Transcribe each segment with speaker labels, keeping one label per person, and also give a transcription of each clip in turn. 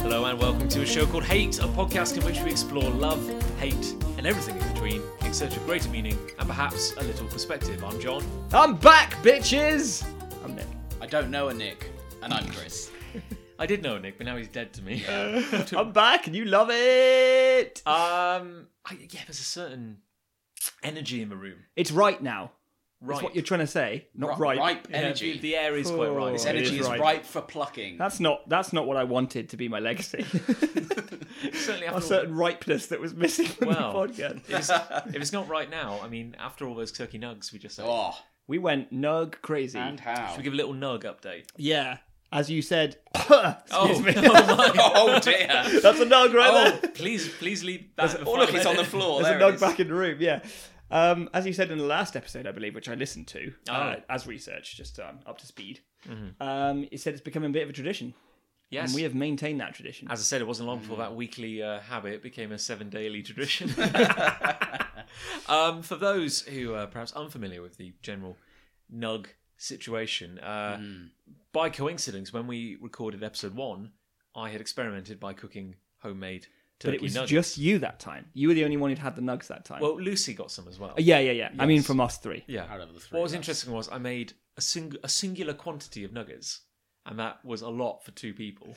Speaker 1: Hello and welcome to a show called Hate, a podcast in which we explore love, hate, and everything in between in search of greater meaning and perhaps a little perspective. I'm John.
Speaker 2: I'm back, bitches! I'm Nick.
Speaker 3: I don't know a Nick, and I'm Chris.
Speaker 1: I did know Nick, but now he's dead to me.
Speaker 2: I'm back and you love it! Uh,
Speaker 1: um, I, yeah, there's a certain energy in the room.
Speaker 2: It's right now.
Speaker 1: Right,
Speaker 2: That's what you're trying to say. Not
Speaker 3: Ri-
Speaker 2: right.
Speaker 3: ripe
Speaker 1: Yeah,
Speaker 3: energy.
Speaker 1: The, the air is quite
Speaker 2: Oh.
Speaker 1: right.
Speaker 2: It's
Speaker 3: this
Speaker 2: It
Speaker 3: energy
Speaker 2: is
Speaker 3: is,
Speaker 2: ripe.
Speaker 3: ripe. for plucking.
Speaker 2: That's not that's not what I wanted to be my legacy.
Speaker 1: Certainly
Speaker 2: a
Speaker 1: after all,
Speaker 2: certain ripeness that was missing from
Speaker 1: Well.
Speaker 2: the podcast.
Speaker 1: if, it's, if it's not right now, I mean, after all those turkey nugs we just said,
Speaker 3: oh,
Speaker 2: We went nug crazy.
Speaker 3: and how?
Speaker 1: should we give a little nug update?
Speaker 2: yeah. As you said, excuse
Speaker 1: oh,
Speaker 2: me.
Speaker 1: oh my.
Speaker 3: oh dear!
Speaker 2: That's a nug right
Speaker 1: Oh,
Speaker 2: there.
Speaker 1: please, please leave that. in the
Speaker 3: Oh look,
Speaker 1: file.
Speaker 3: it's on the floor.
Speaker 2: There's a
Speaker 3: There it
Speaker 2: nug
Speaker 3: is.
Speaker 2: back in the room, yeah. Um, as you said in the last episode, I believe, which I listened to
Speaker 1: Oh.
Speaker 2: uh,
Speaker 1: Mm-hmm.
Speaker 2: as research, just um, up to speed, um, it said it's becoming a bit of a tradition.
Speaker 1: Yes.
Speaker 2: And we have maintained that tradition.
Speaker 1: As I said, it wasn't long before
Speaker 2: Mm.
Speaker 1: that weekly uh, habit became a seven daily tradition. um, for those who are perhaps unfamiliar with the general nug situation, uh,
Speaker 2: Mm.
Speaker 1: by coincidence, when we recorded episode one, I had experimented by cooking homemade turkey
Speaker 2: but it was
Speaker 1: nuggets.
Speaker 2: just you that time. You were the only one who'd had the nugs that time.
Speaker 1: Well, Lucy got some as well.
Speaker 2: Uh, yeah, yeah, yeah. I mean, from us three.
Speaker 1: Yeah.
Speaker 3: Out of the three
Speaker 1: what was
Speaker 3: nugs.
Speaker 1: interesting was I made a, sing- a singular quantity of nuggets, and that was a lot for two people.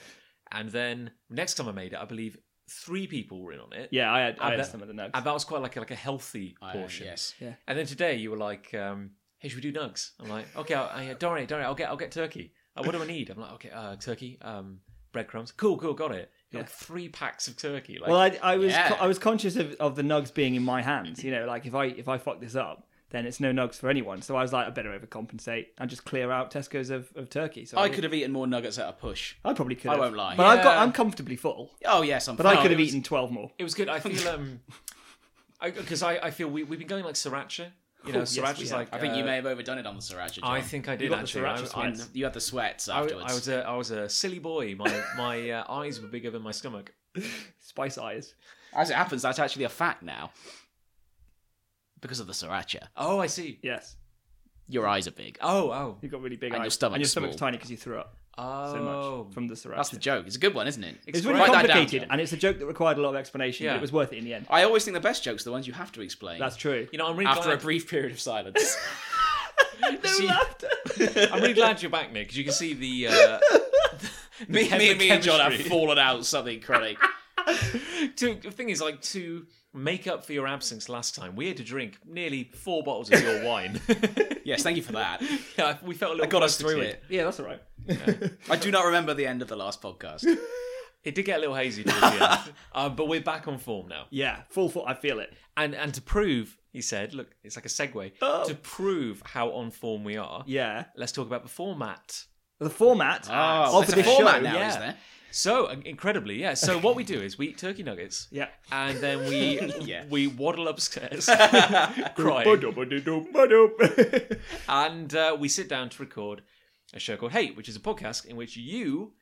Speaker 1: And then next time I made it, I believe three people were in on it.
Speaker 2: Yeah, I had, I
Speaker 1: I
Speaker 2: had
Speaker 1: bet-
Speaker 2: some of the nugs.
Speaker 1: And that was quite like a, like a healthy
Speaker 3: I-
Speaker 1: portion.
Speaker 3: yes.
Speaker 2: Yeah.
Speaker 1: And then today you were like, um, "Hey, should we do nugs?" I'm like, "Okay, I, I, don't worry, don't worry. I'll get I'll get turkey. Uh, what do I need?" I'm like, "Okay, uh, turkey, um, breadcrumbs. Cool, cool, got it." You got, Like three packs of turkey. Like,
Speaker 2: well, I, I was
Speaker 3: Yeah.
Speaker 2: co- I was conscious of, of the nugs being in my hands. You know, like if I if I fuck this up, then it's no nugs for anyone. So I was like, I better overcompensate and just clear out Tesco's of, of turkey. So
Speaker 3: I could have eaten more nuggets at a push.
Speaker 2: I probably could.
Speaker 3: I
Speaker 2: have.
Speaker 3: won't lie.
Speaker 2: But I've got
Speaker 1: Yeah.
Speaker 2: I'm comfortably full.
Speaker 3: Oh yes, I'm.
Speaker 2: But I
Speaker 3: fine.
Speaker 2: could have
Speaker 3: It was-
Speaker 2: eaten twelve more.
Speaker 1: it was good. I feel um, because I, I feel we we've been going like sriracha. You know,
Speaker 2: Oh, yes, we
Speaker 1: sriracha's
Speaker 2: have.
Speaker 1: like.
Speaker 3: I think you
Speaker 1: uh,
Speaker 3: may have overdone it on the sriracha. John.
Speaker 1: I think I did
Speaker 2: got the
Speaker 1: actually.
Speaker 2: sriracha
Speaker 1: I- I-
Speaker 2: sweats.
Speaker 3: you had the sweats
Speaker 1: I,
Speaker 3: afterwards.
Speaker 1: I was a I was a silly boy. My my uh, eyes were bigger than my stomach.
Speaker 2: Spice eyes.
Speaker 3: As it happens, that's actually a fact now. Because of the sriracha,
Speaker 1: Oh, I see.
Speaker 2: Yes,
Speaker 3: your eyes are big.
Speaker 1: Oh, oh,
Speaker 2: you've got really big
Speaker 3: And your
Speaker 2: eyes.
Speaker 3: stomach's
Speaker 2: and your stomach's
Speaker 3: small.
Speaker 2: tiny because you threw up
Speaker 1: oh.
Speaker 2: so much from the sriracha.
Speaker 3: That's the joke. It's a good one, isn't it?
Speaker 2: It's really
Speaker 3: Write that down,
Speaker 2: complicated,
Speaker 3: John.
Speaker 2: and it's a joke that required a lot of explanation.
Speaker 1: Yeah.
Speaker 2: But it was worth it in the end.
Speaker 3: I always think the best jokes are the ones you have to explain.
Speaker 2: That's true.
Speaker 1: You know, I'm really
Speaker 3: after
Speaker 1: glad.
Speaker 3: a brief period of silence.
Speaker 1: See-
Speaker 2: laughter.
Speaker 1: I'm really glad you're back, Nick, because you can see the. Uh,
Speaker 3: me,
Speaker 1: Chem-
Speaker 3: me, me and John have
Speaker 1: chemistry.
Speaker 3: fallen out something chronic.
Speaker 1: to, the thing is, like, to make up for your absence last time, we had to drink nearly four bottles of your wine.
Speaker 3: yes, thank you for that.
Speaker 1: yeah, we felt a little.
Speaker 3: That got us through
Speaker 1: constipated.
Speaker 3: it.
Speaker 2: Yeah, that's all right.
Speaker 3: I do not remember the end of the last podcast.
Speaker 1: It did get a little hazy towards the end, um, but we're back on form now.
Speaker 2: Yeah, full full. I feel it.
Speaker 1: And and to prove, he said, look, it's like a segue
Speaker 2: Oh.
Speaker 1: to prove how on form we are.
Speaker 2: Yeah,
Speaker 1: Let's talk about the format.
Speaker 2: the format
Speaker 1: Ah,
Speaker 3: Oh,
Speaker 2: of
Speaker 3: there's
Speaker 2: the
Speaker 3: a format
Speaker 2: show.
Speaker 3: now,
Speaker 1: yeah.
Speaker 3: is there?
Speaker 1: So in- incredibly, yeah. So what we do is we eat turkey nuggets,
Speaker 2: Yeah.
Speaker 1: and then we
Speaker 3: Yeah.
Speaker 1: we waddle upstairs, crying, and uh, we sit down to record a show called Hate, which is a podcast in which you,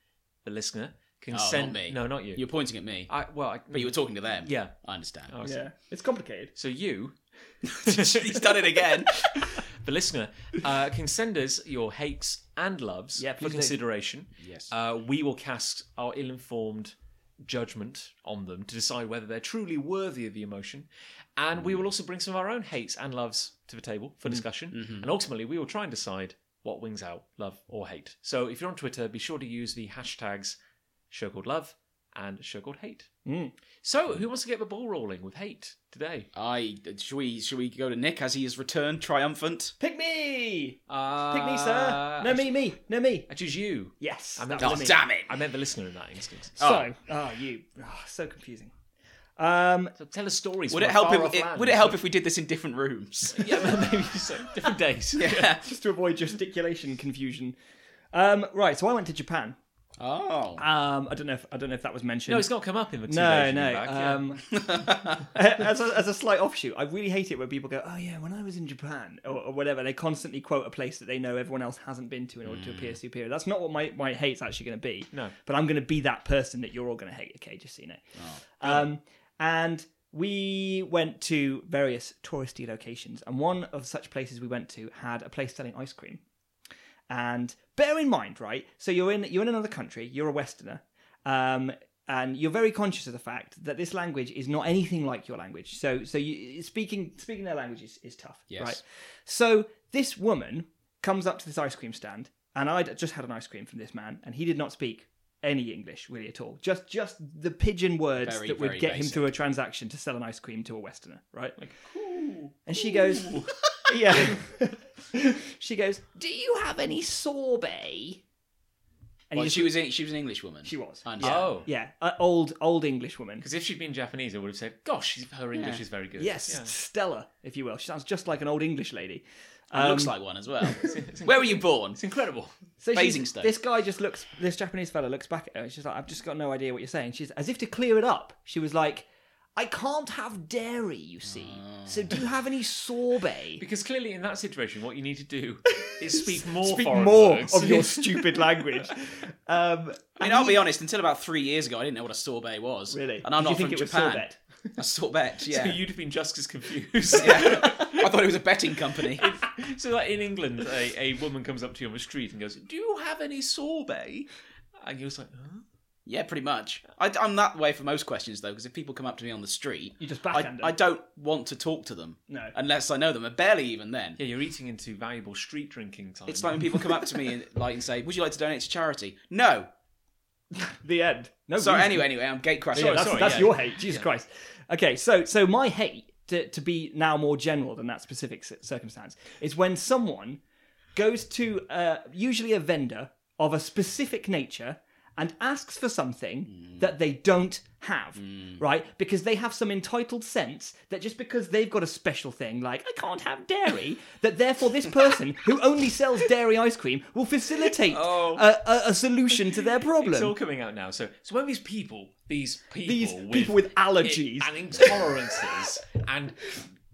Speaker 1: the listener, can
Speaker 3: Oh,
Speaker 1: send.
Speaker 3: not me.
Speaker 1: No, not you.
Speaker 3: You're pointing at me,
Speaker 1: I, well, I,
Speaker 3: but you were talking to them.
Speaker 1: yeah.
Speaker 3: I understand.
Speaker 1: Oh, I see.
Speaker 2: yeah, it's complicated.
Speaker 1: So you,
Speaker 3: He's done it again.
Speaker 1: the listener, uh, can send us your hates and loves
Speaker 2: Yeah,
Speaker 1: for
Speaker 2: please do.
Speaker 1: consideration.
Speaker 3: yes.
Speaker 1: Uh, we will cast our ill-informed judgment on them to decide whether they're truly worthy of the emotion, and we will also bring some of our own hates and loves to the table
Speaker 2: Mm,
Speaker 1: for discussion.
Speaker 2: mm-hmm.
Speaker 1: And ultimately, we will try and decide what wings out love or hate. So if you're on Twitter, be sure to use the hashtags show called love and show called hate.
Speaker 2: Mm.
Speaker 1: So who wants to get the ball rolling with hate today?
Speaker 3: I should we should we go to Nick as he has returned triumphant?
Speaker 2: Pick me,
Speaker 1: Uh,
Speaker 2: pick me, sir. No
Speaker 1: I,
Speaker 2: me, me, no me.
Speaker 1: I choose you.
Speaker 2: Yes,
Speaker 1: I'm
Speaker 2: that
Speaker 1: not-
Speaker 3: Oh
Speaker 2: was me.
Speaker 3: damn it!
Speaker 1: Oh. I meant the listener in that instance.
Speaker 2: So, oh, you, oh, so Ah, confusing. Um,
Speaker 1: So tell us stories.
Speaker 3: Would
Speaker 1: from
Speaker 3: it
Speaker 1: a
Speaker 3: help
Speaker 1: far-off
Speaker 3: if it,
Speaker 1: land.
Speaker 3: would it help if we did this in different rooms?
Speaker 1: yeah, maybe so. Different days.
Speaker 3: yeah.
Speaker 2: just to avoid gesticulation confusion. Um, right, so I went to Japan.
Speaker 3: Oh.
Speaker 2: Um, I don't know if I don't know if that was mentioned.
Speaker 1: No, it's not come up in the two
Speaker 2: no,
Speaker 1: days you've
Speaker 2: no.
Speaker 1: been back, yeah.
Speaker 2: um, as, a, as a slight offshoot, I really hate it when people go, "Oh yeah, when I was in Japan" or, or whatever. They constantly quote a place that they know everyone else hasn't been to in order to appear superior. That's not what my, my hate's actually going to be.
Speaker 1: Mm. No.
Speaker 2: but I'm going to be that person that you're all going to hate. Okay, just so you know.
Speaker 1: Oh,
Speaker 2: Um, and we went to various touristy locations, and one of such places we went to had a place selling ice cream. And bear in mind, right? So you're in you're in another country. You're a Westerner, um, and you're very conscious of the fact that this language is not anything like your language. So so you, speaking speaking their language is, is tough,
Speaker 3: Yes.
Speaker 2: right? So this woman comes up to this ice cream stand, and I'd just had an ice cream from this man, and he did not speak any English really at all. Just just the pigeon words
Speaker 3: Very,
Speaker 2: that would
Speaker 3: very
Speaker 2: get him
Speaker 3: basic.
Speaker 2: through a transaction to sell an ice cream to a Westerner, right? Like, and she goes, yeah. she goes, do you have any sorbet? And
Speaker 3: Well,
Speaker 2: he just-
Speaker 3: she was in, she was an English woman.
Speaker 2: She was.
Speaker 3: I understand.
Speaker 1: Oh.
Speaker 2: yeah, an old old English woman.
Speaker 1: Because if she'd been Japanese, I would have said, "Gosh, she's- her English is very good."
Speaker 2: Yes,
Speaker 1: Yeah.
Speaker 2: Stella, if you will. She sounds just like an old English lady.
Speaker 3: looks like one as well. Where were you born?
Speaker 1: um, it's incredible.
Speaker 2: So she's-
Speaker 3: Basingstoke.
Speaker 2: This guy just looks. This Japanese fella looks back at her. and She's like, "I've just got no idea what you're saying." She's as if to clear it up. She was like, "I can't have dairy, you see.
Speaker 3: Ah.
Speaker 2: So do you have any sorbet?"
Speaker 1: Because clearly, in that situation, what you need to do is speak more.
Speaker 2: Speak
Speaker 1: foreign
Speaker 2: more
Speaker 1: words.
Speaker 2: of your stupid language. Um,
Speaker 3: I mean, I'll be honest. Until about three years ago, I didn't know what a sorbet was.
Speaker 2: really,
Speaker 3: and I'm
Speaker 2: Did
Speaker 3: not
Speaker 2: you think
Speaker 3: from
Speaker 2: it was
Speaker 3: Japan.
Speaker 2: sorbet?
Speaker 3: A sorbet, yeah.
Speaker 1: So you'd have been just as confused.
Speaker 3: I thought it was a betting company.
Speaker 1: so, like in England, a, a woman comes up to you on the street and goes, "Do you have any sorbet?" And you're just like, huh?
Speaker 3: yeah, pretty much. I, am that way for most questions though, because if people come up to me on the street,
Speaker 2: You just
Speaker 3: I,
Speaker 2: backhand
Speaker 3: I
Speaker 2: her.
Speaker 3: don't want to talk to them
Speaker 2: No.
Speaker 3: unless I know them, and barely even then.
Speaker 1: "Yeah, you're eating into valuable street drinking time."
Speaker 3: It's like when people come up to me and like and say, "Would you like to donate to charity?" No.
Speaker 2: The end. No.
Speaker 3: So
Speaker 2: reason.
Speaker 3: anyway, anyway, I'm gatecrashing.
Speaker 2: Yeah, that's,
Speaker 1: sorry,
Speaker 2: that's
Speaker 1: yeah.
Speaker 2: your hate. Jesus Christ. Okay, so so my hate to, to be now more general than that specific ci- circumstance is when someone goes to uh, usually a vendor of a specific nature and asks for something
Speaker 1: Mm.
Speaker 2: that they don't have, right? Because they have some entitled sense that just because they've got a special thing, like I can't have dairy, that therefore this person who only sells dairy ice cream will facilitate a, a, a solution to their problem.
Speaker 1: Oh. It's all coming out now. So, so when these people, these people,
Speaker 2: These people with allergies.
Speaker 1: and intolerances, and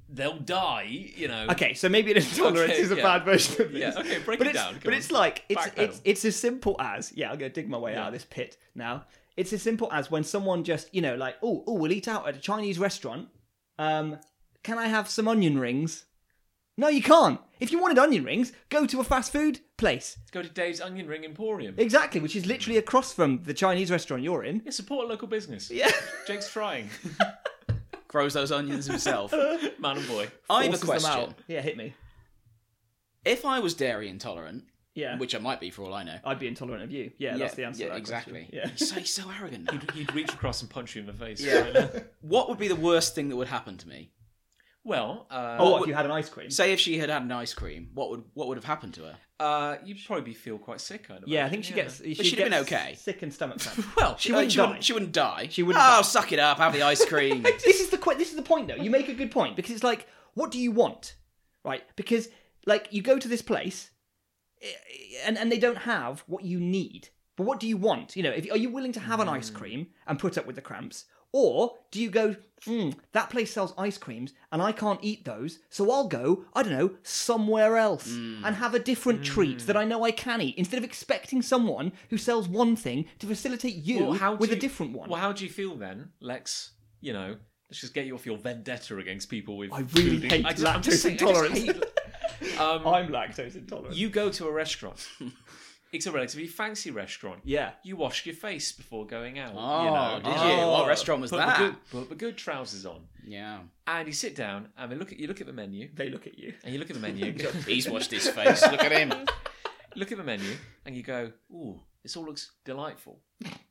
Speaker 1: they'll die, you know.
Speaker 2: Okay, so maybe an intolerance
Speaker 1: Okay,
Speaker 2: is a
Speaker 1: yeah.
Speaker 2: bad version of this.
Speaker 1: Yeah, okay, break
Speaker 2: but
Speaker 1: it
Speaker 2: it's,
Speaker 1: down, come
Speaker 2: But
Speaker 1: on.
Speaker 2: it's like it's
Speaker 1: Backpedal.
Speaker 2: it's it's as simple as yeah. I'm gonna dig my way out of this pit now. It's as simple as when someone just you know like oh oh we'll eat out at a Chinese restaurant. Um, can I have some onion rings? No, you can't. If you wanted onion rings, go to a fast food place.
Speaker 1: Go to Dave's Onion Ring Emporium.
Speaker 2: Exactly, which is literally across from the Chinese restaurant you're in.
Speaker 1: Yeah, support a local business.
Speaker 2: Yeah.
Speaker 1: Jake's frying.
Speaker 3: Grows those onions himself.
Speaker 1: Man and boy.
Speaker 3: I have a
Speaker 2: Forces them
Speaker 3: question.
Speaker 2: out. Yeah, hit me.
Speaker 3: If I was dairy intolerant,
Speaker 2: Yeah.
Speaker 3: which I might be for all I know,
Speaker 2: I'd be intolerant of you. Yeah, that's the answer.
Speaker 3: Yeah,
Speaker 2: to that
Speaker 3: exactly.
Speaker 2: question. Yeah.
Speaker 3: He's so, he's so arrogant. now.
Speaker 1: He'd, he'd reach across and punch you in the face.
Speaker 3: Yeah.
Speaker 1: right now.
Speaker 3: what would be the worst thing that would happen to me?
Speaker 1: Well, uh,
Speaker 2: Oh, what if you had an ice cream?
Speaker 3: Say if she had had an ice cream, what would what would have happened to her?
Speaker 1: uh, you'd probably feel quite sick, I'd
Speaker 2: Oh. Yeah, I
Speaker 1: imagine,
Speaker 2: think she
Speaker 1: yeah.
Speaker 2: gets. She
Speaker 3: she'd have been
Speaker 2: gets
Speaker 3: okay.
Speaker 2: Sick and stomach cramp.
Speaker 3: Well, she,
Speaker 2: wouldn't
Speaker 3: she
Speaker 2: die.
Speaker 3: Wouldn't, she wouldn't die.
Speaker 2: She wouldn't
Speaker 3: Oh,
Speaker 2: die.
Speaker 3: suck it up. Have the ice cream.
Speaker 2: this is the que- this is the point though. You make a good point because it's like, what do you want, right? Because like you go to this place, eh, and and they don't have what you need. But what do you want? You know, if, are you willing to have an
Speaker 1: Mm.
Speaker 2: ice cream and put up with the cramps, or do you go? Hmm, that place sells ice creams, and I can't eat those, so I'll go. I don't know somewhere else
Speaker 1: Mm.
Speaker 2: and have a different treat that I know I can eat instead of expecting someone who sells one thing to facilitate you
Speaker 1: Well, how do
Speaker 2: with a
Speaker 1: you-
Speaker 2: different one.
Speaker 1: Well, how do you feel then, Lex? You know, let's just get you off your vendetta against people with.
Speaker 2: I really
Speaker 1: food-
Speaker 2: hate
Speaker 1: I just- I'm just saying, I
Speaker 2: lactose
Speaker 1: just
Speaker 2: intolerance.
Speaker 1: hate- um,
Speaker 2: I'm lactose intolerant.
Speaker 1: you go to a restaurant. It's a relatively fancy restaurant.
Speaker 2: yeah.
Speaker 1: You wash your face before going out.
Speaker 3: Oh,
Speaker 1: you know,
Speaker 3: did
Speaker 1: Oh.
Speaker 3: you?
Speaker 2: Oh.
Speaker 3: What restaurant was
Speaker 1: Put the
Speaker 3: that?
Speaker 1: good, put the good trousers on,
Speaker 3: Yeah.
Speaker 1: and you sit down, and they look at you. Look at the menu,
Speaker 2: They look at you.
Speaker 1: and you look at the menu.
Speaker 3: He's washed his face. Look at him.
Speaker 1: look at the menu and you go, "Ooh, this all looks delightful."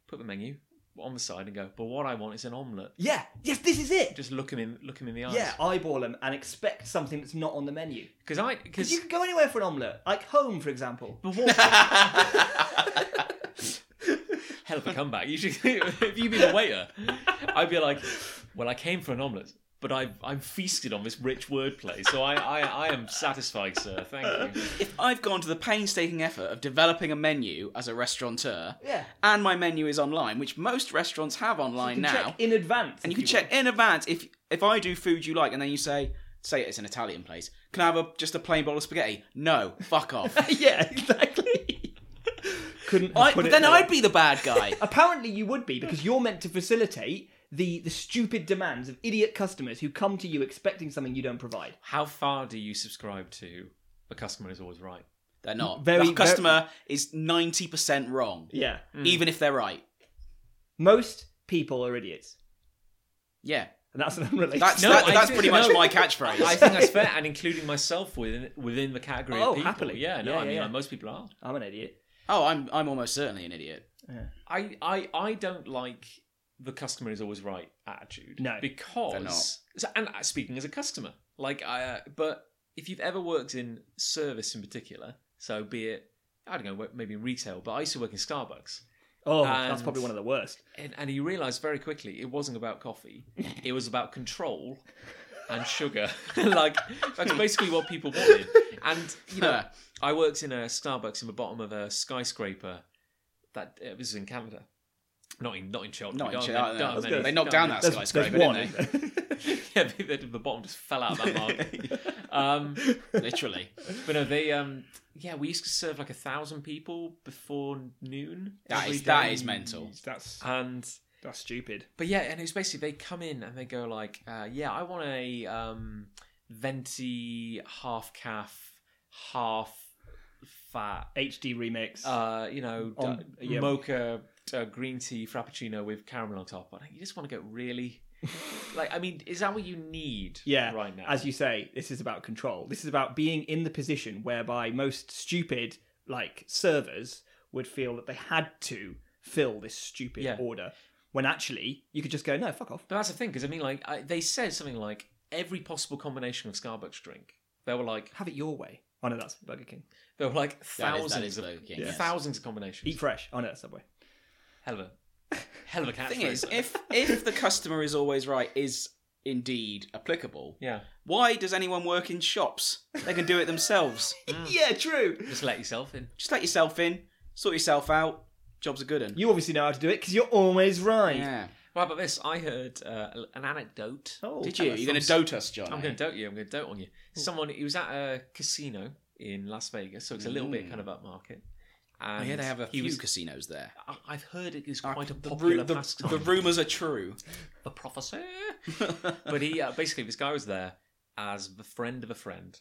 Speaker 1: Put the menu on the side and go, "But what I want is an omelette."
Speaker 2: Yeah. Yes, this is it.
Speaker 1: Just look him in, look him in the eyes.
Speaker 2: Yeah, eyeball them and expect something that's not on the menu.
Speaker 1: because I
Speaker 2: Because
Speaker 1: because
Speaker 2: you can go anywhere for an omelette, like home, for example.
Speaker 1: but what hell of a comeback. You should if you be the waiter, I'd be like, Well, I came for an omelette, but I've, I'm feasted on this rich wordplay, so I, I, I am satisfied, sir. Thank you.
Speaker 3: If I've gone to the painstaking effort of developing a menu as a restaurateur,
Speaker 2: Yeah.
Speaker 3: and my menu is online, which most restaurants have online
Speaker 2: You can
Speaker 3: now,
Speaker 2: check in advance.
Speaker 3: and you can check in advance if if I do food you like, and then you say, say it's an Italian place, can I have a, just a plain bowl of spaghetti? No, fuck off.
Speaker 2: yeah, exactly. Couldn't. have
Speaker 3: I,
Speaker 2: put
Speaker 3: but
Speaker 2: it
Speaker 3: then
Speaker 2: better.
Speaker 3: I'd be the bad guy.
Speaker 2: Apparently, you would be because you're meant to facilitate the the stupid demands of idiot customers who come to you expecting something you don't provide.
Speaker 1: How far do you subscribe to the customer is always right?
Speaker 3: They're not.
Speaker 2: Very-
Speaker 3: the customer is ninety percent wrong,
Speaker 2: Yeah.
Speaker 1: Hmm.
Speaker 3: even if they're right.
Speaker 2: Most people are idiots,
Speaker 3: Yeah,
Speaker 2: and that's an unrelated.
Speaker 3: that's
Speaker 1: No,
Speaker 3: that,
Speaker 1: I
Speaker 3: that's
Speaker 1: do-
Speaker 3: pretty much
Speaker 1: no.
Speaker 3: my catchphrase.
Speaker 1: I think that's fair, and including myself within within the category
Speaker 2: Oh,
Speaker 1: of people.
Speaker 2: happily.
Speaker 1: Yeah, no,
Speaker 2: Yeah,
Speaker 1: I
Speaker 2: yeah,
Speaker 1: mean,
Speaker 2: yeah.
Speaker 1: like, most people are.
Speaker 2: I'm an idiot.
Speaker 3: oh, I'm I'm almost certainly an idiot.
Speaker 1: I, I, I don't like the customer is always right attitude.
Speaker 2: No,
Speaker 3: they're not.
Speaker 1: because so- and uh, speaking as a customer, like I, uh, but if you've ever worked in service in particular, so be it, I don't know, maybe in retail, but I used to work in Starbucks,
Speaker 2: Oh,
Speaker 1: And-
Speaker 2: that's probably one of the worst.
Speaker 1: and, and you realise very quickly it wasn't about coffee, it was about control. And sugar, like that's basically what people wanted. And you know,
Speaker 3: Huh.
Speaker 1: I worked in a Starbucks in the bottom of a skyscraper. That it was in Canada, not in not in Cheltenham.
Speaker 3: Not in
Speaker 1: Don't-
Speaker 3: Cheltenham,
Speaker 1: don't-
Speaker 3: no.
Speaker 1: don't-
Speaker 3: They knocked
Speaker 1: don't-
Speaker 3: down that
Speaker 2: There's,
Speaker 3: skyscraper,
Speaker 2: there's one.
Speaker 3: didn't they?
Speaker 1: yeah, the, the bottom just fell out of that market. um,
Speaker 3: Literally,
Speaker 1: but no, they um, yeah, we used to serve like a thousand people before noon.
Speaker 3: that
Speaker 1: every
Speaker 3: is that
Speaker 1: day.
Speaker 3: is mental.
Speaker 2: that's
Speaker 1: And
Speaker 2: that's stupid.
Speaker 1: but yeah, and it's basically they come in and they go like, uh, yeah, I want a um, venti half calf, half fat,
Speaker 2: HD remix.
Speaker 1: uh, you know, d-
Speaker 2: On- yeah.
Speaker 1: mocha uh, green tea frappuccino with caramel on top. And you just want to go really. Like I mean, is that what you need?
Speaker 2: yeah,
Speaker 1: right now.
Speaker 2: As you say, this is about control. This is about being in the position whereby most stupid, like servers, would feel that they had to fill this stupid
Speaker 1: Yeah.
Speaker 2: order when actually you could just go, no, fuck off.
Speaker 1: But that's the thing, because I mean, like I, they said something like every possible combination of Starbucks drink. They were like
Speaker 2: Have it your way. Oh no, that's Burger King.
Speaker 1: there were like
Speaker 3: That is-
Speaker 1: thousands
Speaker 3: that is
Speaker 1: of
Speaker 3: Burger King, yes.
Speaker 1: thousands of combinations.
Speaker 2: Eat fresh. Oh no, that's Subway.
Speaker 1: hell of a hell of a catchphrase.
Speaker 3: thing is,
Speaker 1: though.
Speaker 3: if if the customer is always right is indeed applicable,
Speaker 1: yeah,
Speaker 3: why does anyone work in shops? They can do it themselves.
Speaker 2: yeah, true.
Speaker 1: just let yourself in.
Speaker 3: Just let yourself in, sort yourself out. Job's a good one.
Speaker 2: You obviously know how to do it because you're always right.
Speaker 3: Yeah.
Speaker 1: Well, about this, I heard uh, an anecdote.
Speaker 2: Oh,
Speaker 3: Did you? You're going to dote us, John.
Speaker 1: I'm
Speaker 3: eh?
Speaker 1: going to dote you. I'm going to dote on you. Someone he was at a casino in Las Vegas, so it's a little bit kind of upmarket.
Speaker 3: Mm. Oh,
Speaker 1: And
Speaker 3: yeah, they have a
Speaker 1: he
Speaker 3: few
Speaker 1: was-
Speaker 3: casinos there.
Speaker 1: I- I've heard it is
Speaker 3: Uh,
Speaker 1: quite a
Speaker 3: the,
Speaker 1: popular
Speaker 3: ru- the,
Speaker 1: pastime.
Speaker 3: the rumours are true.
Speaker 1: the prophecy. but he uh, basically this guy was there as the friend of a friend,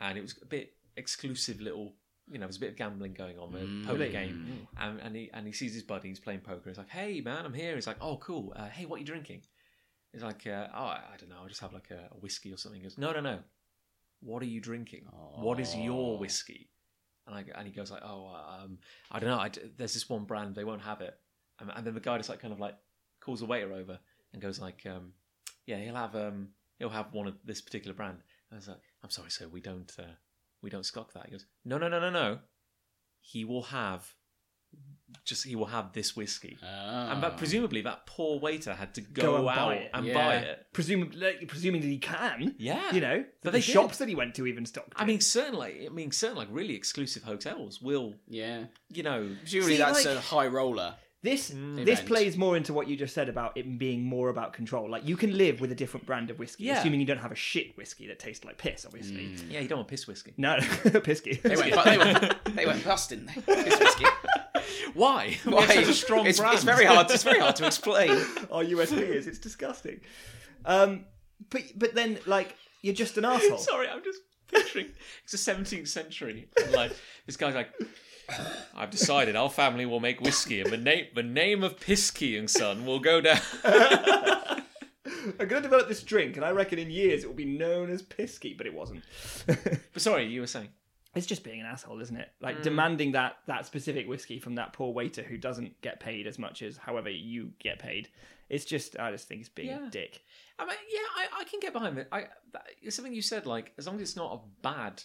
Speaker 1: and it was a bit exclusive little. You know, there was a bit of gambling going on, a
Speaker 3: Mm.
Speaker 1: poker game, and, and he and he sees his buddy, he's playing poker. He's like, "Hey, man, I'm here." He's like, "Oh, cool. Uh, hey, what are you drinking?" He's like, uh, "Oh, I, I don't know. I'll just have like a, a whiskey or something." He goes, "No, no, no. What are you drinking? What is your whiskey?" And I, and he goes like, "Oh, uh, um, I don't know. I d- there's this one brand. They won't have it." And, and then the guy just like kind of like calls the waiter over and goes like, um, "Yeah, he'll have um, he'll have one of this particular brand." And I was like, "I'm sorry, sir, we don't uh, we don't stock that." He goes, "No, no, no, no, no. He will have just he will have this
Speaker 3: Mm.
Speaker 1: whiskey." And
Speaker 3: Ah.
Speaker 1: that, presumably, that poor waiter had to go,
Speaker 2: Go and
Speaker 1: out
Speaker 2: buy it.
Speaker 1: and
Speaker 3: Yeah.
Speaker 1: buy it.
Speaker 2: Presumably, like, presuming that he can.
Speaker 1: Yeah,
Speaker 2: You know,
Speaker 1: But
Speaker 2: but
Speaker 1: they
Speaker 2: the
Speaker 1: did.
Speaker 2: shops that he went to even stocked.
Speaker 1: I
Speaker 2: it.
Speaker 1: mean, certainly, I mean, certainly, like really exclusive hotels will,
Speaker 3: yeah.
Speaker 1: you know,
Speaker 3: Surely
Speaker 2: See,
Speaker 3: that's
Speaker 2: like-
Speaker 3: a high roller.
Speaker 2: This
Speaker 1: Mm.
Speaker 2: this
Speaker 3: Event.
Speaker 2: plays more into what you just said about it being more about control. Like you can live with a different brand of whiskey,
Speaker 1: Yeah. Mm.
Speaker 2: assuming you don't have a shit whiskey that tastes like piss. Obviously,
Speaker 3: Mm.
Speaker 1: yeah, you don't want piss whiskey.
Speaker 2: no pisky.
Speaker 3: They went, they went, they went bust, didn't they? Piss whiskey.
Speaker 1: Why?
Speaker 3: Why?
Speaker 1: It's such a strong
Speaker 3: it's,
Speaker 1: brand.
Speaker 3: it's very hard. It's very hard to explain.
Speaker 2: Our USP is it's disgusting. Um, but but then like you're just an asshole.
Speaker 1: Sorry, I'm just picturing it's the 17th century. and, Like this guy's like, I've decided our family will make whiskey, and the name the name of Pisky and Son will go down.
Speaker 2: I'm going to develop this drink, and I reckon in years it will be known as pisky, but it wasn't.
Speaker 1: But sorry, you were saying.
Speaker 2: it's just being an asshole, isn't it?
Speaker 1: Mm.
Speaker 2: Like demanding that that specific whiskey from that poor waiter who doesn't get paid as much as however you get paid. It's just I just think it's being
Speaker 1: Yeah.
Speaker 2: a dick.
Speaker 1: I mean, yeah, I, I can get behind it. I that, it's something you said, like as long as it's not a bad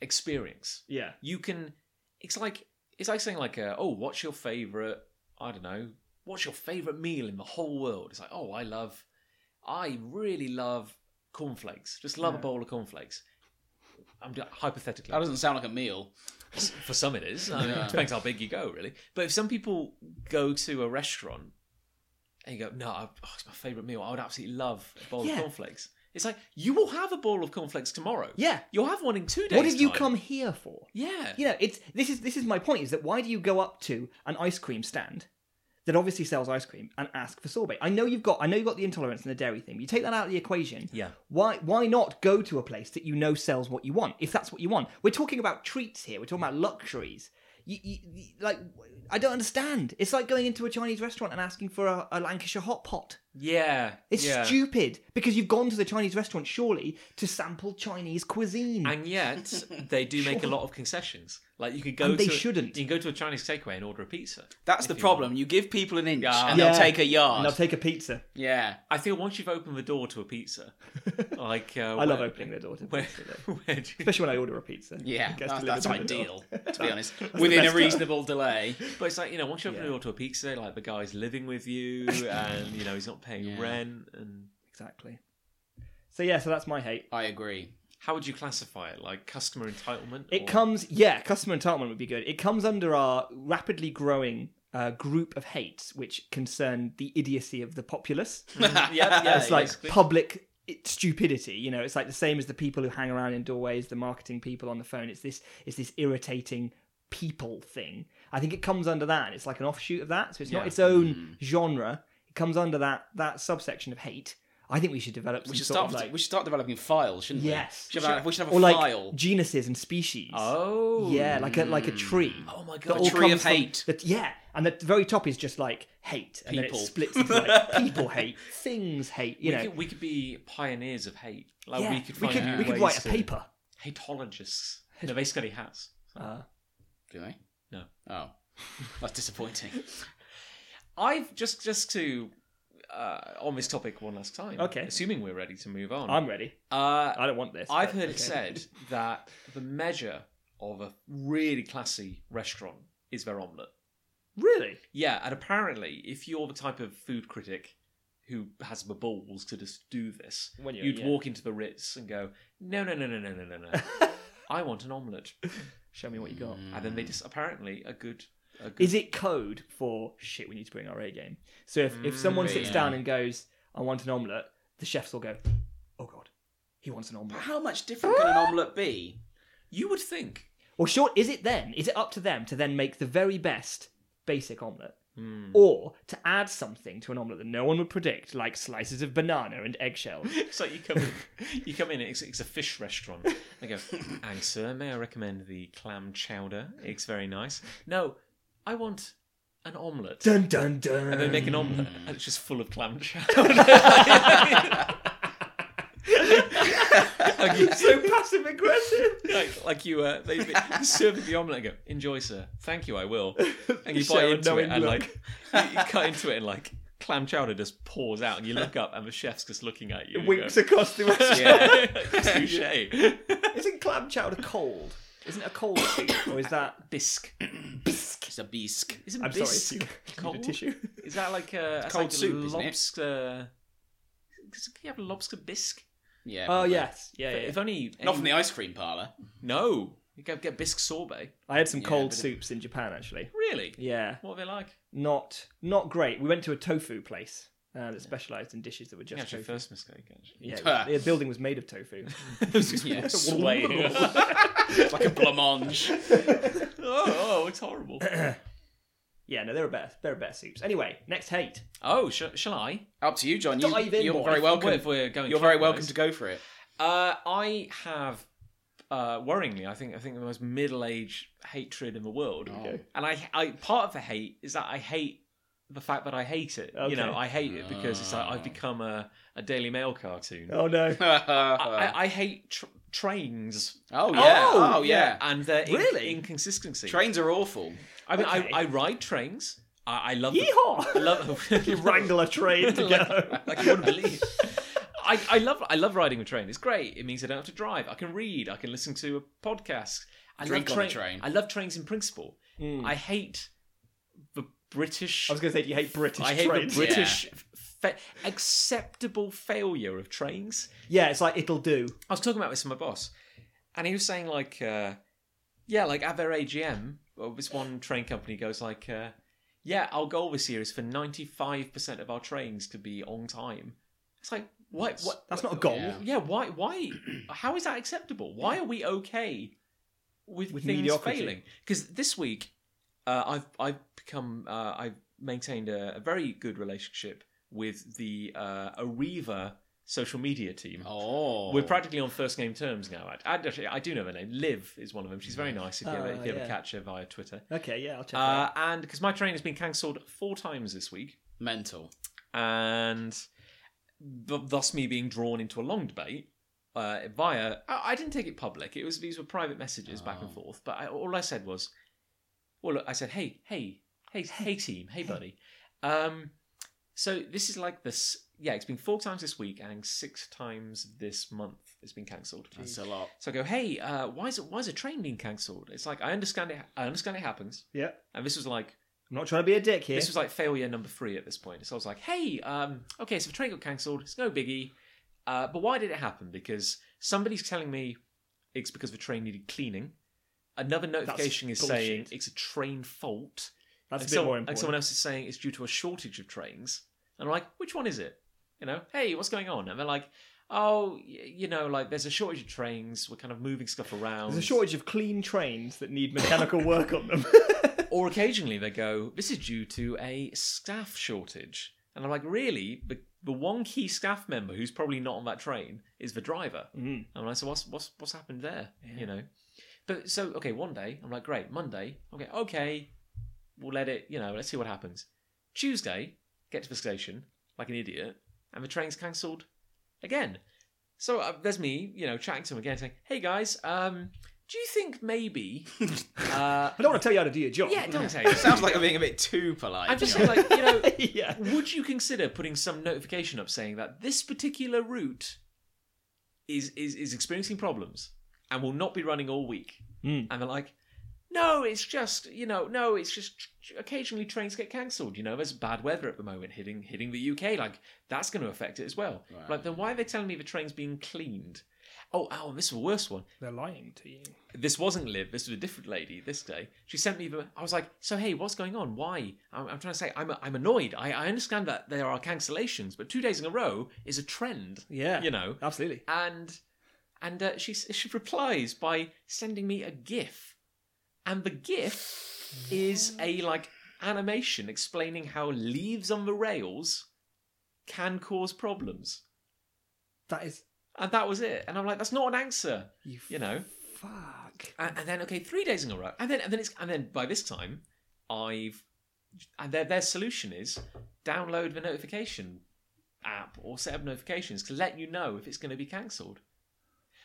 Speaker 1: experience,
Speaker 2: Yeah.
Speaker 1: you can. It's like it's like saying like, uh, oh, what's your favorite? I don't know. What's your favorite meal in the whole world? It's like, oh, I love. I really love cornflakes. Just love a bowl of cornflakes. I'm d- hypothetically
Speaker 3: That doesn't sound like a meal.
Speaker 1: for some it is. I mean, it depends how big you go, really. But if some people go to a restaurant and you go, "No, I- oh, it's my favorite meal. I would absolutely love a bowl
Speaker 2: Yeah.
Speaker 1: of cornflakes." It's like you will have a bowl of cornflakes tomorrow.
Speaker 2: Yeah.
Speaker 1: you'll have one in two days.
Speaker 2: What have you
Speaker 1: time.
Speaker 2: come here for?
Speaker 1: Yeah,
Speaker 2: You know, it's this is this is my point. Is that why do you go up to an ice cream stand that obviously sells ice cream and ask for sorbet? I know you've got I know you've got the intolerance and the dairy thing. but You take that out of the equation.
Speaker 1: Yeah.
Speaker 2: Why why not go to a place that you know sells what you want if that's what you want? We're talking about treats here. We're talking about luxuries. You, you, you- like I don't understand. It's like going into a Chinese restaurant and asking for a, a Lancashire hot pot.
Speaker 1: yeah,
Speaker 2: It's
Speaker 1: yeah.
Speaker 2: stupid because you've gone to the Chinese restaurant surely to sample Chinese cuisine.
Speaker 1: And yet, they do make a lot of concessions. Like you could go.
Speaker 2: And they
Speaker 1: to,
Speaker 2: shouldn't.
Speaker 1: You can go to a Chinese takeaway and order a pizza.
Speaker 3: That's the
Speaker 1: If you
Speaker 3: problem. You give people an inch
Speaker 1: Yeah.
Speaker 3: and
Speaker 2: Yeah.
Speaker 3: they'll take a yard.
Speaker 2: and I'll take a pizza.
Speaker 3: yeah.
Speaker 1: I feel once you've opened the door to a pizza, like uh,
Speaker 2: I love opening the door to
Speaker 1: Where,
Speaker 2: pizza, though.
Speaker 1: where do you,
Speaker 2: especially when I order a pizza.
Speaker 3: Yeah.
Speaker 2: It gets
Speaker 3: That's,
Speaker 2: delivered
Speaker 3: that's
Speaker 2: to my door.
Speaker 3: ideal, to be honest. Within a
Speaker 2: best.
Speaker 3: reasonable delay.
Speaker 1: but it's like you know, once you open the
Speaker 2: Yeah.
Speaker 1: door to a pizza, like the guy's living with you, and you know he's not paying
Speaker 3: Yeah.
Speaker 1: rent. And
Speaker 2: Exactly. So yeah, so that's my hate.
Speaker 3: I agree.
Speaker 1: how would you classify it? Like customer entitlement?
Speaker 2: It
Speaker 1: or-
Speaker 2: comes, yeah, customer entitlement would be good. It comes under our rapidly growing uh, group of hates, which concern the idiocy of the populace.
Speaker 1: Yeah, yeah,
Speaker 2: it's like
Speaker 1: basically.
Speaker 2: public i- stupidity you know it's like the same as the people who hang around in doorways the marketing people on the phone it's this it's this irritating people thing i think it comes under that and it's like an offshoot of that so it's
Speaker 1: Yeah.
Speaker 2: not its own
Speaker 3: Hmm.
Speaker 2: genre it comes under that that subsection of hate i think we should develop some
Speaker 3: We should,
Speaker 2: sort of
Speaker 3: start,
Speaker 2: like
Speaker 3: we should start developing files, shouldn't we?
Speaker 2: Yes.
Speaker 3: We should have, a- we should have a
Speaker 2: or like
Speaker 3: file.
Speaker 2: genuses and species
Speaker 1: oh
Speaker 2: yeah like a like a tree
Speaker 1: Oh my
Speaker 2: that
Speaker 1: god!
Speaker 2: all
Speaker 3: tree
Speaker 2: comes
Speaker 3: of
Speaker 2: from-
Speaker 3: hate.
Speaker 2: that- yeah, and the very top is just like hate, and
Speaker 3: People.
Speaker 2: then it splits into like people hate, things hate. You
Speaker 1: we,
Speaker 2: know,
Speaker 1: could, we could be pioneers of hate. Like
Speaker 2: yeah,
Speaker 1: we could find new
Speaker 2: we could
Speaker 1: ways
Speaker 2: write a
Speaker 1: to-
Speaker 2: paper.
Speaker 1: Hateologists. No, they study hats.
Speaker 2: Uh,
Speaker 3: Do they?
Speaker 1: No.
Speaker 3: Oh. That's disappointing.
Speaker 1: I've just just to uh, on this topic one last time.
Speaker 2: Okay.
Speaker 1: Assuming we're ready to move on.
Speaker 2: I'm ready.
Speaker 1: uh,
Speaker 2: I don't want this.
Speaker 1: I've
Speaker 2: but
Speaker 1: heard
Speaker 2: okay.
Speaker 1: it said that the measure of a really classy restaurant is their omelette.
Speaker 2: Really?
Speaker 1: Yeah, and apparently, if you're the type of food critic who has the balls to just do this,
Speaker 2: When you're-
Speaker 1: you'd
Speaker 2: yeah.
Speaker 1: walk into the Ritz and go, "No, no, no, no, no, no, no, no! I want an omelette."
Speaker 2: Show me what you got.
Speaker 3: Mm.
Speaker 1: And then they just apparently a good, a good
Speaker 2: Is it code for shit? We need to bring our A game. So if, if someone
Speaker 1: Mm,
Speaker 2: sits
Speaker 3: yeah.
Speaker 2: down and goes, "I want an omelette," the chefs will go, "Oh god, he wants an
Speaker 3: But
Speaker 2: omelette."
Speaker 3: how much different can an omelette be?
Speaker 1: you would think.
Speaker 2: Well, sure. Is it then? Is it up to them to then make the very best basic omelette, or to add something to an omelette that no one would predict, like slices of banana and eggshells?
Speaker 1: It's like you come in, you come in. It's, it's a fish restaurant. They go, "And sir, may I recommend the clam chowder? It's very nice." No, I want an omelette.
Speaker 2: dun dun dun.
Speaker 1: And they make an omelette, and it's just full of clam chowder. like you,
Speaker 2: so passive aggressive.
Speaker 1: like, like you, uh, they they serve you the omelette and go, enjoy, sir. Thank you, I will. And you
Speaker 2: Show
Speaker 1: bite
Speaker 2: a
Speaker 1: into it,
Speaker 2: knowing
Speaker 1: and
Speaker 2: look.
Speaker 1: like, you, you cut into it, and like, clam chowder just pours out, and you look up, and the chef's just looking at you. and you
Speaker 2: Winks
Speaker 1: go,
Speaker 2: across the restaurant.
Speaker 3: Yeah.
Speaker 1: Touche.
Speaker 2: Isn't clam chowder cold? Isn't it a cold soup? Or is that
Speaker 1: Bisque.
Speaker 3: It's a bisque.
Speaker 1: Isn't
Speaker 2: I'm sorry,
Speaker 1: bisque
Speaker 2: sorry,
Speaker 1: cold?
Speaker 2: a tissue.
Speaker 1: Is that like a, it's
Speaker 3: cold
Speaker 1: like
Speaker 3: soup,
Speaker 1: a
Speaker 3: isn't it?
Speaker 1: lobster? Can you have a lobster bisque?
Speaker 3: Yeah.
Speaker 2: Oh
Speaker 3: probably.
Speaker 2: yes, yeah, yeah.
Speaker 1: If only
Speaker 3: Not from
Speaker 1: any-
Speaker 3: the ice cream parlour.
Speaker 1: no, you go get bisque sorbet.
Speaker 2: I had some
Speaker 3: Yeah,
Speaker 2: cold
Speaker 3: but it-
Speaker 2: soups in Japan actually.
Speaker 1: Really?
Speaker 2: Yeah,
Speaker 1: What are they like?
Speaker 2: not not great. We went to a tofu place uh, that specialised in dishes that were
Speaker 1: Yeah,
Speaker 2: just
Speaker 1: it's your
Speaker 2: tofu.
Speaker 1: first mistake, actually.
Speaker 2: Yeah, it was- the building was made of tofu.
Speaker 3: Yeah, swaying. like a blancmange.
Speaker 1: oh, oh, it's horrible.
Speaker 2: yeah, no, there are better there are better soups. Anyway, next hate.
Speaker 1: oh, sh- shall I?
Speaker 3: Up to you, John. You,
Speaker 2: Dive in,
Speaker 3: you're
Speaker 2: boy.
Speaker 3: very welcome.
Speaker 1: Well, if we're going
Speaker 3: You're very
Speaker 1: clockwise.
Speaker 3: welcome to go for it.
Speaker 1: Uh, I have, uh, worryingly, I think I think the most middle-aged hatred in the world,
Speaker 3: Okay.
Speaker 1: and I, I part of the hate is that I hate the fact that I hate it.
Speaker 2: Okay. Ah.
Speaker 1: You know, I hate it because it's like I've become a, a Daily Mail cartoon.
Speaker 2: Oh no.
Speaker 1: I, I, I hate tr- trains
Speaker 3: oh yeah.
Speaker 2: Oh,
Speaker 3: Oh, yeah.
Speaker 1: and their in-
Speaker 2: Really?
Speaker 1: inconsistency.
Speaker 3: Trains are awful.
Speaker 1: I mean,
Speaker 2: Okay.
Speaker 1: I, I ride trains. I, I love them. I
Speaker 2: Yeehaw!
Speaker 1: love
Speaker 2: you wrangle a train to
Speaker 1: Like-
Speaker 2: get home.
Speaker 1: like you wouldn't believe. I, I love I love riding a train. It's great. It means I don't have to drive. I can read. I can listen to a podcast. I
Speaker 3: Drink
Speaker 1: love
Speaker 3: on a train.
Speaker 1: I love trains in principle. I hate the British.
Speaker 2: Hmm. I was going to say, do you hate British
Speaker 1: I hate
Speaker 2: trains?
Speaker 1: the British f- fa- acceptable failure of trains.
Speaker 2: Yeah, it's like it'll do.
Speaker 1: I was talking about this to my boss, and he was saying like, uh, yeah, like at their AGM, well, this one train company goes like, uh, yeah, our goal this year is for ninety five percent of our trains to be on time. It's like what? What?
Speaker 2: That's not a goal.
Speaker 3: Yeah.
Speaker 1: Yeah. Why? Why? How is that acceptable? Why are we okay with,
Speaker 2: With
Speaker 1: things
Speaker 2: mediocrity.
Speaker 1: failing? Because this week, uh, I've I've become uh, I've maintained a, a very good relationship with the uh, Areva social media team.
Speaker 3: Oh,
Speaker 1: We're practically on first name terms now. I, I- actually, I do know their name. Liv is one of them. She's very nice. If you, ever,
Speaker 2: Oh,
Speaker 1: if you ever
Speaker 2: yeah.
Speaker 1: catch her via Twitter,
Speaker 2: Okay, yeah, I'll check. that.
Speaker 1: uh, and because my train has been cancelled four times this week,
Speaker 3: mental.
Speaker 1: and th- thus me being drawn into a long debate uh, via. I-, I didn't take it public. It was these were private messages back and forth. But I, all I said was, well, look, I said, hey, hey, hey, hey, team, hey, buddy. Um, so this is like this. Yeah, it's been four times this week and six times this month. It's been cancelled.
Speaker 3: That's a lot.
Speaker 1: So I go, hey, uh, why is it, why is a train being cancelled? It's like I understand it. I understand it happens.
Speaker 2: yeah,
Speaker 1: And this was like
Speaker 2: I'm not trying to be a dick here.
Speaker 1: this was like failure number three at this point. So I was like, hey, um, okay, so the train got cancelled. It's no biggie. Uh, but why did it happen? Because somebody's telling me it's because the train needed cleaning. Another notification is
Speaker 2: bullshit.
Speaker 1: saying it's a train fault. and
Speaker 2: That's a bit
Speaker 1: some-
Speaker 2: more
Speaker 1: And
Speaker 2: important.
Speaker 1: someone else is saying it's due to a shortage of trains. And I'm like, which one is it? You know, hey, what's going on? And they're like, oh, y- you know, like there's a shortage of trains. We're kind of moving stuff around.
Speaker 2: There's a shortage of clean trains that need mechanical work on them.
Speaker 1: or occasionally they go, "This is due to a staff shortage," and I'm like, "Really?" The, the one key staff member who's probably not on that train is the driver.
Speaker 2: Mm.
Speaker 1: And I said, "What's what's what's happened there?" You know. But so okay, one day I'm like, "Great, Monday." Okay, okay, we'll let it. You know, let's see what happens. Tuesday, get to the station like an idiot, and the train's cancelled again. So uh, there's me, you know, chatting to him again, saying, "Hey guys, um, do you think maybe?" Uh,
Speaker 2: I don't want to tell you how to do your job.
Speaker 1: yeah, don't say it.
Speaker 3: Sounds like I'm being a bit too polite.
Speaker 1: I'm just saying, like, you know,
Speaker 2: yeah.
Speaker 1: would you consider putting some notification up saying that this particular route is is, is experiencing problems and will not be running all week?
Speaker 2: Mm.
Speaker 1: And they're like, no, it's just you know, no, it's just occasionally trains get cancelled. You know, there's bad weather at the moment hitting hitting the UK. Like that's going to affect it as well.
Speaker 3: Right.
Speaker 1: Like then why are they telling me the train's being cleaned? Oh, oh, and this is the worst one
Speaker 2: They're lying to you.
Speaker 1: this wasn't Liv. This was a different lady. This day, she sent me the. I was like, "So hey, what's going on? Why?" I'm, I'm trying to say, I'm, I'm annoyed. I, I understand that there are cancellations, but two days in a row is a trend.
Speaker 2: Yeah.
Speaker 1: you know.
Speaker 2: Absolutely.
Speaker 1: And and uh, she s- she replies by sending me a GIF, and the GIF is a like animation explaining how leaves on the rails can cause problems.
Speaker 2: That is.
Speaker 1: And that was it. And I'm like, that's not an answer.
Speaker 2: You,
Speaker 1: You know.
Speaker 2: Fuck.
Speaker 1: and, and then okay, three days in a row, and then and then it's and then by this time, I've and their their solution is download the notification app or set up notifications to let you know if it's going to be cancelled.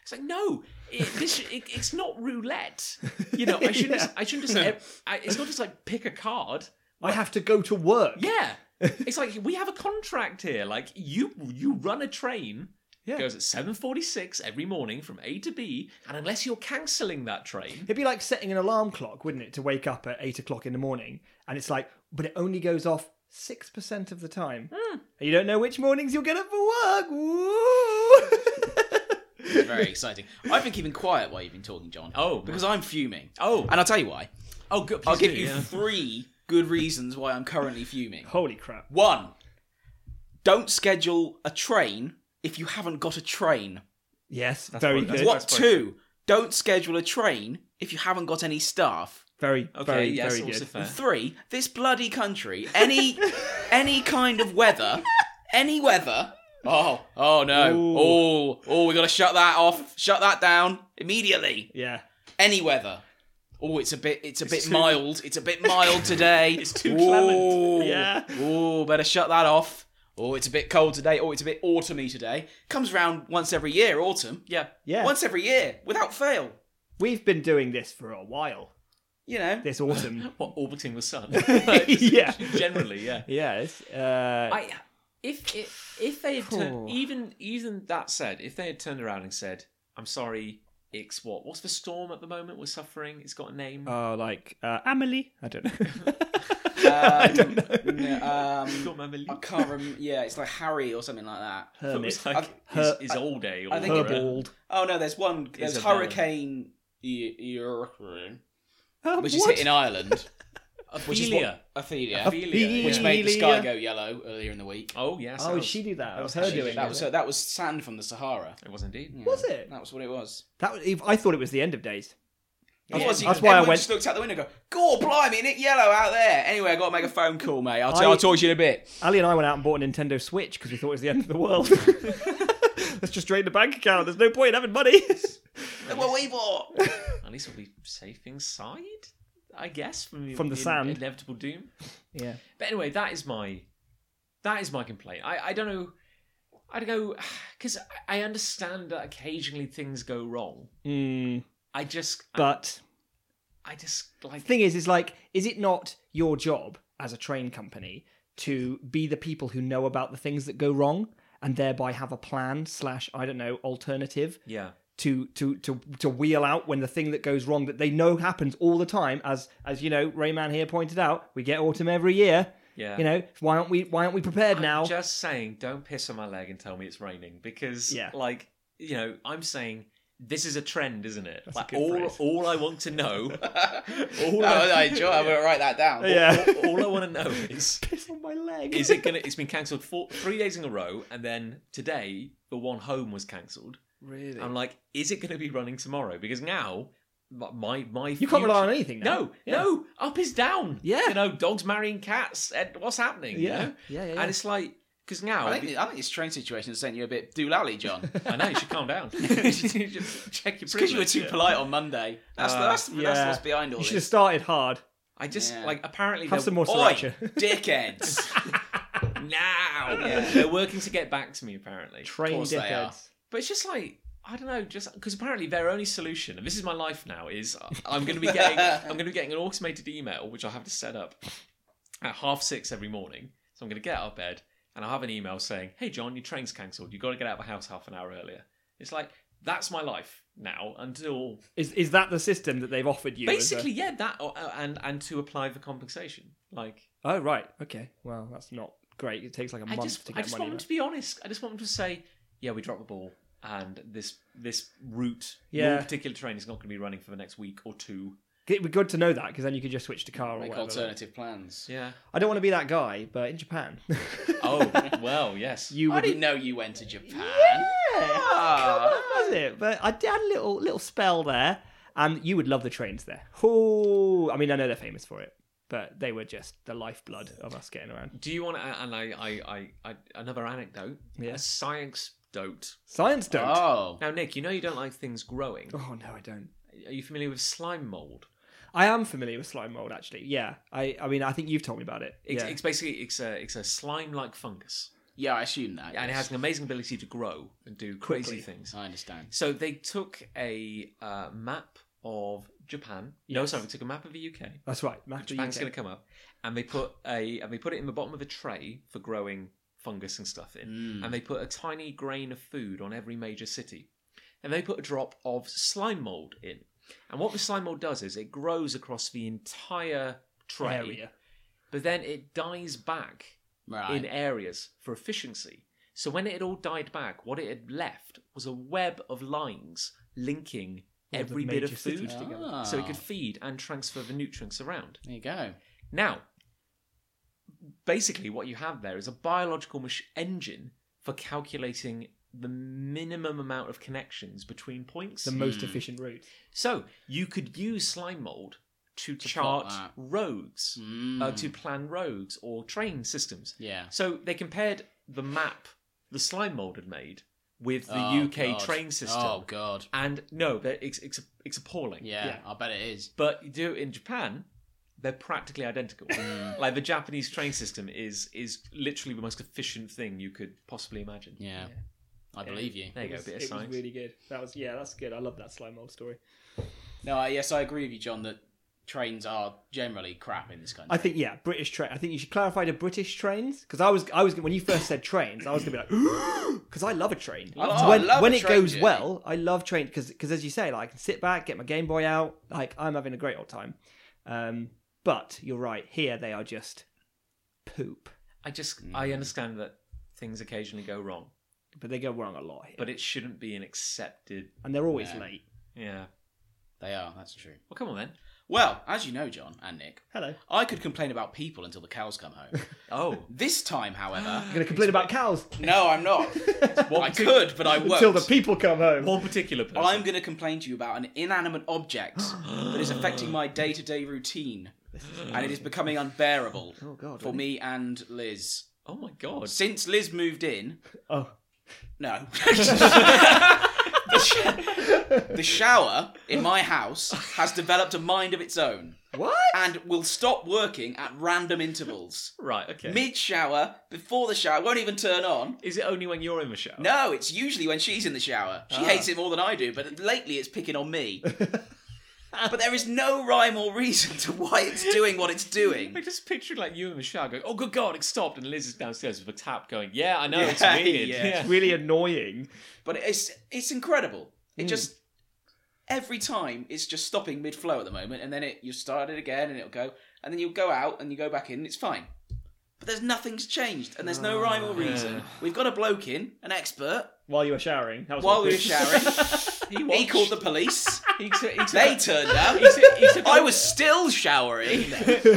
Speaker 1: It's like no, it, this it, it's not roulette. You know, I shouldn't just, I shouldn't just ev- I, it's not just like pick a card.
Speaker 2: I have to go to work.
Speaker 1: Yeah, it's like we have a contract here. Like you you run a train.
Speaker 2: Yeah.
Speaker 1: Goes at seven forty six every morning from A to B, and unless you're cancelling that train,
Speaker 2: It'd be like setting an alarm clock, wouldn't it, to wake up at eight o'clock in the morning? And it's like, but it only goes off six percent of the time. And you don't know which mornings you'll get up for work. Woo!
Speaker 3: Very exciting. I've been keeping quiet while you've been talking, John.
Speaker 1: Oh,
Speaker 3: because I'm fuming.
Speaker 1: Oh.
Speaker 3: and I'll tell you why.
Speaker 1: Oh, good.
Speaker 3: I'll
Speaker 1: please
Speaker 3: give
Speaker 1: do,
Speaker 3: you
Speaker 1: yeah.
Speaker 3: three good reasons why I'm currently fuming.
Speaker 2: Holy crap!
Speaker 3: One, don't schedule a train if you haven't got a train.
Speaker 2: Yes,
Speaker 1: probably-
Speaker 2: very
Speaker 1: that's
Speaker 2: good.
Speaker 3: What?
Speaker 1: quite
Speaker 3: Two, don't schedule a train if you haven't got any staff.
Speaker 2: Very,
Speaker 1: Okay,
Speaker 2: very,
Speaker 1: yes,
Speaker 2: very
Speaker 1: also
Speaker 2: good.
Speaker 1: fair.
Speaker 3: Three, this bloody country, any any kind of weather, any weather. Oh, oh no.
Speaker 2: Ooh.
Speaker 3: Oh, oh, we got to shut that off. Shut that down immediately.
Speaker 2: Yeah.
Speaker 3: any weather. Oh, it's a bit, it's a bit
Speaker 1: too-
Speaker 3: mild. It's a bit mild today. it's
Speaker 1: too clement.
Speaker 2: Yeah.
Speaker 3: Oh, better shut that off. Oh, it's a bit cold today. Oh, it's a bit autumny today. Comes round once every year, autumn.
Speaker 1: Yeah.
Speaker 2: Yeah.
Speaker 3: Once every year, without fail.
Speaker 2: We've been doing this for a while.
Speaker 3: You know.
Speaker 2: This autumn.
Speaker 1: What orbiting the sun?
Speaker 2: Yeah.
Speaker 1: Generally, yeah.
Speaker 2: yes. Uh,
Speaker 1: I if if, if they had
Speaker 2: Cool.
Speaker 1: turned, even even that said, if they had turned around and said, "I'm sorry, it's what? What's the
Speaker 2: Uh,
Speaker 1: storm at the moment we're suffering? It's got a name."
Speaker 2: Oh, like uh, Amelie? I don't know.
Speaker 3: I
Speaker 2: don't know.
Speaker 1: You've
Speaker 3: Um,
Speaker 1: got my belief.
Speaker 3: I can't remember. Yeah, it's like Harry or something like that.
Speaker 1: It was
Speaker 2: Hermit.
Speaker 1: like
Speaker 3: I've-
Speaker 1: his, his old day. Or
Speaker 3: I think it-
Speaker 1: whatever.
Speaker 2: Herbald.
Speaker 3: Oh no, there's one. There's
Speaker 1: Isabella.
Speaker 3: Hurricane Y- Urian,
Speaker 2: Uh,
Speaker 3: which is
Speaker 2: what?
Speaker 3: hit in Ireland. Which is what-
Speaker 1: Ophelia.
Speaker 3: Ophelia.
Speaker 1: Ophelia.
Speaker 3: Which
Speaker 1: yeah.
Speaker 3: made the
Speaker 2: Ophelia.
Speaker 3: sky go yellow earlier in the week.
Speaker 1: Oh yes.
Speaker 2: Oh, did she do that? That was her
Speaker 1: She
Speaker 2: doing
Speaker 3: That
Speaker 2: that.
Speaker 3: was that was sand from the Sahara.
Speaker 1: It was indeed.
Speaker 3: Yeah,
Speaker 2: Was it?
Speaker 3: That was what it was.
Speaker 2: That was, I thought it was the end of days.
Speaker 3: That's,
Speaker 1: Yeah.
Speaker 3: was,
Speaker 2: That's why I
Speaker 3: why I
Speaker 2: went-
Speaker 3: just looked out the window and go, Gore, blimey, it yellow out there. Anyway, i got to make a phone call, mate. I'll, t-
Speaker 2: I-
Speaker 3: I'll talk to you in a bit.
Speaker 2: Ali and I went out and bought a Nintendo Switch because we thought it was the end of the world. Let's just drain the bank account. There's no point in having money.
Speaker 3: Well, we bought.
Speaker 1: At least we'll be safe inside, I guess, from,
Speaker 2: From the sand.
Speaker 1: inevitable doom.
Speaker 2: yeah.
Speaker 1: But anyway, that is my that is my complaint. I, I don't know. I'd go because I understand that occasionally things go wrong.
Speaker 2: Mm,
Speaker 1: I just, I-
Speaker 2: but
Speaker 1: I, just like
Speaker 2: thing is, is like, is it not your job as a train company to be the people who know about the things that go wrong and thereby have a plan slash I don't know alternative
Speaker 1: yeah.
Speaker 2: to to to to wheel out when the thing that goes wrong that they know happens all the time as as you know Rayman here pointed out we get autumn every year
Speaker 1: Yeah.
Speaker 2: you know why aren't we why aren't we prepared now
Speaker 1: I'm just saying, don't piss on my leg and tell me it's raining because,
Speaker 2: Yeah.
Speaker 1: like, you know, I'm saying this is a trend, isn't it?
Speaker 2: a
Speaker 1: like,
Speaker 2: good
Speaker 1: all,
Speaker 2: phrase.
Speaker 1: all I want to know,
Speaker 3: Oh, I enjoy. I'm going to write that down.
Speaker 2: yeah
Speaker 1: all, all I want to know is,
Speaker 2: piss on my leg
Speaker 1: is it gonna? It's been cancelled four, three days in a row, and then today the one home was cancelled.
Speaker 2: really
Speaker 1: I'm like, is it gonna be running tomorrow? Because now my my, my
Speaker 2: you can't rely on anything now.
Speaker 1: No,
Speaker 2: Yeah.
Speaker 1: no, up is down.
Speaker 2: Yeah.
Speaker 1: you know, dogs marrying cats. and What's happening? you
Speaker 2: yeah
Speaker 1: know?
Speaker 2: yeah yeah,
Speaker 1: and it's like because now
Speaker 3: I think, I think this train situation has sent you a bit doolally, John.
Speaker 1: I know you should calm down. Just check your
Speaker 3: Because you were
Speaker 1: privilege.
Speaker 3: too polite on Monday. That's,
Speaker 1: Uh,
Speaker 3: that's, that's
Speaker 2: yeah.
Speaker 3: what's behind all
Speaker 2: you should have
Speaker 3: this.
Speaker 2: started hard
Speaker 1: I just
Speaker 3: Yeah.
Speaker 1: like apparently
Speaker 2: have
Speaker 1: they're-
Speaker 2: some more
Speaker 3: Oi,
Speaker 2: sriracha
Speaker 3: dickheads.
Speaker 1: now.
Speaker 3: Yeah.
Speaker 1: They're working to get back to me apparently.
Speaker 2: train
Speaker 3: course they are.
Speaker 2: dickheads
Speaker 1: But it's just like I don't know, just because apparently their only solution, and this is my life now, is I'm going to be getting I'm going to be getting an automated email which I'll have to set up at half six every morning. So I'm going to get out of bed and I'll have an email saying, "Hey John, your train's cancelled. You got to get out of the house half an hour earlier." It's like that's my life now until
Speaker 2: is is that the system that they've offered you as a-
Speaker 1: basically yeah that or- uh, and and to apply for compensation like
Speaker 2: oh right okay well that's not great it takes like a
Speaker 1: I
Speaker 2: month
Speaker 1: just
Speaker 2: to
Speaker 1: I
Speaker 2: get
Speaker 1: just
Speaker 2: money
Speaker 1: want them
Speaker 2: back.
Speaker 1: to be honest I just want them to say yeah we dropped the ball and this this route
Speaker 2: Yeah.
Speaker 1: your particular train is not going to be running for the next week or two
Speaker 2: it'd be good to know that because then you could just switch to car or
Speaker 3: Make
Speaker 2: whatever
Speaker 3: alternative plans.
Speaker 1: yeah
Speaker 2: I don't want to be that guy but in Japan
Speaker 1: oh well yes
Speaker 2: you
Speaker 3: I
Speaker 2: would
Speaker 3: didn't know you went to Japan.
Speaker 2: Yeah, was it? But I did had a little little spell there, and you would love the trains there. Oh, I mean, I know they're famous for it, but they were just the lifeblood of us getting around.
Speaker 1: do you want to, and I, I I I another anecdote
Speaker 2: Yeah.
Speaker 1: a science dote
Speaker 2: Science don't. Oh,
Speaker 3: Oh.
Speaker 1: now Nick you know you don't like things growing
Speaker 2: no, I don't.
Speaker 1: are you familiar with slime mold
Speaker 2: I am familiar with slime mold, actually. Yeah, I I mean, I think you've told me about it.
Speaker 1: it's,
Speaker 2: yeah.
Speaker 1: it's basically it's a it's a slime like fungus
Speaker 3: Yeah, I assume that.
Speaker 1: and it
Speaker 3: yes.
Speaker 1: has an amazing ability to grow and do crazy
Speaker 2: Quickly.
Speaker 1: things
Speaker 3: I understand.
Speaker 1: So they took a uh, map of Japan. No,
Speaker 2: Yes.
Speaker 1: sorry, they took a map of the UK.
Speaker 2: That's right. Map the
Speaker 1: Japan's
Speaker 2: UK.
Speaker 1: going to come up, and they put a and they put it in the bottom of a tray for growing fungus and stuff in,
Speaker 3: Mm.
Speaker 1: and they put a tiny grain of food on every major city, and they put a drop of slime mold in. And what the slime mold does is it grows across the entire tray,
Speaker 2: area.
Speaker 1: but then it dies back
Speaker 3: Right.
Speaker 1: in areas for efficiency. So when it had all died back, what it had left was a web of lines linking
Speaker 2: All the
Speaker 1: every bit of
Speaker 2: major cities
Speaker 1: food
Speaker 3: together.
Speaker 1: so it
Speaker 3: Ah.
Speaker 1: could feed and transfer the nutrients around.
Speaker 3: There you go.
Speaker 1: Now, basically, what you have there is a biological mach- engine for calculating the minimum amount of connections between points.
Speaker 2: The most
Speaker 3: Hmm.
Speaker 2: efficient route.
Speaker 1: so you could use slime mold to,
Speaker 3: To plot
Speaker 1: chart
Speaker 3: that.
Speaker 1: roads, uh,
Speaker 3: Mm.
Speaker 1: to plan roads or train systems.
Speaker 3: Yeah.
Speaker 1: So they compared the map the slime mold had made with the
Speaker 3: Oh,
Speaker 1: UK
Speaker 3: God.
Speaker 1: train system,
Speaker 3: Oh god.
Speaker 1: and no, they're- it's it's it's appalling.
Speaker 3: Yeah,
Speaker 2: Yeah.
Speaker 3: I bet it is.
Speaker 1: But you do it in Japan, they're practically identical.
Speaker 3: Mm.
Speaker 1: like the Japanese train system is is literally the most efficient thing you could possibly imagine.
Speaker 3: Yeah. I believe you.
Speaker 1: There you
Speaker 2: It
Speaker 1: go,
Speaker 2: was,
Speaker 1: a bit of
Speaker 2: it was
Speaker 1: science.
Speaker 2: really good. That was yeah, that's good. I love that slime mold story.
Speaker 3: No, I, yes, I agree with you, John. That trains are generally crap in this country.
Speaker 2: I think yeah, British train. I think you should clarify to British trains because I was I was when you first said trains, I was gonna be like because I love a train.
Speaker 3: Oh,
Speaker 2: when
Speaker 3: I love
Speaker 2: when
Speaker 3: a
Speaker 2: it
Speaker 3: train
Speaker 2: goes
Speaker 3: journey.
Speaker 2: well, I love trains because as you say, like I can sit back, get my Game Boy out, like I'm having a great old time. Um, But you're right, here they are just poop.
Speaker 1: I just
Speaker 3: Mm.
Speaker 1: I understand that things occasionally go wrong,
Speaker 2: But they go wrong a lot here.
Speaker 1: but it shouldn't be an accepted.
Speaker 2: and they're always
Speaker 3: Yeah.
Speaker 2: late.
Speaker 1: Yeah.
Speaker 3: They are, that's true.
Speaker 1: Well, come on then.
Speaker 3: Well, as you know, John and Nick,
Speaker 2: Hello.
Speaker 3: I could complain about people until the cows come home.
Speaker 1: Oh,
Speaker 3: this time, however,
Speaker 2: You're going to complain about cows
Speaker 3: no, I'm not. I could, but I won't.
Speaker 2: until the people come home.
Speaker 1: one particular person.
Speaker 3: I'm going to complain to you about an inanimate object that is affecting my day to day routine, and it is becoming unbearable
Speaker 2: Oh, God,
Speaker 3: for
Speaker 2: really?
Speaker 3: me and Liz.
Speaker 1: Oh my god.
Speaker 3: Since Liz moved in,
Speaker 2: Oh,
Speaker 3: no. The sh- the shower in my house has developed a mind of its own
Speaker 2: what?
Speaker 3: and will stop working at random intervals.
Speaker 1: Right. Okay.
Speaker 3: Mid shower, before the shower, won't even turn on.
Speaker 1: Is it only when you're in the shower?
Speaker 3: No, it's usually when she's in the shower. She hates it more than I do, but lately it's picking on me. but there is no rhyme or reason to why it's doing what it's doing.
Speaker 1: I just pictured like you in the shower going, "Oh good God, it stopped!" and Liz is downstairs with a tap going, "Yeah, I know it's
Speaker 3: Yeah,
Speaker 1: weird."
Speaker 3: yeah.
Speaker 1: Yeah.
Speaker 2: really annoying.
Speaker 3: But it's it's incredible. It just every time it's just stopping mid flow at the moment, and then it you start it again, and it'll go, and then you go out and you go back in, and it's fine. But there's nothing's changed, and there's no rhyme or reason. We've got a bloke in, an expert,
Speaker 2: While you were showering. That was
Speaker 3: while we were
Speaker 2: awkward.
Speaker 3: showering.
Speaker 1: He,
Speaker 3: he
Speaker 1: watched-
Speaker 3: called the police.
Speaker 1: He took, he took,
Speaker 3: They turned up.
Speaker 1: he took- he took-
Speaker 3: I was still showering.
Speaker 1: he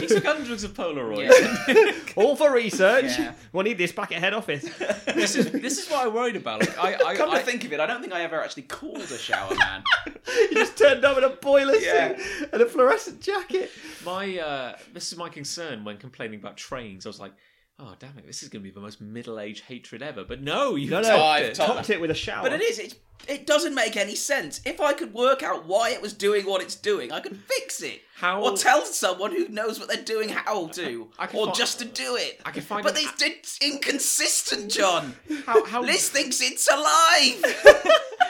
Speaker 1: took hundreds of Polaroids.
Speaker 2: All for research.
Speaker 3: Yeah.
Speaker 2: We'll need this back at head office.
Speaker 1: this is this is what I worried about. Like, I, I,
Speaker 3: Come
Speaker 1: I,
Speaker 3: to think of it, I don't think I ever actually called a shower man.
Speaker 2: you just turned up in a boiler
Speaker 3: Yeah.
Speaker 2: suit and a fluorescent jacket.
Speaker 1: my uh, this is my concern when complaining about trains. I was like, oh damn it, this is going to be the most middle-aged hatred ever. But no, you
Speaker 2: No, no.
Speaker 1: topped
Speaker 3: I've
Speaker 1: it.
Speaker 3: topped-
Speaker 2: Topped it with a shower.
Speaker 3: but it is. It, it doesn't make any sense. If I could work out why it was doing what it's doing, I could fix it.
Speaker 1: How-
Speaker 3: Or tell someone who knows what they're doing how to.
Speaker 1: I can
Speaker 3: or
Speaker 1: fi-
Speaker 3: just to do it.
Speaker 1: I can find
Speaker 3: But
Speaker 1: an-
Speaker 3: it's, it's inconsistent, John.
Speaker 1: How how,
Speaker 3: Liz thinks it's alive.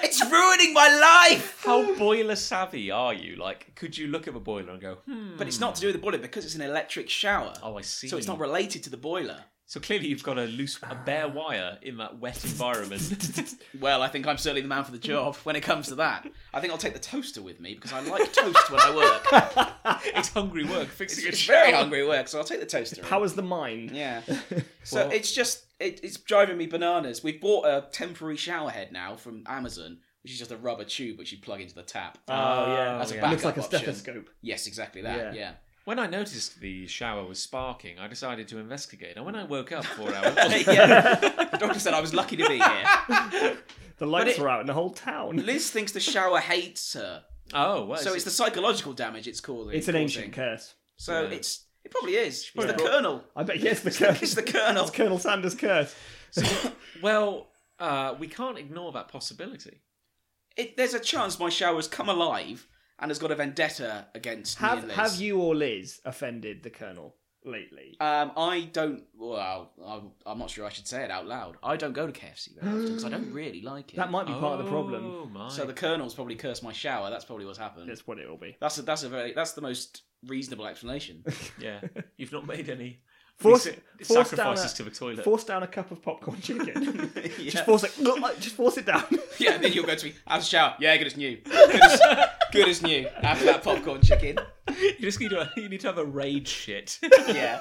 Speaker 3: it's ruining my life.
Speaker 1: how boiler savvy are you? Like, could you look at the boiler and go, hmm?
Speaker 3: But it's not to do with the boiler because it's an electric shower.
Speaker 1: Oh, I see.
Speaker 3: So it's not related to the boiler.
Speaker 1: So clearly, you've got a loose, a bare wire in that wet environment.
Speaker 3: Well, I think I'm certainly the man for the job when it comes to that. I think I'll take the toaster with me because I like toast when I work.
Speaker 1: it's hungry work fixing
Speaker 3: It's
Speaker 1: a
Speaker 3: very
Speaker 1: shower.
Speaker 3: hungry work, so I'll take the toaster. in.
Speaker 2: Powers the mind.
Speaker 3: Yeah. So it's just it, it's driving me bananas. We've bought a temporary shower head now from Amazon, which is just a rubber tube which you plug into the tap.
Speaker 2: Oh, yeah.
Speaker 3: That's a
Speaker 2: Looks like
Speaker 3: backup
Speaker 2: a
Speaker 3: option.
Speaker 2: stethoscope.
Speaker 3: yes, exactly that.
Speaker 2: Yeah.
Speaker 3: Yeah.
Speaker 1: When I noticed the shower was sparking, I decided to investigate. And when I woke up four hours,
Speaker 3: Yeah. the doctor said I was lucky to be here.
Speaker 2: The lights
Speaker 3: it-
Speaker 2: are out in the whole town.
Speaker 3: Liz thinks the shower hates her,
Speaker 1: oh, well,
Speaker 3: so it's the psychological damage it's causing.
Speaker 2: It's an
Speaker 3: causing.
Speaker 2: ancient curse.
Speaker 3: So
Speaker 1: Yeah.
Speaker 3: it's it probably is. It's
Speaker 1: probably
Speaker 3: the
Speaker 1: brought-
Speaker 3: colonel.
Speaker 2: I bet yes, the curse.
Speaker 3: It's the colonel.
Speaker 2: It's Colonel Sanders' curse.
Speaker 1: well. Uh, we can't ignore that possibility.
Speaker 3: It, there's a chance my shower's come alive and has got a vendetta against me
Speaker 2: Have
Speaker 3: and Liz.
Speaker 2: Have you or Liz offended the Colonel lately?
Speaker 3: Um, I don't. Well, I'm, I'm not sure I should say it out loud. I don't go to KFC very often because I don't really like it.
Speaker 2: That might be part of the problem.
Speaker 1: Oh my!
Speaker 3: so the Colonel's probably cursed my shower. That's probably what's happened.
Speaker 2: That's what it will be.
Speaker 3: That's a, that's a very that's the most reasonable explanation.
Speaker 1: yeah, you've not made any
Speaker 2: Force-
Speaker 1: recent
Speaker 2: force down
Speaker 1: sacrifices
Speaker 2: a-
Speaker 1: to the toilet.
Speaker 2: Force down a cup of popcorn chicken.
Speaker 3: yeah.
Speaker 2: just force it. Just force it down.
Speaker 3: yeah, and then you'll go to me. Have a shower. Yeah, good as new. Good as, good as new. After that popcorn chicken.
Speaker 1: you just need to you need to have a rage shit. Oh,
Speaker 3: Yeah,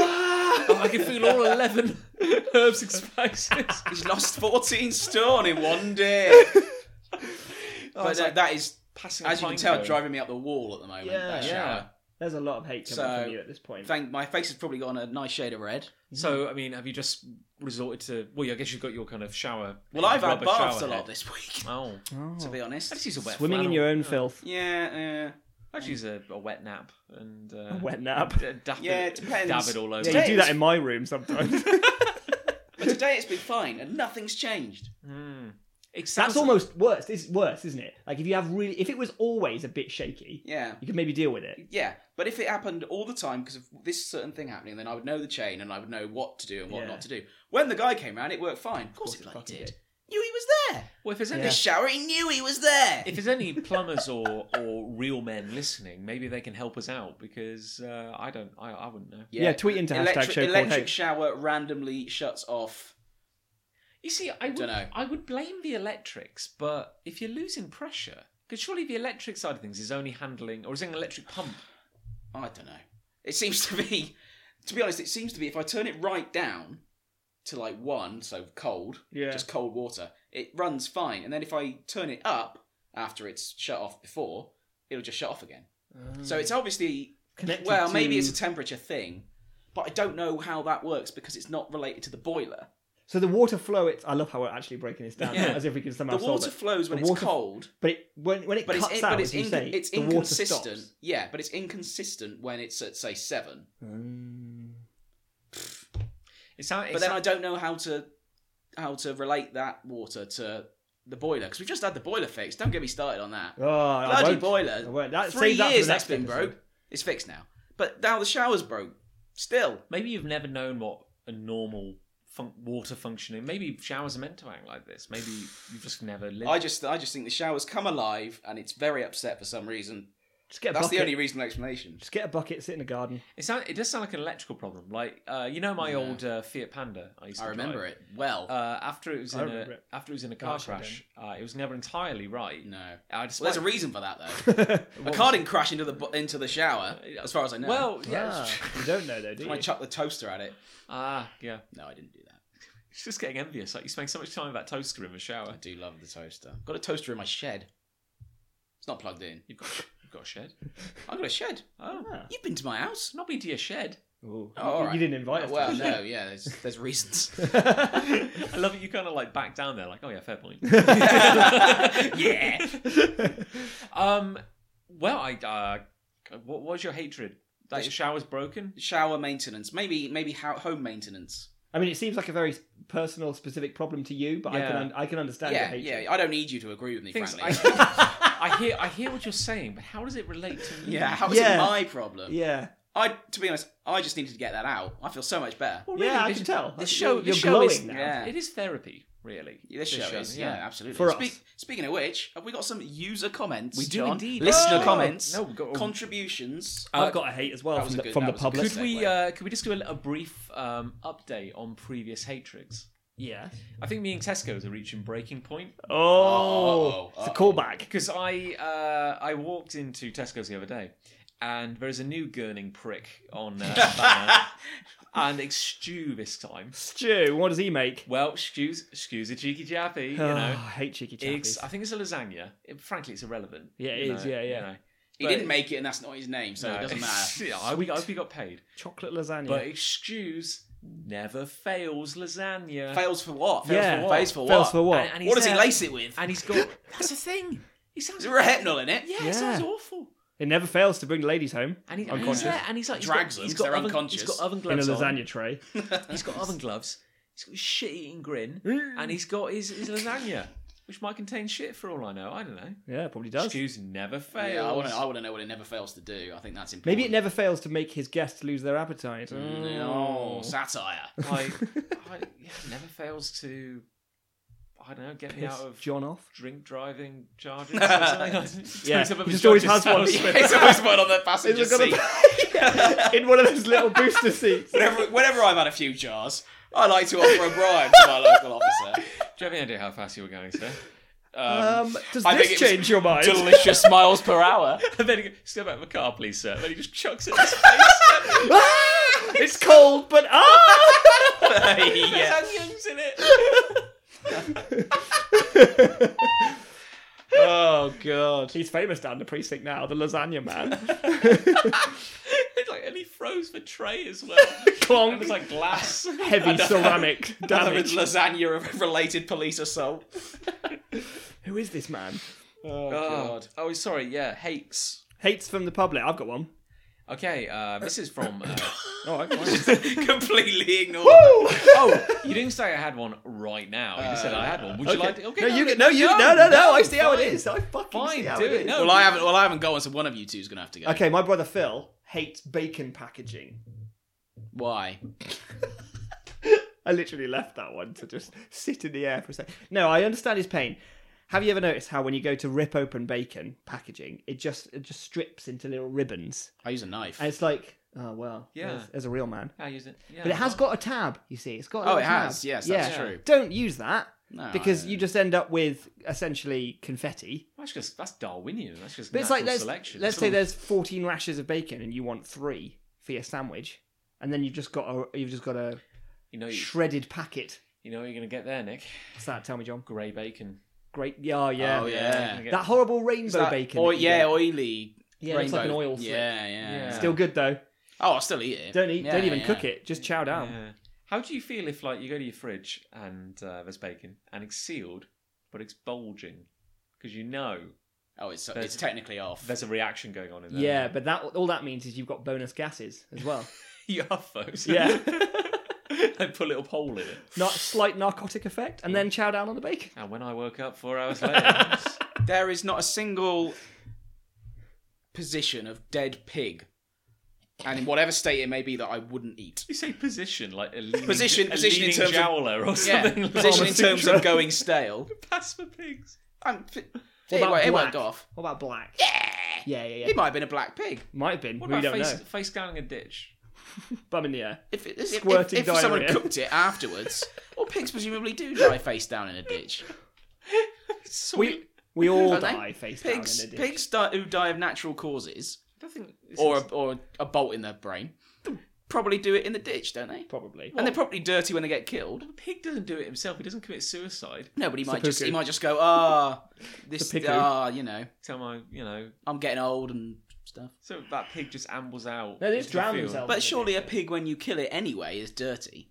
Speaker 1: I can feel all eleven herbs and spices.
Speaker 3: he's lost fourteen stone in one day. but
Speaker 1: it's
Speaker 3: uh,
Speaker 1: like
Speaker 3: that is,
Speaker 1: Passing a
Speaker 3: as you can
Speaker 1: pine
Speaker 3: tell,
Speaker 1: cone.
Speaker 3: driving me up the wall at the moment.
Speaker 2: Yeah.
Speaker 3: that
Speaker 1: Yeah.
Speaker 3: shower.
Speaker 2: There's a lot of hate coming
Speaker 3: So-
Speaker 2: from you at this point.
Speaker 3: Thank, my face has probably gone a nice shade of red.
Speaker 1: So I mean, have you just resorted to? Well, I guess you've got your kind of shower.
Speaker 3: Well, I've had
Speaker 1: rubber
Speaker 3: baths
Speaker 1: shower
Speaker 3: a lot
Speaker 1: head.
Speaker 3: this week,
Speaker 1: Oh,
Speaker 3: to be honest.
Speaker 1: I just use a wet
Speaker 2: Swimming in
Speaker 1: flannel. Oh.
Speaker 2: your own filth.
Speaker 3: Yeah,
Speaker 1: I just use a, a wet nap and uh,
Speaker 2: Wet nap.
Speaker 1: d- dab
Speaker 3: Yeah, it
Speaker 1: it,
Speaker 3: depends.
Speaker 1: dab it all over.
Speaker 2: Yeah, you do
Speaker 3: James.
Speaker 2: that in my room sometimes.
Speaker 3: but today it's been fine and nothing's changed.
Speaker 1: Hmm. It sounds-
Speaker 2: That's almost worse. It's worse, isn't it? Like if you have really, if it was always a bit shaky,
Speaker 3: Yeah,
Speaker 2: you could maybe deal with it.
Speaker 3: yeah. But if it happened all the time because of this certain thing happening, then I would know the chain and I would know what to do and what
Speaker 2: Yeah.
Speaker 3: not to do. When the guy came round, it worked fine. Of course,
Speaker 2: it
Speaker 3: it bloody
Speaker 2: fucking
Speaker 3: did.
Speaker 2: did.
Speaker 3: Knew he was there.
Speaker 1: Well, if there's any
Speaker 3: The shower, he knew he was there.
Speaker 1: if there's any plumbers or or real men listening, maybe they can help us out because uh, I don't, I, I wouldn't know.
Speaker 2: Yeah, tweet into hashtag
Speaker 3: electric,
Speaker 2: show called
Speaker 3: electric
Speaker 2: H.
Speaker 3: shower randomly shuts off.
Speaker 1: You see, I would,
Speaker 3: Dunno.
Speaker 1: I would blame the electrics, but if you're losing pressure, because surely the electric side of things is only handling, or is it an electric pump?
Speaker 3: I don't know. It seems to be, to be honest, it seems to be if I turn it right down to like one, so cold,
Speaker 2: Yeah.
Speaker 3: just cold water, it runs fine. And then if I turn it up after it's shut off before, it'll just shut off again. So it's obviously,
Speaker 2: Oh. Connected
Speaker 3: well, maybe
Speaker 2: to-
Speaker 3: it's a temperature thing, but I don't know how that works because it's not related to the boiler.
Speaker 2: So the water flow. It's I love how we're actually breaking this down
Speaker 3: Yeah.
Speaker 2: as if we can somehow
Speaker 3: the
Speaker 2: solve
Speaker 3: water
Speaker 2: it.
Speaker 3: flows when
Speaker 2: The
Speaker 3: it's
Speaker 2: water-
Speaker 3: cold.
Speaker 2: But it when when it
Speaker 3: But it's,
Speaker 2: cuts
Speaker 3: in,
Speaker 2: out,
Speaker 3: but it's,
Speaker 2: as you
Speaker 3: inc-
Speaker 2: say,
Speaker 3: it's
Speaker 2: the water stops.
Speaker 3: inconsistent. Yeah, but it's inconsistent when it's at say seven.
Speaker 2: Oh,
Speaker 1: It's how,
Speaker 3: But then I don't know how to how to relate that water to the boiler because we've just had the boiler fixed. Don't get me started on that.
Speaker 2: Oh, I
Speaker 3: Bloody
Speaker 2: won't.
Speaker 3: boiler!
Speaker 2: I won't. That-
Speaker 3: Three
Speaker 2: save that for
Speaker 3: years
Speaker 2: the next
Speaker 3: that's been
Speaker 2: episode.
Speaker 3: broke. It's fixed now. But now the shower's broke. Still,
Speaker 1: maybe you've never known what a normal fun- water functioning. Maybe showers are meant to act like this. Maybe you've just never lived.
Speaker 3: I just I just think the shower's come alive and it's very upset for some reason.
Speaker 2: Just get a
Speaker 3: That's
Speaker 2: bucket.
Speaker 3: the only reasonable explanation.
Speaker 2: Just get a bucket, sit in a garden.
Speaker 1: It sound, it does sound like an electrical problem. Like uh, you know my old uh, Fiat Panda. I, used to
Speaker 3: I remember
Speaker 1: drive.
Speaker 3: it well.
Speaker 1: Uh, after it was
Speaker 2: I
Speaker 1: in a
Speaker 2: remember it. Oh,
Speaker 1: after it was in a car
Speaker 2: Gosh, I
Speaker 1: crash, uh, it was never entirely right.
Speaker 3: no, well,
Speaker 1: I just
Speaker 3: there's a reason for that though. I car didn't crash into the bo- into the shower, as far as I know.
Speaker 1: Well, yeah,
Speaker 2: Ah, you don't know though, do you?
Speaker 3: I chucked the toaster at it.
Speaker 1: ah, yeah.
Speaker 3: No, I didn't do that.
Speaker 1: It's just getting envious. Like you spend so much time with that toaster in the shower.
Speaker 3: I do love the toaster. I've got a toaster in my shed. It's not plugged in.
Speaker 1: You've got you've got a shed.
Speaker 3: I've got a shed.
Speaker 1: Oh,
Speaker 2: Ah.
Speaker 3: You've been to my house.
Speaker 1: it's not been to your shed.
Speaker 2: Ooh.
Speaker 3: Oh, all
Speaker 2: You-
Speaker 3: right.
Speaker 2: You didn't invite us.
Speaker 3: Well,
Speaker 2: to
Speaker 3: no, yeah, there's, there's reasons.
Speaker 1: I love it. You kind of like back down there, like, oh yeah, fair point.
Speaker 3: yeah.
Speaker 1: Um, well, I uh, what was your hatred? That
Speaker 3: This-
Speaker 1: your shower's broken?
Speaker 3: Shower maintenance. Maybe maybe ho- home maintenance.
Speaker 2: I mean, it seems like a very personal, specific problem to you, but I
Speaker 1: Yeah.
Speaker 2: can un- I can understand your
Speaker 3: Yeah,
Speaker 2: hatred.
Speaker 3: yeah. I don't need you to agree with me,
Speaker 1: Things I,
Speaker 3: frankly.
Speaker 1: I hear, I hear what you're saying, but how does it relate to me?
Speaker 3: yeah, how is
Speaker 2: Yeah.
Speaker 3: it my problem?
Speaker 2: yeah,
Speaker 3: I, to be honest, I just needed to get that out. I feel so much better.
Speaker 1: Well,
Speaker 2: Yeah, I
Speaker 1: this-
Speaker 2: can tell.
Speaker 1: This show,
Speaker 2: You're
Speaker 1: this show is,
Speaker 2: glowing now.
Speaker 3: Yeah.
Speaker 1: it is therapy, really.
Speaker 3: This show is, yeah, absolutely.
Speaker 2: For us.
Speaker 3: Speaking of which, have we got some user comments?
Speaker 1: We do
Speaker 3: John?
Speaker 1: indeed.
Speaker 3: Listener
Speaker 1: Oh!
Speaker 3: comments,
Speaker 1: No, we've got-
Speaker 3: contributions.
Speaker 1: Uh,
Speaker 2: I've got a hate as well
Speaker 3: that
Speaker 2: from
Speaker 3: was a
Speaker 2: the,
Speaker 3: good-
Speaker 2: from
Speaker 3: that
Speaker 2: the
Speaker 3: was a
Speaker 2: public.
Speaker 3: good
Speaker 1: Could
Speaker 3: segue.
Speaker 1: we, uh, could we just do a, a brief um, update on previous hatreds?
Speaker 2: Yeah.
Speaker 1: I think me and Tesco's are reaching breaking point
Speaker 2: Oh,
Speaker 3: Oh,
Speaker 2: it's a
Speaker 3: uh-oh.
Speaker 2: callback.
Speaker 1: because I uh, I walked into Tesco's the other day, and there is a new gurning prick on uh, banner, and it's Stew this time.
Speaker 2: Stew, what does he make?
Speaker 1: Well, Stew's Stew's a cheeky jappy, you know.
Speaker 2: Oh,
Speaker 3: Ah,
Speaker 2: I hate cheeky
Speaker 1: It's,
Speaker 2: chappies.
Speaker 1: I think it's a lasagna. It- frankly, it's irrelevant.
Speaker 2: Yeah, it
Speaker 1: you
Speaker 2: is,
Speaker 1: know,
Speaker 2: yeah,
Speaker 1: you
Speaker 2: yeah.
Speaker 1: know.
Speaker 3: He
Speaker 1: But-
Speaker 3: didn't make it, and that's not his name, so
Speaker 1: No,
Speaker 3: it doesn't matter.
Speaker 1: yeah, I, we, I hope he got paid.
Speaker 2: Chocolate lasagna.
Speaker 1: But it's Stew's never fails lasagna.
Speaker 3: Fails for what?
Speaker 2: yeah.
Speaker 3: Fails for what?
Speaker 2: Fails for what?
Speaker 1: And, and he's
Speaker 3: What does he
Speaker 1: there-
Speaker 3: lace it with?
Speaker 1: And he's got. That's the thing. He sounds.
Speaker 3: Is there a retinol in it?
Speaker 1: Yeah,
Speaker 2: Yeah.
Speaker 1: it sounds awful.
Speaker 2: It never fails to bring the ladies home
Speaker 1: And, he, and he's
Speaker 2: unconscious
Speaker 1: there, and he's like he's
Speaker 3: Drags
Speaker 1: got,
Speaker 3: them,
Speaker 1: he's
Speaker 3: 'cause
Speaker 1: got
Speaker 3: they're
Speaker 1: oven,
Speaker 3: unconscious.
Speaker 1: He's got oven
Speaker 2: in a
Speaker 1: gloves on.
Speaker 2: lasagna tray.
Speaker 1: He's got oven gloves. He's got his shit-eating grin, and he's got his, his lasagna, which might contain shit for all I know. I don't know.
Speaker 2: Yeah, it probably does.
Speaker 1: Stews never fails.
Speaker 3: Yeah, I want to. I want to know what it never fails to do. I think that's important.
Speaker 2: Maybe it never fails to make his guests lose their appetite.
Speaker 1: Mm. Oh.
Speaker 2: Oh.
Speaker 3: No satire.
Speaker 1: Like, I, yeah, never fails to. I don't know. Get me
Speaker 2: Piss
Speaker 1: out of
Speaker 2: John off.
Speaker 1: drink driving charges. or something.
Speaker 2: Yeah,
Speaker 1: Turns up at
Speaker 2: he
Speaker 1: his
Speaker 2: just always
Speaker 1: judge's
Speaker 2: has one.
Speaker 1: house.
Speaker 2: Yeah.
Speaker 3: it's always one on the passenger
Speaker 2: He's got a-
Speaker 3: seat.
Speaker 2: in one of those little booster seats.
Speaker 3: whenever, whenever I've had a few jars, I like to offer a bribe to my local officer.
Speaker 1: Do you have any idea how fast you were going, sir?
Speaker 2: Um, does
Speaker 3: I
Speaker 2: this
Speaker 3: think it was
Speaker 2: change your mind?
Speaker 3: Delicious miles per hour.
Speaker 1: And then he goes, step out of the car, please, sir. And then he just chucks it in his face.
Speaker 2: Ah, it's cold, but ah!
Speaker 3: yeah.
Speaker 1: Onions in it.
Speaker 2: oh god, he's famous down the precinct now. The lasagna man.
Speaker 1: It's like, and he froze the tray as well. It was
Speaker 2: Clonk.
Speaker 1: like glass.
Speaker 2: Heavy ceramic
Speaker 3: Another
Speaker 2: damage.
Speaker 3: lasagna of related police assault.
Speaker 2: Who is this man?
Speaker 1: Oh, God. oh sorry. Yeah, hates.
Speaker 2: Hates from the public. I've got one.
Speaker 1: Okay, uh, this is from. Uh,
Speaker 2: All right.
Speaker 3: Completely ignored.
Speaker 1: oh, you didn't say I had one right now. You just said I had one. Would you like to? Okay,
Speaker 2: Uh, no, you get no, you no, no, no. I see how it
Speaker 1: fine.
Speaker 2: is. I fucking
Speaker 1: Fine,
Speaker 2: see how
Speaker 1: do
Speaker 2: it
Speaker 1: it.
Speaker 2: is.
Speaker 1: No,
Speaker 3: Well, I haven't. Well, I haven't got one, so one of you two's gonna have to go.
Speaker 2: Okay, my brother Phil hates bacon packaging.
Speaker 3: Why?
Speaker 2: I literally left that one to just sit in the air for a second. No, I understand his pain. Have you ever noticed how when you go to rip open bacon packaging, it just it just strips into little ribbons,
Speaker 3: I use a knife.
Speaker 2: and it's like, oh well,
Speaker 1: Yeah.
Speaker 2: there's, there's a real man.
Speaker 1: I use it. Yeah,
Speaker 2: But it has got a tab, you see. It's got a
Speaker 3: Oh,
Speaker 2: little
Speaker 3: it has.
Speaker 2: tab.
Speaker 3: Yes, that's
Speaker 2: Yeah.
Speaker 3: true.
Speaker 2: Don't use that
Speaker 3: No,
Speaker 2: because
Speaker 3: I-
Speaker 2: you just end up with essentially confetti.
Speaker 1: That's just that's Darwinian. That's just
Speaker 2: But it's like
Speaker 1: natural
Speaker 2: there's,
Speaker 1: selection.
Speaker 2: let's
Speaker 1: It's
Speaker 2: say
Speaker 1: all-
Speaker 2: there's 14 rashers of bacon and you want three. for your sandwich, and then you've just got a you've just got a
Speaker 1: You know, you,
Speaker 2: shredded packet.
Speaker 1: you know what you're going to get there, Nick.
Speaker 2: What's that? Tell me, John.
Speaker 1: Grey bacon.
Speaker 2: Great. Yeah, oh, yeah.
Speaker 3: Oh, yeah.
Speaker 1: You're gonna
Speaker 2: That
Speaker 1: get-
Speaker 2: horrible rainbow
Speaker 3: Is that
Speaker 2: bacon.
Speaker 3: Oil,
Speaker 2: that you
Speaker 3: yeah,
Speaker 2: get.
Speaker 3: oily.
Speaker 2: yeah. It looks like an
Speaker 3: rainbow-
Speaker 2: oil. Yeah.
Speaker 3: Yeah, yeah.
Speaker 1: Yeah.
Speaker 3: yeah.
Speaker 2: Still good though.
Speaker 3: Oh, I'll still eat it.
Speaker 2: Don't eat.
Speaker 3: Yeah,
Speaker 2: don't even
Speaker 3: yeah.
Speaker 2: cook it. Just chow down.
Speaker 1: Yeah. How do you feel if, like, you go to your fridge and uh, there's bacon and it's sealed, but it's bulging because you know
Speaker 3: Oh, it's
Speaker 1: There's-
Speaker 3: it's technically off.
Speaker 1: there's a reaction going on in there.
Speaker 2: Yeah, but that all that means is you've got bonus gases as well.
Speaker 1: you have those.
Speaker 2: Yeah.
Speaker 1: and put a little hole in it.
Speaker 2: Not slight narcotic effect, and then chow down on the bacon.
Speaker 1: And when I woke up four hours later,
Speaker 3: There is not a single position of dead pig, and in whatever state it may be, that I wouldn't eat.
Speaker 1: you say position like a leaning,
Speaker 3: Position-
Speaker 1: a
Speaker 3: position in
Speaker 1: leaning
Speaker 3: terms of-
Speaker 1: jowler or
Speaker 3: Yeah,
Speaker 1: something. like-
Speaker 3: position in terms of going stale.
Speaker 1: pass for pigs.
Speaker 3: I'm, it,
Speaker 2: What about
Speaker 3: won't, it
Speaker 2: black?
Speaker 3: won't go off.
Speaker 2: What about black?
Speaker 3: Yeah,
Speaker 2: Yeah, yeah, yeah.
Speaker 3: it might have been a black pig.
Speaker 2: Might have been.
Speaker 1: What
Speaker 2: we
Speaker 1: about
Speaker 2: don't
Speaker 1: face,
Speaker 2: know.
Speaker 1: face down a ditch?
Speaker 2: Bum in the air.
Speaker 3: If, it- if, if, if,
Speaker 2: Squirting
Speaker 3: someone
Speaker 2: diarrhea.
Speaker 3: cooked it afterwards, well, pigs presumably do die face down in a ditch.
Speaker 2: We we all
Speaker 3: Don't they?
Speaker 2: die face
Speaker 3: Pigs,
Speaker 2: down in a ditch.
Speaker 3: pigs die, who die of natural causes
Speaker 1: I don't think this
Speaker 3: or
Speaker 1: is-
Speaker 3: a, or a bolt in their brain probably do it in the ditch, don't they?
Speaker 2: Probably.
Speaker 3: And they're probably dirty when they get killed.
Speaker 1: a pig doesn't do it himself. He doesn't commit suicide.
Speaker 3: No, but he might just he
Speaker 2: Seppuku.
Speaker 3: might just go ah this
Speaker 2: Seppuku.
Speaker 3: ah you know
Speaker 1: Tell my, you know,
Speaker 3: I'm getting old and stuff.
Speaker 1: so that pig just ambles out.
Speaker 2: No, they just
Speaker 1: into the
Speaker 2: drown
Speaker 1: field.
Speaker 2: themselves.
Speaker 3: But surely a pig when you kill it anyway is dirty.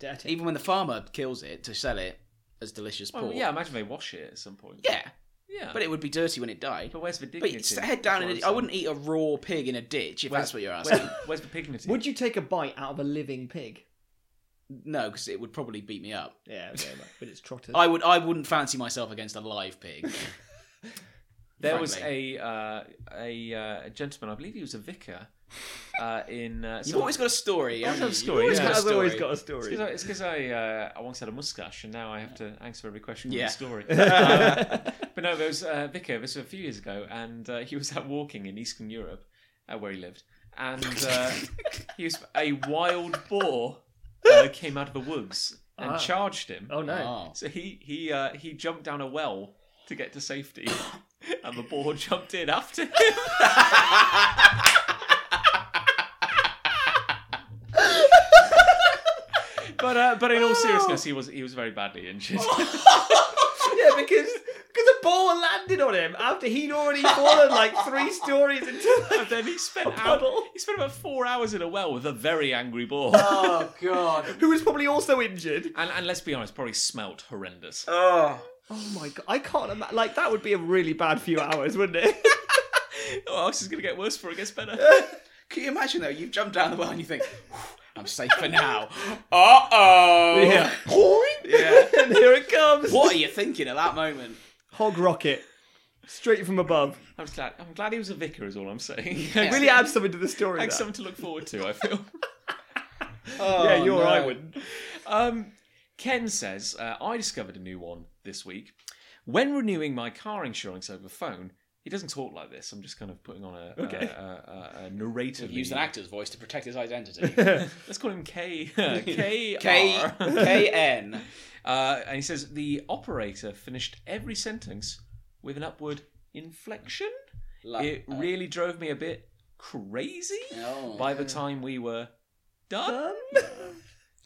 Speaker 2: Dirty.
Speaker 3: Even when the farmer kills it to sell it as delicious pork.
Speaker 1: Well, yeah, imagine they wash it at some point.
Speaker 3: yeah,
Speaker 1: yeah.
Speaker 3: but it would be dirty when it died.
Speaker 1: But where's the
Speaker 3: But
Speaker 1: dignity?
Speaker 3: it's head down in a, I wouldn't eat a raw pig in a ditch if
Speaker 1: Where's-
Speaker 3: that's what you're asking.
Speaker 1: Where's, where's the dignity?
Speaker 2: Would you take a bite out of a living pig?
Speaker 3: no, because it would probably beat me up.
Speaker 2: Yeah, very much. But it's trotters.
Speaker 3: I would I wouldn't fancy myself against a live pig.
Speaker 1: There was
Speaker 3: Frankly.
Speaker 1: a uh, a uh, gentleman, I believe he was a vicar, uh, in. Uh,
Speaker 3: You've always got a story.
Speaker 1: I
Speaker 3: haven't
Speaker 1: have a
Speaker 3: you?
Speaker 1: story,
Speaker 3: You've
Speaker 1: yeah.
Speaker 3: got a
Speaker 2: I've always
Speaker 3: story.
Speaker 2: got a story.
Speaker 1: It's because I, uh, I once had a mustache, and now I have to answer every question
Speaker 3: Yeah.
Speaker 1: in the story. Uh, but no, there was uh, vicar. This was a few years ago, and uh, he was out walking in Eastern Europe, uh, where he lived, and uh, he was a wild boar uh, came out of the woods and
Speaker 2: Ah.
Speaker 1: charged him.
Speaker 2: Oh no.
Speaker 3: Oh.
Speaker 1: So he he uh, he jumped down a well to get to safety, and the boar jumped in after him. but uh, but in
Speaker 3: Oh.
Speaker 1: all seriousness, he was he was very badly injured.
Speaker 2: Yeah, because because the ball landed on him after he'd already fallen like three stories into
Speaker 1: and then he spent out,
Speaker 2: puddle.
Speaker 1: he spent about four hours in a well with a very angry boar.
Speaker 3: Oh god.
Speaker 2: who was probably also injured.
Speaker 1: And, and let's be honest, probably smelt horrendous.
Speaker 3: Oh.
Speaker 2: Oh my god, I can't imagine. Like that would be a really bad few hours, wouldn't it?
Speaker 1: Oh, this is going to get worse before it gets better.
Speaker 3: Can you imagine though? You've jumped down the well and you think, I'm safe for now. Uh oh.
Speaker 2: Yeah.
Speaker 3: Yeah.
Speaker 2: and here it comes.
Speaker 3: What are you thinking at that moment?
Speaker 2: Hog rocket, straight from above.
Speaker 1: I'm glad. I'm glad he was a vicar. Is all I'm saying.
Speaker 2: Really adds something to the story.
Speaker 1: Like
Speaker 2: that.
Speaker 1: something to look forward to, I feel.
Speaker 3: Oh,
Speaker 2: yeah, you're
Speaker 3: no.
Speaker 2: I wouldn't.
Speaker 1: um, Ken says, uh, I discovered a new one this week. When renewing my car insurance over the phone, he doesn't talk like this. I'm just kind of putting on a,
Speaker 2: Okay.
Speaker 1: a, a, a, a narrator.
Speaker 3: Used an
Speaker 1: lead.
Speaker 3: actor's voice to protect his identity.
Speaker 1: Let's call him K. K.
Speaker 3: K
Speaker 1: R.
Speaker 3: K N.
Speaker 1: Uh, and he says, the operator finished every sentence with an upward inflection.
Speaker 3: Lo-
Speaker 1: it
Speaker 3: uh,
Speaker 1: really drove me a bit crazy
Speaker 3: Oh.
Speaker 1: by the time we were done.
Speaker 2: Um,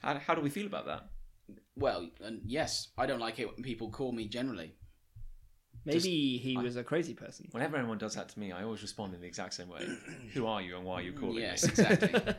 Speaker 1: How, how do we feel about that?
Speaker 3: Well, and yes, I don't like it when people call me generally.
Speaker 2: maybe he was a crazy person.
Speaker 1: Whenever anyone does that to me, I always respond in the exact same way. Who are you and why are you calling
Speaker 3: yes,
Speaker 1: me?
Speaker 3: exactly.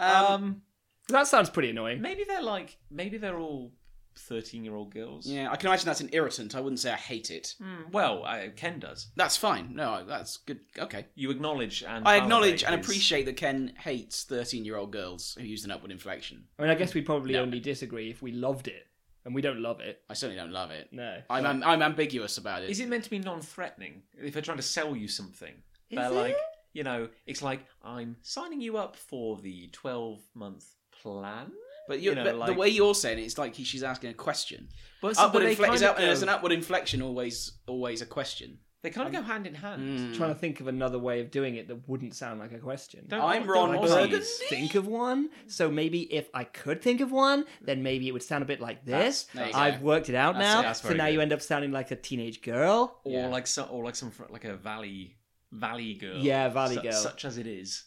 Speaker 1: Um,
Speaker 3: Um,
Speaker 2: That sounds pretty annoying.
Speaker 1: maybe they're like, maybe they're all thirteen-year-old girls.
Speaker 3: yeah, I can imagine that's an irritant. I wouldn't say I hate it.
Speaker 1: Hmm, well, I, Ken does.
Speaker 3: That's fine. No, I- that's good. Okay.
Speaker 1: You acknowledge and
Speaker 3: I acknowledge
Speaker 1: validate
Speaker 3: and
Speaker 1: his-
Speaker 3: appreciate that Ken hates 13 year old girls who use an upward inflection.
Speaker 2: I mean, I guess we'd probably
Speaker 3: No.
Speaker 2: only disagree if we loved it, and we don't love it.
Speaker 3: I certainly don't love it.
Speaker 2: No.
Speaker 3: I'm, I'm, I'm ambiguous about it.
Speaker 1: Is it meant to be non-threatening? If they're trying to sell you something,
Speaker 2: Is
Speaker 1: they're like,
Speaker 2: it?
Speaker 1: you know, it's like I'm signing you up for the twelve-month plan.
Speaker 3: But, you
Speaker 1: know,
Speaker 3: but
Speaker 1: like-
Speaker 3: the way you're saying it, it's like he- she's asking a question.
Speaker 1: But,
Speaker 3: Upward
Speaker 1: they
Speaker 3: infle-
Speaker 1: kind
Speaker 3: is,
Speaker 1: of
Speaker 3: up- is
Speaker 1: go-
Speaker 3: an upward inflection always always a question?
Speaker 1: they kind of go hand in hand.
Speaker 3: Hmm. Mm.
Speaker 2: trying to think of another way of doing it that wouldn't sound like a question.
Speaker 1: Don't-
Speaker 3: I'm
Speaker 1: don't
Speaker 3: Ron
Speaker 2: I
Speaker 1: ask
Speaker 2: can't
Speaker 3: Burgundy.
Speaker 1: these.
Speaker 2: think of one. So maybe if I could think of one, then maybe it would sound a bit like this.
Speaker 3: That's- there you
Speaker 2: I've
Speaker 3: go.
Speaker 2: worked it out
Speaker 3: That's
Speaker 2: now.
Speaker 3: it,
Speaker 1: that's
Speaker 2: so
Speaker 1: very
Speaker 2: now
Speaker 1: good.
Speaker 2: you end up sounding like a teenage girl.
Speaker 1: or
Speaker 3: Yeah.
Speaker 1: like some, or like some fr- like a valley valley girl.
Speaker 2: Yeah, valley
Speaker 1: Su-
Speaker 2: girl.
Speaker 1: such as it is.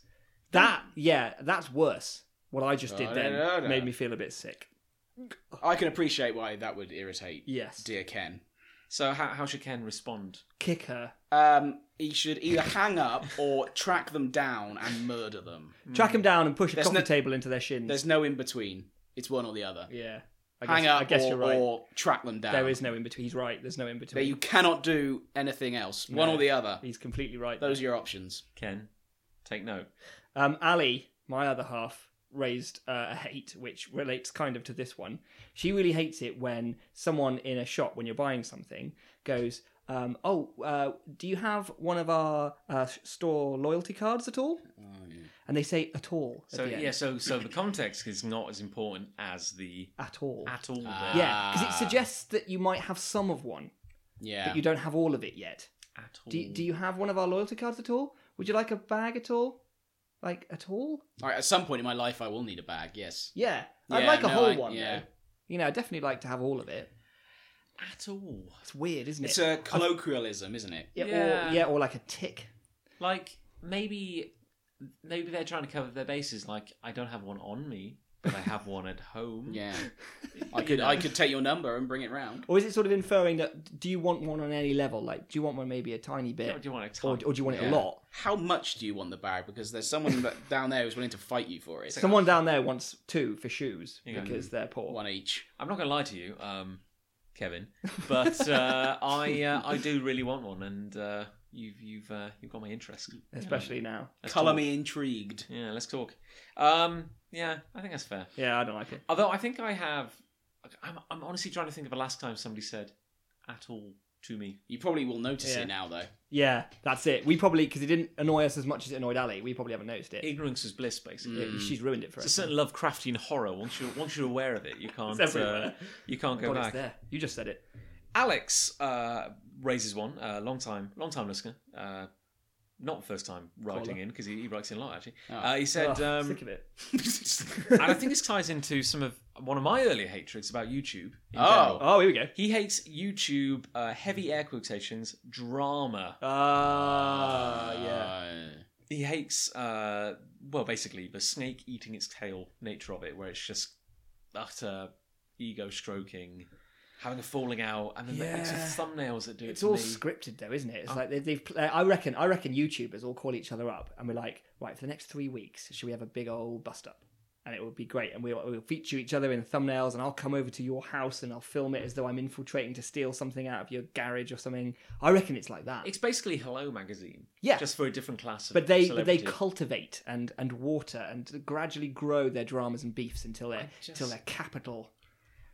Speaker 2: That yeah, that's worse. What I just did
Speaker 3: Oh,
Speaker 2: then
Speaker 3: no, no, no.
Speaker 2: made me feel a bit sick.
Speaker 3: I can appreciate why that would irritate
Speaker 2: Yes,
Speaker 3: dear Ken.
Speaker 1: So how, how should Ken respond?
Speaker 2: kick her,
Speaker 3: Um, he should either hang up or track them down and murder them.
Speaker 1: Hmm,
Speaker 2: track them down, and push a
Speaker 3: Mm. There's
Speaker 2: coffee
Speaker 3: no-
Speaker 2: table into their shins.
Speaker 3: There's no in between. It's one or the other.
Speaker 2: Yeah, I guess,
Speaker 3: hang up
Speaker 2: I guess
Speaker 3: or,
Speaker 2: you're right.
Speaker 3: or track them down.
Speaker 2: There is no in between. He's right. There's no in
Speaker 3: But
Speaker 2: between.
Speaker 3: you cannot do anything else. One
Speaker 2: No.
Speaker 3: or the other.
Speaker 2: He's completely right.
Speaker 3: Those are your options.
Speaker 1: Ken, take note.
Speaker 2: Um, Ali, my other half, raised uh, a hate, which relates kind of to this one. She really hates it when someone in a shop, when you're buying something, goes, um, "Oh, uh, do you have one of our uh, store loyalty cards at all?" And they say "at all." At
Speaker 1: So
Speaker 2: the end.
Speaker 1: yeah, so so the context is not as important as the
Speaker 2: at all.
Speaker 1: at all.
Speaker 3: Ah.
Speaker 1: bit.
Speaker 2: yeah, because it suggests that you might have some of one,
Speaker 3: Yeah.
Speaker 2: but you don't have all of it yet.
Speaker 1: At all.
Speaker 2: Do you, do you have one of our loyalty cards at all? Would you like a bag at all? Like at all?
Speaker 3: All right, at some point in my life, I will need a bag. Yes.
Speaker 2: Yeah, I'd
Speaker 3: Yeah,
Speaker 2: like a
Speaker 3: no,
Speaker 2: whole
Speaker 3: I-
Speaker 2: one.
Speaker 3: yeah.
Speaker 2: Though. You know, I definitely like to have all of it.
Speaker 1: at all?
Speaker 2: It's weird, isn't it?
Speaker 3: It's a colloquialism, isn't it?
Speaker 2: yeah,
Speaker 1: Yeah.
Speaker 2: Or, yeah, or like a tick.
Speaker 1: Like maybe maybe they're trying to cover their bases. Like I don't have one on me, but I have one at home.
Speaker 2: Hmm.
Speaker 3: Yeah. I could I could take your number and bring it round.
Speaker 2: Or is it sort of inferring that do you want one on any level? Like, do you want one maybe a tiny
Speaker 1: Yeah,
Speaker 2: bit,
Speaker 1: do you want a
Speaker 2: or,
Speaker 1: ton?
Speaker 2: or do you want it
Speaker 3: Yeah.
Speaker 2: a lot?
Speaker 3: How much do you want the bag? Because there's someone that down there who's willing to fight you for it.
Speaker 2: Someone down there wants two for shoes
Speaker 1: Yeah.
Speaker 2: because they're poor.
Speaker 3: One each.
Speaker 1: I'm not going to lie to you, um, Kevin, but uh, I uh, I do really want one, and uh, you've you've uh, you've got my interest.
Speaker 2: Especially now.
Speaker 1: Let's
Speaker 3: Colour
Speaker 1: talk.
Speaker 3: me intrigued.
Speaker 1: Yeah, let's talk. Um, yeah, I think that's fair.
Speaker 2: Yeah, I don't like it.
Speaker 1: Although I think I have. I'm, I'm honestly trying to think of the last time somebody said at all to me.
Speaker 3: You probably will notice
Speaker 2: Yeah.
Speaker 3: it now, though.
Speaker 2: Yeah, that's it. We probably because it didn't annoy us as much as it annoyed Ali. We probably haven't noticed it.
Speaker 1: Ignorance is bliss, basically.
Speaker 2: Yeah, She's ruined it for
Speaker 1: It's a
Speaker 2: us.
Speaker 1: certain Lovecraftian horror. Once you're once you're aware of it, you can't
Speaker 2: It's everywhere.
Speaker 1: uh, you can't go
Speaker 2: God, it's
Speaker 1: back.
Speaker 2: there. You just said it.
Speaker 1: Alex uh, raises one. Uh, long time, long time listener. Uh, not first time writing
Speaker 2: Caller. Ah.
Speaker 1: in because he, he writes in a lot actually.
Speaker 3: Oh.
Speaker 1: Uh, he said,
Speaker 2: Ugh,
Speaker 1: um,
Speaker 2: sick of it.
Speaker 1: and I think this ties into some of one of my earlier hatreds about YouTube. in
Speaker 3: Oh.
Speaker 1: general.
Speaker 2: Oh, here we go.
Speaker 1: he hates YouTube uh, heavy air quotations drama.
Speaker 2: Ah, yeah.
Speaker 3: Uh,
Speaker 1: He hates, uh, well, basically the snake eating its tail nature of it, where it's just utter ego stroking, having a falling out, and then the- it's the
Speaker 2: Yeah.
Speaker 1: thumbnails that do it.
Speaker 2: It's
Speaker 1: for
Speaker 2: all
Speaker 1: me. Oh.
Speaker 2: scripted though, isn't it? It's like they, they've. pl- I reckon. I reckon YouTubers all call each other up and we're like, right, for the next three weeks, should we have a big old bust up? And it would be great. And we'll, we'll feature each other in thumbnails. And I'll come over to your house and I'll film it as though I'm infiltrating to steal something out of your garage or something. I reckon it's like that.
Speaker 1: It's basically Hello Magazine,
Speaker 2: yeah.
Speaker 1: just for a different class. Of
Speaker 2: but they but they
Speaker 1: celebrities.
Speaker 2: cultivate and, and water and gradually grow their dramas and beefs until they're
Speaker 1: I just-
Speaker 2: until they're capital.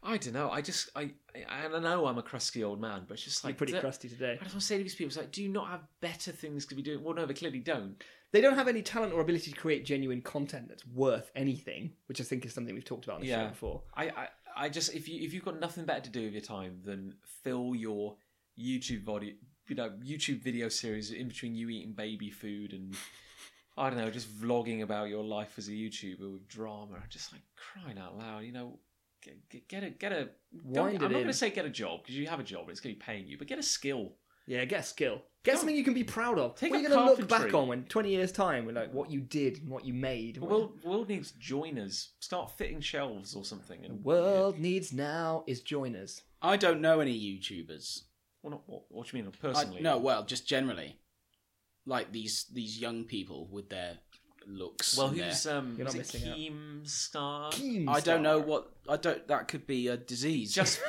Speaker 1: I don't know. I just I I I don't know. I'm a crusty old man, but it's just
Speaker 2: You're
Speaker 1: like
Speaker 2: pretty
Speaker 1: that-
Speaker 2: crusty today.
Speaker 1: I just want to say to these people, it's like, do you not have better things to be doing? Well, no, they clearly don't.
Speaker 2: They don't have any talent or ability to create genuine content that's worth anything, which I think is something we've talked about on the
Speaker 1: Yeah.
Speaker 2: show before.
Speaker 1: I, I, I just if you if you've got nothing better to do with your time than fill your YouTube body, you know, YouTube video series in between you eating baby food and I don't know, just vlogging about your life as a YouTuber with drama. I'm just like crying out loud, you know. get- Get, get a get a. don't-
Speaker 2: Wind
Speaker 1: I'm
Speaker 2: it
Speaker 1: not
Speaker 2: in.
Speaker 1: going to say get a job because you have a job and it's going to be paying you, but get a skill.
Speaker 2: Yeah, get a skill. Get something you can be proud of.
Speaker 1: Take
Speaker 2: what
Speaker 1: up
Speaker 2: you're going to look back
Speaker 1: carpentry.
Speaker 2: on when 20 years' time, with like what you did and what you made.
Speaker 1: The world, world needs joiners. Start fitting shelves or something.
Speaker 2: The
Speaker 1: And
Speaker 2: world needs now is joiners.
Speaker 3: I don't know any YouTubers.
Speaker 1: Well, not what, what do you mean
Speaker 3: I,
Speaker 1: personally?
Speaker 3: no, well, just generally, like these these young people with their looks.
Speaker 1: Well,
Speaker 3: and their-
Speaker 1: who's um?
Speaker 2: You're not
Speaker 1: is it
Speaker 2: missing out.
Speaker 1: Keemstar?
Speaker 3: I don't know what I don't. That could be a disease.
Speaker 1: Just,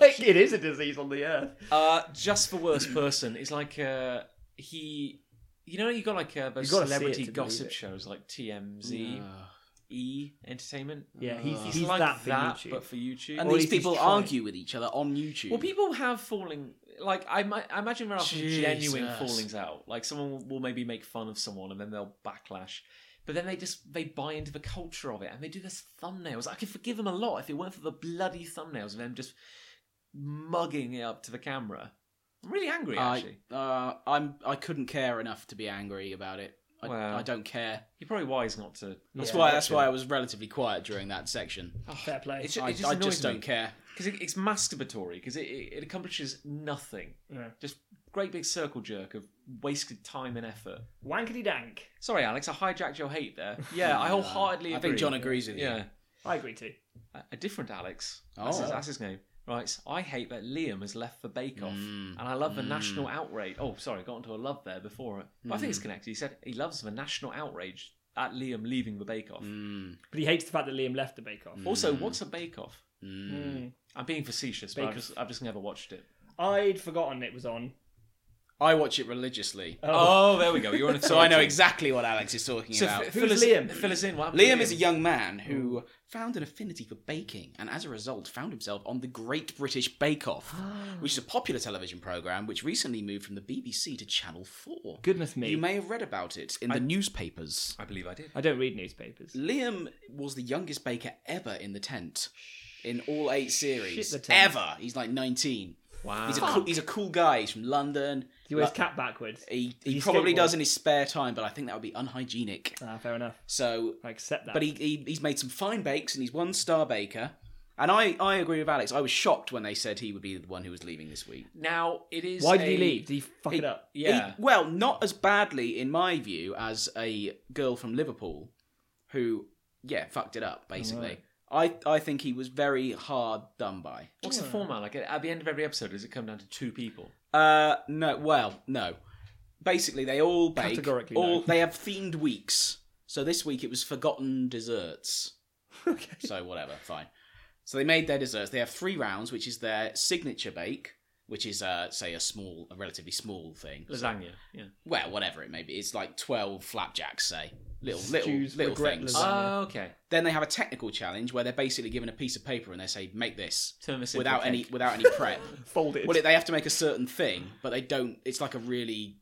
Speaker 2: it is a disease on the earth.
Speaker 1: uh, just for worst person. It's like uh, he. You know, you got like uh, those
Speaker 2: You gotta see it
Speaker 1: celebrity
Speaker 2: to believe
Speaker 1: gossip
Speaker 2: it.
Speaker 1: shows like TMZ,
Speaker 3: Ugh.
Speaker 1: E Entertainment.
Speaker 2: Yeah, he's,
Speaker 3: He's
Speaker 2: he's,
Speaker 1: It's like
Speaker 2: that for
Speaker 1: that,
Speaker 2: YouTube.
Speaker 1: but for YouTube.
Speaker 2: Or
Speaker 3: and
Speaker 2: at
Speaker 3: these
Speaker 2: least he's
Speaker 3: people
Speaker 2: trying.
Speaker 3: argue with each other on YouTube.
Speaker 1: Well, people have falling. Like I, mi- I imagine there are some genuine
Speaker 3: Jesus.
Speaker 1: fallings out. Like someone will- will maybe make fun of someone, and then they'll backlash. But then they just they buy into the culture of it, and they do this thumbnails. I could forgive them a lot if it weren't for the bloody thumbnails of them just mugging it up to the camera. I'm really angry
Speaker 3: I,
Speaker 1: actually.
Speaker 3: uh, I'm I couldn't care enough to be angry about it. I,
Speaker 1: Wow.
Speaker 3: I don't care.
Speaker 1: You're probably wise not to.
Speaker 3: That's
Speaker 2: Yeah.
Speaker 3: why that's why I was relatively quiet during that section.
Speaker 2: Fair play.
Speaker 1: It's ju-
Speaker 3: I,
Speaker 1: it just
Speaker 3: I
Speaker 1: annoys
Speaker 3: just don't
Speaker 1: me.
Speaker 3: care.
Speaker 1: because it, it's masturbatory because it, it, it accomplishes nothing.
Speaker 2: Yeah.
Speaker 1: Just great big circle jerk of wasted time and effort.
Speaker 2: Wankety dank.
Speaker 1: Sorry, Alex, I hijacked your hate there. Yeah, I wholeheartedly
Speaker 3: Mm, I
Speaker 1: agree.
Speaker 3: think John agrees with you.
Speaker 1: Yeah,
Speaker 2: I agree too.
Speaker 1: a, a different Alex.
Speaker 3: Oh.
Speaker 1: That's, his, that's his name. Right, I hate that Liam has left for Bake Off,
Speaker 3: Mm.
Speaker 1: and I love the national outrage. Oh, sorry, got onto a love there before it. But I think it's
Speaker 3: Mm.
Speaker 1: connected. He said he loves the national outrage at Liam leaving the Bake
Speaker 3: Mm.
Speaker 1: Off.
Speaker 2: But he hates the fact that Liam left the Bake Off.
Speaker 1: Also, what's a Bake Off?
Speaker 2: Mm.
Speaker 1: I'm being facetious, but
Speaker 2: Bake
Speaker 1: I've just, I've just never watched it.
Speaker 2: I'd forgotten it was on.
Speaker 3: I watch it religiously,
Speaker 1: Oh, there we go. You're on a
Speaker 3: so I know exactly what Alex is talking
Speaker 1: So
Speaker 3: about.
Speaker 1: f-
Speaker 2: Who's
Speaker 1: fill us,
Speaker 2: Liam?
Speaker 1: Fill us in. What happened to
Speaker 3: Liam is a young man who found an affinity for baking and as a result found himself on the Great British Bake Off, which is a popular television programme which recently moved from the BBC to Channel 4.
Speaker 2: Goodness me.
Speaker 3: You may have read about it in the newspapers.
Speaker 1: I believe I did.
Speaker 2: I don't read newspapers.
Speaker 3: Liam was the youngest baker ever in the tent in all eight series.
Speaker 2: the tent. Ah.
Speaker 3: ever. He's like 19.
Speaker 1: Wow.
Speaker 3: He's a, cool, he's a cool guy. He's from London.
Speaker 2: He wears cap backwards.
Speaker 3: He, he
Speaker 2: He's
Speaker 3: probably
Speaker 2: skateboard.
Speaker 3: does in his spare time, but I think that would be unhygienic.
Speaker 2: Ah, fair enough.
Speaker 3: So
Speaker 2: I accept that.
Speaker 3: but he, he he's made some fine bakes and he's one star baker. And I, I agree with Alex. I was shocked when they said he would be the one who was leaving this week.
Speaker 1: now it is.
Speaker 2: Why did he
Speaker 1: a-
Speaker 2: leave? Did he fuck it up?
Speaker 1: Yeah.
Speaker 3: He- well, not as badly in my view as a girl from Liverpool who yeah, fucked it up basically. I I think he was very hard done by.
Speaker 1: What's the format like? At the end of every episode, does it come down to two people?
Speaker 3: Uh no, well, no. Basically they all bake
Speaker 2: Categorically no.
Speaker 3: all they have themed weeks. So this week it was forgotten desserts.
Speaker 2: okay.
Speaker 3: So whatever, fine. So they made their desserts. They have three rounds, which is their signature bake, which is uh, say a small, a relatively small thing.
Speaker 1: Lasagna. Yeah.
Speaker 3: Well, whatever it may be, it's like twelve flapjacks, say little
Speaker 2: Stews,
Speaker 3: little little
Speaker 2: regret
Speaker 3: things.
Speaker 2: lasagna.
Speaker 1: Oh, okay.
Speaker 3: Then they have a technical challenge where they're basically given a piece of paper and they say make this
Speaker 1: Turn this into
Speaker 3: without
Speaker 1: cake.
Speaker 3: any without any prep.
Speaker 2: Folded.
Speaker 3: well, they have to make a certain thing, but they don't. It's like a really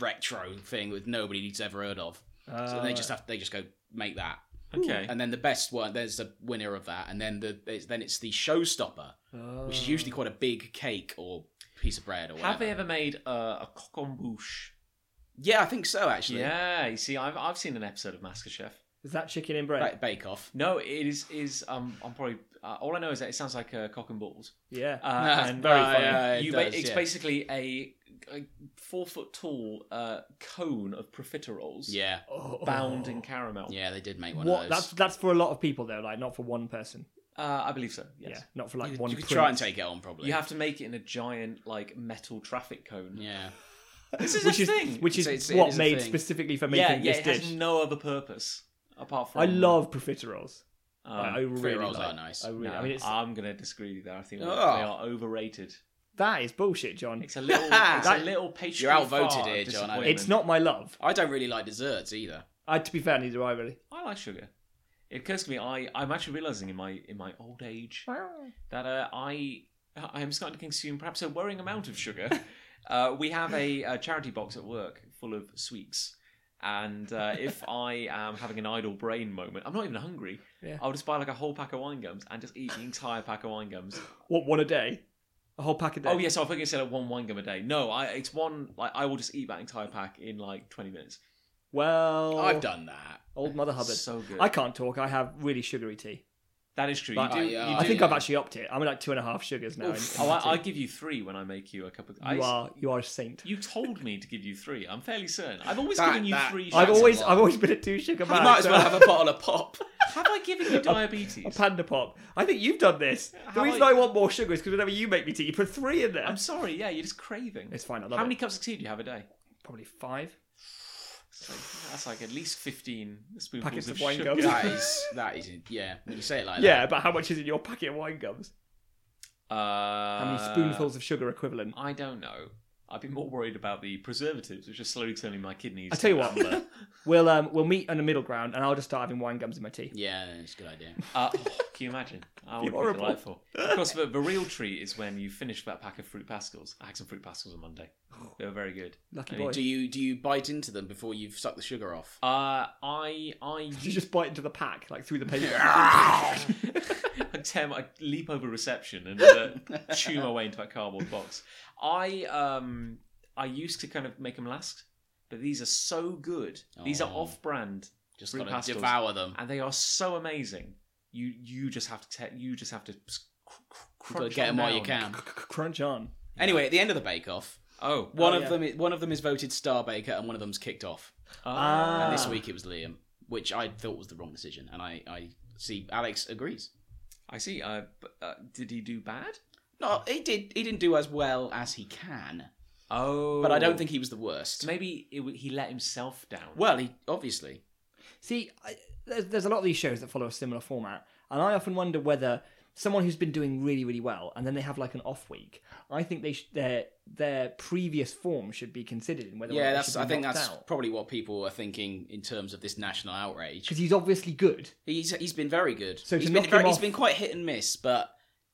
Speaker 3: retro thing that nobody's ever heard of. So
Speaker 2: Ah,
Speaker 3: they just have they just go make that.
Speaker 1: Okay.
Speaker 3: Hmm, and then the best one there's the winner of that and then the it's, then it's the showstopper which is
Speaker 2: oh.
Speaker 3: usually quite a big cake or piece of bread or whatever
Speaker 1: Have they ever made uh, a coq en bouche?
Speaker 3: yeah i think so actually
Speaker 1: Yeah. You see, I've I've seen an episode of MasterChef.
Speaker 2: Is that chicken in bread?
Speaker 3: right bake off
Speaker 1: No, it is is um I'm probably uh, all I know is that it sounds like uh, cock and balls.
Speaker 2: Yeah.
Speaker 1: Uh, and
Speaker 3: very
Speaker 1: uh,
Speaker 3: funny. Yeah, it
Speaker 1: you
Speaker 3: does,
Speaker 1: ba- it's
Speaker 3: yeah.
Speaker 1: basically a, a four foot tall uh, cone of profiteroles,
Speaker 3: yeah
Speaker 2: Oh.
Speaker 1: bound in caramel.
Speaker 3: yeah they did make one
Speaker 2: What?
Speaker 3: of
Speaker 2: That's
Speaker 3: those
Speaker 2: that's for a lot of people though, like not for one person.
Speaker 1: Uh, I believe so. Yes.
Speaker 2: Yeah, not for like one.
Speaker 3: you could
Speaker 2: print.
Speaker 3: try and take it on probably
Speaker 1: You have to make it in a giant like metal traffic cone.
Speaker 3: yeah
Speaker 1: This is
Speaker 2: which
Speaker 1: a
Speaker 2: is
Speaker 1: thing.
Speaker 2: which is
Speaker 3: It's- it's- it
Speaker 2: what
Speaker 3: is a
Speaker 2: made
Speaker 3: thing.
Speaker 2: specifically for
Speaker 1: yeah,
Speaker 2: making
Speaker 1: yeah. It
Speaker 2: this dish.
Speaker 1: has no other purpose apart from
Speaker 2: I love profiteroles.
Speaker 1: um,
Speaker 2: I, I really
Speaker 3: rolls
Speaker 2: like-
Speaker 3: are nice.
Speaker 2: I really.
Speaker 1: no,
Speaker 2: I mean, it's,
Speaker 1: I'm gonna disagree with you there. I think
Speaker 3: Oh.
Speaker 1: they are overrated.
Speaker 2: that is bullshit, John.
Speaker 1: It's a little, it's a
Speaker 3: That-
Speaker 1: little pastry.
Speaker 3: You're outvoted
Speaker 1: far
Speaker 3: here, John, I-
Speaker 1: disappointment.
Speaker 2: It's not my love.
Speaker 3: i don't really like desserts either
Speaker 2: I, to be fair, neither do I really.
Speaker 1: I like sugar. It occurs to me, I, I'm actually realizing in my in my old age that uh, I I am starting to consume perhaps a worrying amount of sugar. uh, we have a, uh charity box at work full of sweets, and uh, if I am having an idle brain moment, I'm not even hungry.
Speaker 2: Yeah.
Speaker 1: I'll just buy like a whole pack of wine gums and just eat the entire pack of wine gums.
Speaker 2: What one a day? A whole pack a day.
Speaker 1: Oh yes, I think it said like one wine gum a day. No, I it's one like I will just eat that entire pack in like 20 minutes. Oh.
Speaker 2: Well,
Speaker 3: i've done that
Speaker 2: Old Mother Hubbard.
Speaker 1: So good.
Speaker 2: I can't talk. I have really sugary tea.
Speaker 1: that is true. You
Speaker 2: Like,
Speaker 1: do,
Speaker 3: I- yeah,
Speaker 1: you
Speaker 2: I
Speaker 1: do-
Speaker 2: think
Speaker 3: yeah.
Speaker 2: I've actually upped it. I'm at like two and a half sugars now. in-
Speaker 3: Oof.
Speaker 2: in
Speaker 1: Oh,
Speaker 2: my
Speaker 1: I, I
Speaker 2: tea.
Speaker 1: give you three when I make you a cup of. I,
Speaker 2: you are you are a saint.
Speaker 1: You told me to give you three. I'm fairly certain. I've always
Speaker 3: That-
Speaker 1: given you
Speaker 3: that-
Speaker 1: three.
Speaker 2: I've
Speaker 1: shots.
Speaker 2: always
Speaker 3: lot.
Speaker 2: I've always been a two sugar
Speaker 3: you
Speaker 2: man.
Speaker 3: might as
Speaker 2: so-
Speaker 3: well have a bottle of pop
Speaker 1: Have I given
Speaker 2: Oh,
Speaker 1: you
Speaker 2: a
Speaker 1: diabetes?
Speaker 2: panda pop. I think you've done this. The
Speaker 1: How
Speaker 2: reason
Speaker 1: I-
Speaker 2: I want more sugar is because whenever you make me tea, you put three in there.
Speaker 1: I'm sorry. Yeah, you're just craving.
Speaker 2: It's fine. I love
Speaker 1: How many
Speaker 2: it.
Speaker 1: cups of tea do you have a day?
Speaker 2: Probably five.
Speaker 1: It's like- that's like at least 15 spoonfuls
Speaker 2: Packets
Speaker 1: of,
Speaker 2: of wine
Speaker 1: sugar.
Speaker 2: gums.
Speaker 3: that is that is yeah when you say it like that
Speaker 2: Yeah, but how much is in your packet of wine gums?
Speaker 1: Uh,
Speaker 2: How many spoonfuls of sugar equivalent?
Speaker 1: I don't know. I'd be more worried about the preservatives, which are slowly turning my kidneys.
Speaker 2: I tell you
Speaker 1: to
Speaker 2: what.
Speaker 1: amber.
Speaker 2: We'll um we'll meet on a middle ground, and I'll just start having wine gums in my tea.
Speaker 3: yeah it's a good idea
Speaker 1: Uh, oh, can you imagine? I would be
Speaker 2: horrible.
Speaker 1: delightful. Of course, the, the real treat is when you finish that pack of fruit pascals. I had some fruit pascals on Monday. They were very good.
Speaker 2: Lucky
Speaker 1: I mean,
Speaker 2: boy.
Speaker 3: do you do you bite into them before you've sucked the sugar off
Speaker 1: Uh, I, I,
Speaker 2: You just bite into the pack like through the paper.
Speaker 1: I tear, my- I leap over reception and uh, chew my way into that cardboard box. I, um, I used to kind of make them last, but these are so good. These are
Speaker 3: Oh.
Speaker 1: off-brand,
Speaker 3: just
Speaker 1: Fruit
Speaker 3: gotta
Speaker 1: pastels.
Speaker 3: devour them
Speaker 1: and they are so amazing. You, you just have to, te- you just have to. s- cr- cr-
Speaker 3: Gotta
Speaker 1: Crunch
Speaker 3: get
Speaker 1: them
Speaker 3: them while you
Speaker 1: down.
Speaker 3: can.
Speaker 2: Crunch on.
Speaker 3: Anyway, at the end of the Bake Off,
Speaker 1: Oh,
Speaker 3: One
Speaker 2: Oh,
Speaker 3: of
Speaker 2: yeah.
Speaker 3: them, is, one of them is voted Star Baker, and one of them's kicked off.
Speaker 1: Ah.
Speaker 3: And this week it was Liam, which I thought was the wrong decision, and I, I see Alex agrees.
Speaker 1: I see. Uh, but, uh, did he do bad?
Speaker 3: No, he did. He didn't do as well as he can,
Speaker 1: Oh,
Speaker 3: but I don't think he was the worst.
Speaker 1: maybe it, w- he let himself down.
Speaker 3: Well, he obviously.
Speaker 2: See, I, there's, there's a lot of these shows that follow a similar format, and I often wonder whether someone who's been doing really, really well and then they have like an off week. I think they sh- their their previous form should be considered in whether or not
Speaker 3: Yeah,
Speaker 2: they
Speaker 3: that's.
Speaker 2: should be
Speaker 3: I think
Speaker 2: knocked
Speaker 3: that's
Speaker 2: out.
Speaker 3: probably what people are thinking in terms of this national outrage.
Speaker 2: because he's obviously good.
Speaker 3: He's he's been very good.
Speaker 2: So to
Speaker 3: he's
Speaker 2: knock
Speaker 3: been
Speaker 2: him
Speaker 3: very, he's
Speaker 2: off-
Speaker 3: been quite hit and miss, but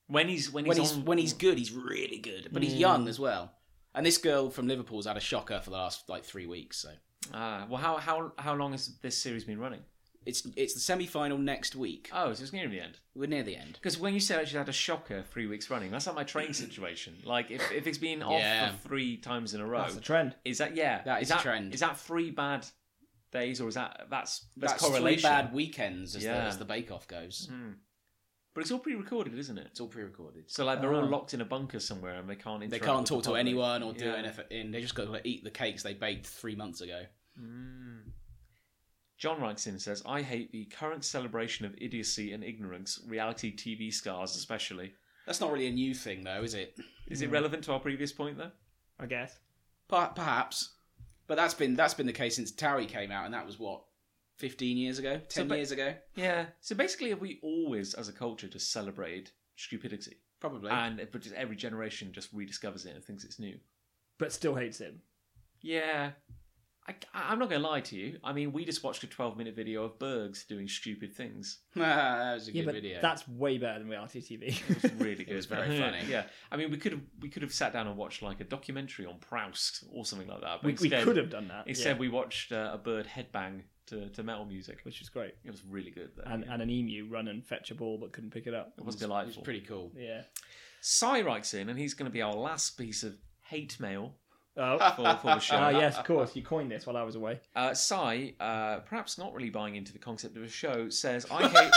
Speaker 1: when he's when he's,
Speaker 3: when he's
Speaker 1: on,
Speaker 3: when he's good, he's really good. But he's
Speaker 2: Hmm.
Speaker 3: young as well. And this girl from Liverpool's had a shocker for the last like three weeks. So
Speaker 1: Ah, well, how how how long has this series been running?
Speaker 3: it's it's the semi final next week.
Speaker 1: Oh, so it's near the end.
Speaker 3: We're near the end.
Speaker 1: Because when you said I should had a shocker three weeks running, that's like my train situation. Like if, if it's been off
Speaker 3: Yeah.
Speaker 1: for three times in a row,
Speaker 2: That's the trend.
Speaker 1: is that yeah?
Speaker 3: That is
Speaker 1: that,
Speaker 3: a trend.
Speaker 1: Is that three bad days or is that that's that's,
Speaker 3: That's
Speaker 1: correlation?
Speaker 3: three bad weekends as, the,
Speaker 1: Yeah.
Speaker 3: as the Bake Off goes.
Speaker 1: But it's all pre-recorded, isn't it?
Speaker 3: It's all pre-recorded.
Speaker 1: So like they're all
Speaker 2: Ah.
Speaker 1: locked in a bunker somewhere and they can't
Speaker 3: They
Speaker 1: interact
Speaker 3: can't
Speaker 1: with the
Speaker 3: talk to
Speaker 1: public.
Speaker 3: anyone or do
Speaker 1: Yeah.
Speaker 3: anything. They just got to like, eat the cakes they baked three months ago.
Speaker 1: Mm. John writes in and says, "I hate the current celebration of idiocy and ignorance, reality TV stars especially.
Speaker 3: That's not really a new thing, though, is it?
Speaker 1: Is it relevant to our previous point though?
Speaker 2: I guess.
Speaker 3: Per- Perhaps, but that's been that's been the case since Towie came out, and that was what fifteen years ago, ten
Speaker 1: ba-
Speaker 3: years ago,
Speaker 1: Yeah. So basically, have we always, as a culture, just celebrated stupidity,
Speaker 3: probably.
Speaker 1: and but just every generation just rediscovers it and thinks it's new?
Speaker 2: But still hates him.
Speaker 1: Yeah. I, I'm not going to lie to you. I mean, we just watched a 12 minute video of Bergs doing stupid things.
Speaker 3: that was a
Speaker 2: yeah,
Speaker 3: good
Speaker 2: but
Speaker 3: video.
Speaker 2: that's way better than reality TV.
Speaker 1: It's really good.
Speaker 3: was very funny.
Speaker 1: yeah. I mean, we could have we could have sat down and watched like a documentary on Proust or something like that. But
Speaker 2: we, we
Speaker 1: instead,
Speaker 2: could have done that.
Speaker 1: Instead,
Speaker 2: yeah,
Speaker 1: we watched uh, a bird headbang to, to metal music.
Speaker 2: which was great.
Speaker 1: It was really good. Though.
Speaker 2: And,
Speaker 1: yeah.
Speaker 2: and an emu run and fetch a ball but couldn't pick it up.
Speaker 1: it was
Speaker 3: it was
Speaker 1: delightful.
Speaker 3: pretty cool.
Speaker 2: Yeah.
Speaker 1: Cy writes in, and he's going to be our last piece of hate mail
Speaker 2: Oh.
Speaker 1: for, for the show.
Speaker 2: Ah, yes, of course. You coined this while I was away.
Speaker 1: Uh, Sai, uh, perhaps not really buying into the concept of a show, says, "I hate,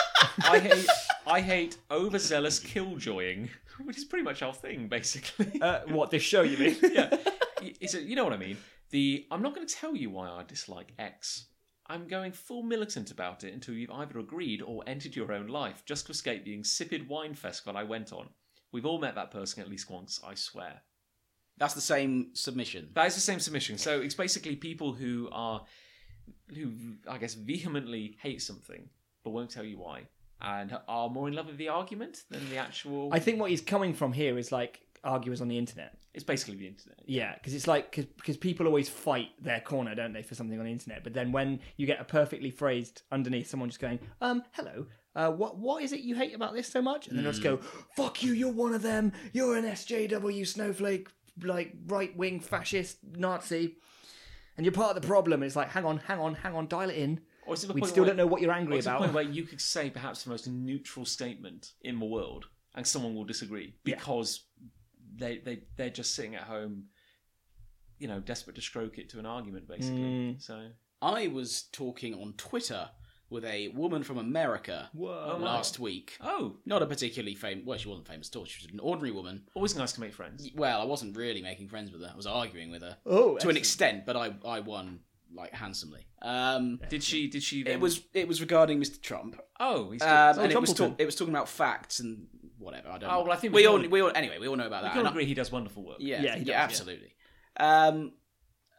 Speaker 1: I hate, I hate overzealous killjoying, which is pretty much our thing, basically.
Speaker 2: Uh, what this show you mean?
Speaker 1: yeah, Y- is it, you know what I mean? The I'm not going to tell you why I dislike X. I'm going full militant about it until you've either agreed or entered your own life, just to escape the insipid wine festival I went on. We've all met that person at least once, I swear."
Speaker 3: That's the same submission.
Speaker 1: That is the same submission. So it's basically people who are, who I guess vehemently hate something but won't tell you why, and are more in love with the argument than the actual.
Speaker 2: I think what he's coming from here is like arguers on the internet.
Speaker 1: it's basically the internet.
Speaker 2: Yeah, because it's like because people always fight their corner, don't they, for something on the internet? But then when you get a perfectly phrased underneath, someone just going, "Um, hello, uh, what what is it you hate about this so much?" And then they'll just go,
Speaker 3: Mm.
Speaker 2: "Fuck you, you're one of them. You're an SJW snowflake, like right wing fascist Nazi, and you're part of the problem." And it's like, hang on, hang on, hang on, dial it in.
Speaker 1: Or is it the
Speaker 2: We
Speaker 1: point
Speaker 2: still
Speaker 1: where-
Speaker 2: don't know what you're
Speaker 1: or
Speaker 2: angry
Speaker 1: is it the point
Speaker 2: about.
Speaker 1: where you could say perhaps the most neutral statement in the world, and someone will disagree because they they they're just sitting at home, you know, desperate to stroke it to an argument, basically.
Speaker 2: Mm.
Speaker 1: So
Speaker 3: I was talking on Twitter with a woman from America
Speaker 2: Whoa.
Speaker 3: last week.
Speaker 1: oh,
Speaker 3: Not a particularly famous. Well, she wasn't famous at all. She was an ordinary woman.
Speaker 1: always nice to make friends.
Speaker 3: Well, I wasn't really making friends with her. I was arguing with her
Speaker 2: Oh,
Speaker 3: to
Speaker 2: excellent.
Speaker 3: an extent, but I I won like handsomely. Um,
Speaker 1: Did she? Did she?
Speaker 3: it
Speaker 1: then-
Speaker 3: was it was regarding Mr. Trump.
Speaker 1: Oh, he's
Speaker 3: Um, and it was,
Speaker 2: Trumpleton.
Speaker 3: talk, it was talking about facts and whatever. I don't.
Speaker 1: Oh,
Speaker 3: know.
Speaker 1: well, I think we
Speaker 3: we all
Speaker 1: can-
Speaker 3: we all anyway. We all know about
Speaker 1: We
Speaker 3: that.
Speaker 1: Oh, can
Speaker 3: And
Speaker 1: all
Speaker 3: I-
Speaker 1: agree he does wonderful work.
Speaker 3: yeah,
Speaker 2: Yeah,
Speaker 3: yeah,
Speaker 2: he does, yeah.
Speaker 3: absolutely. Um,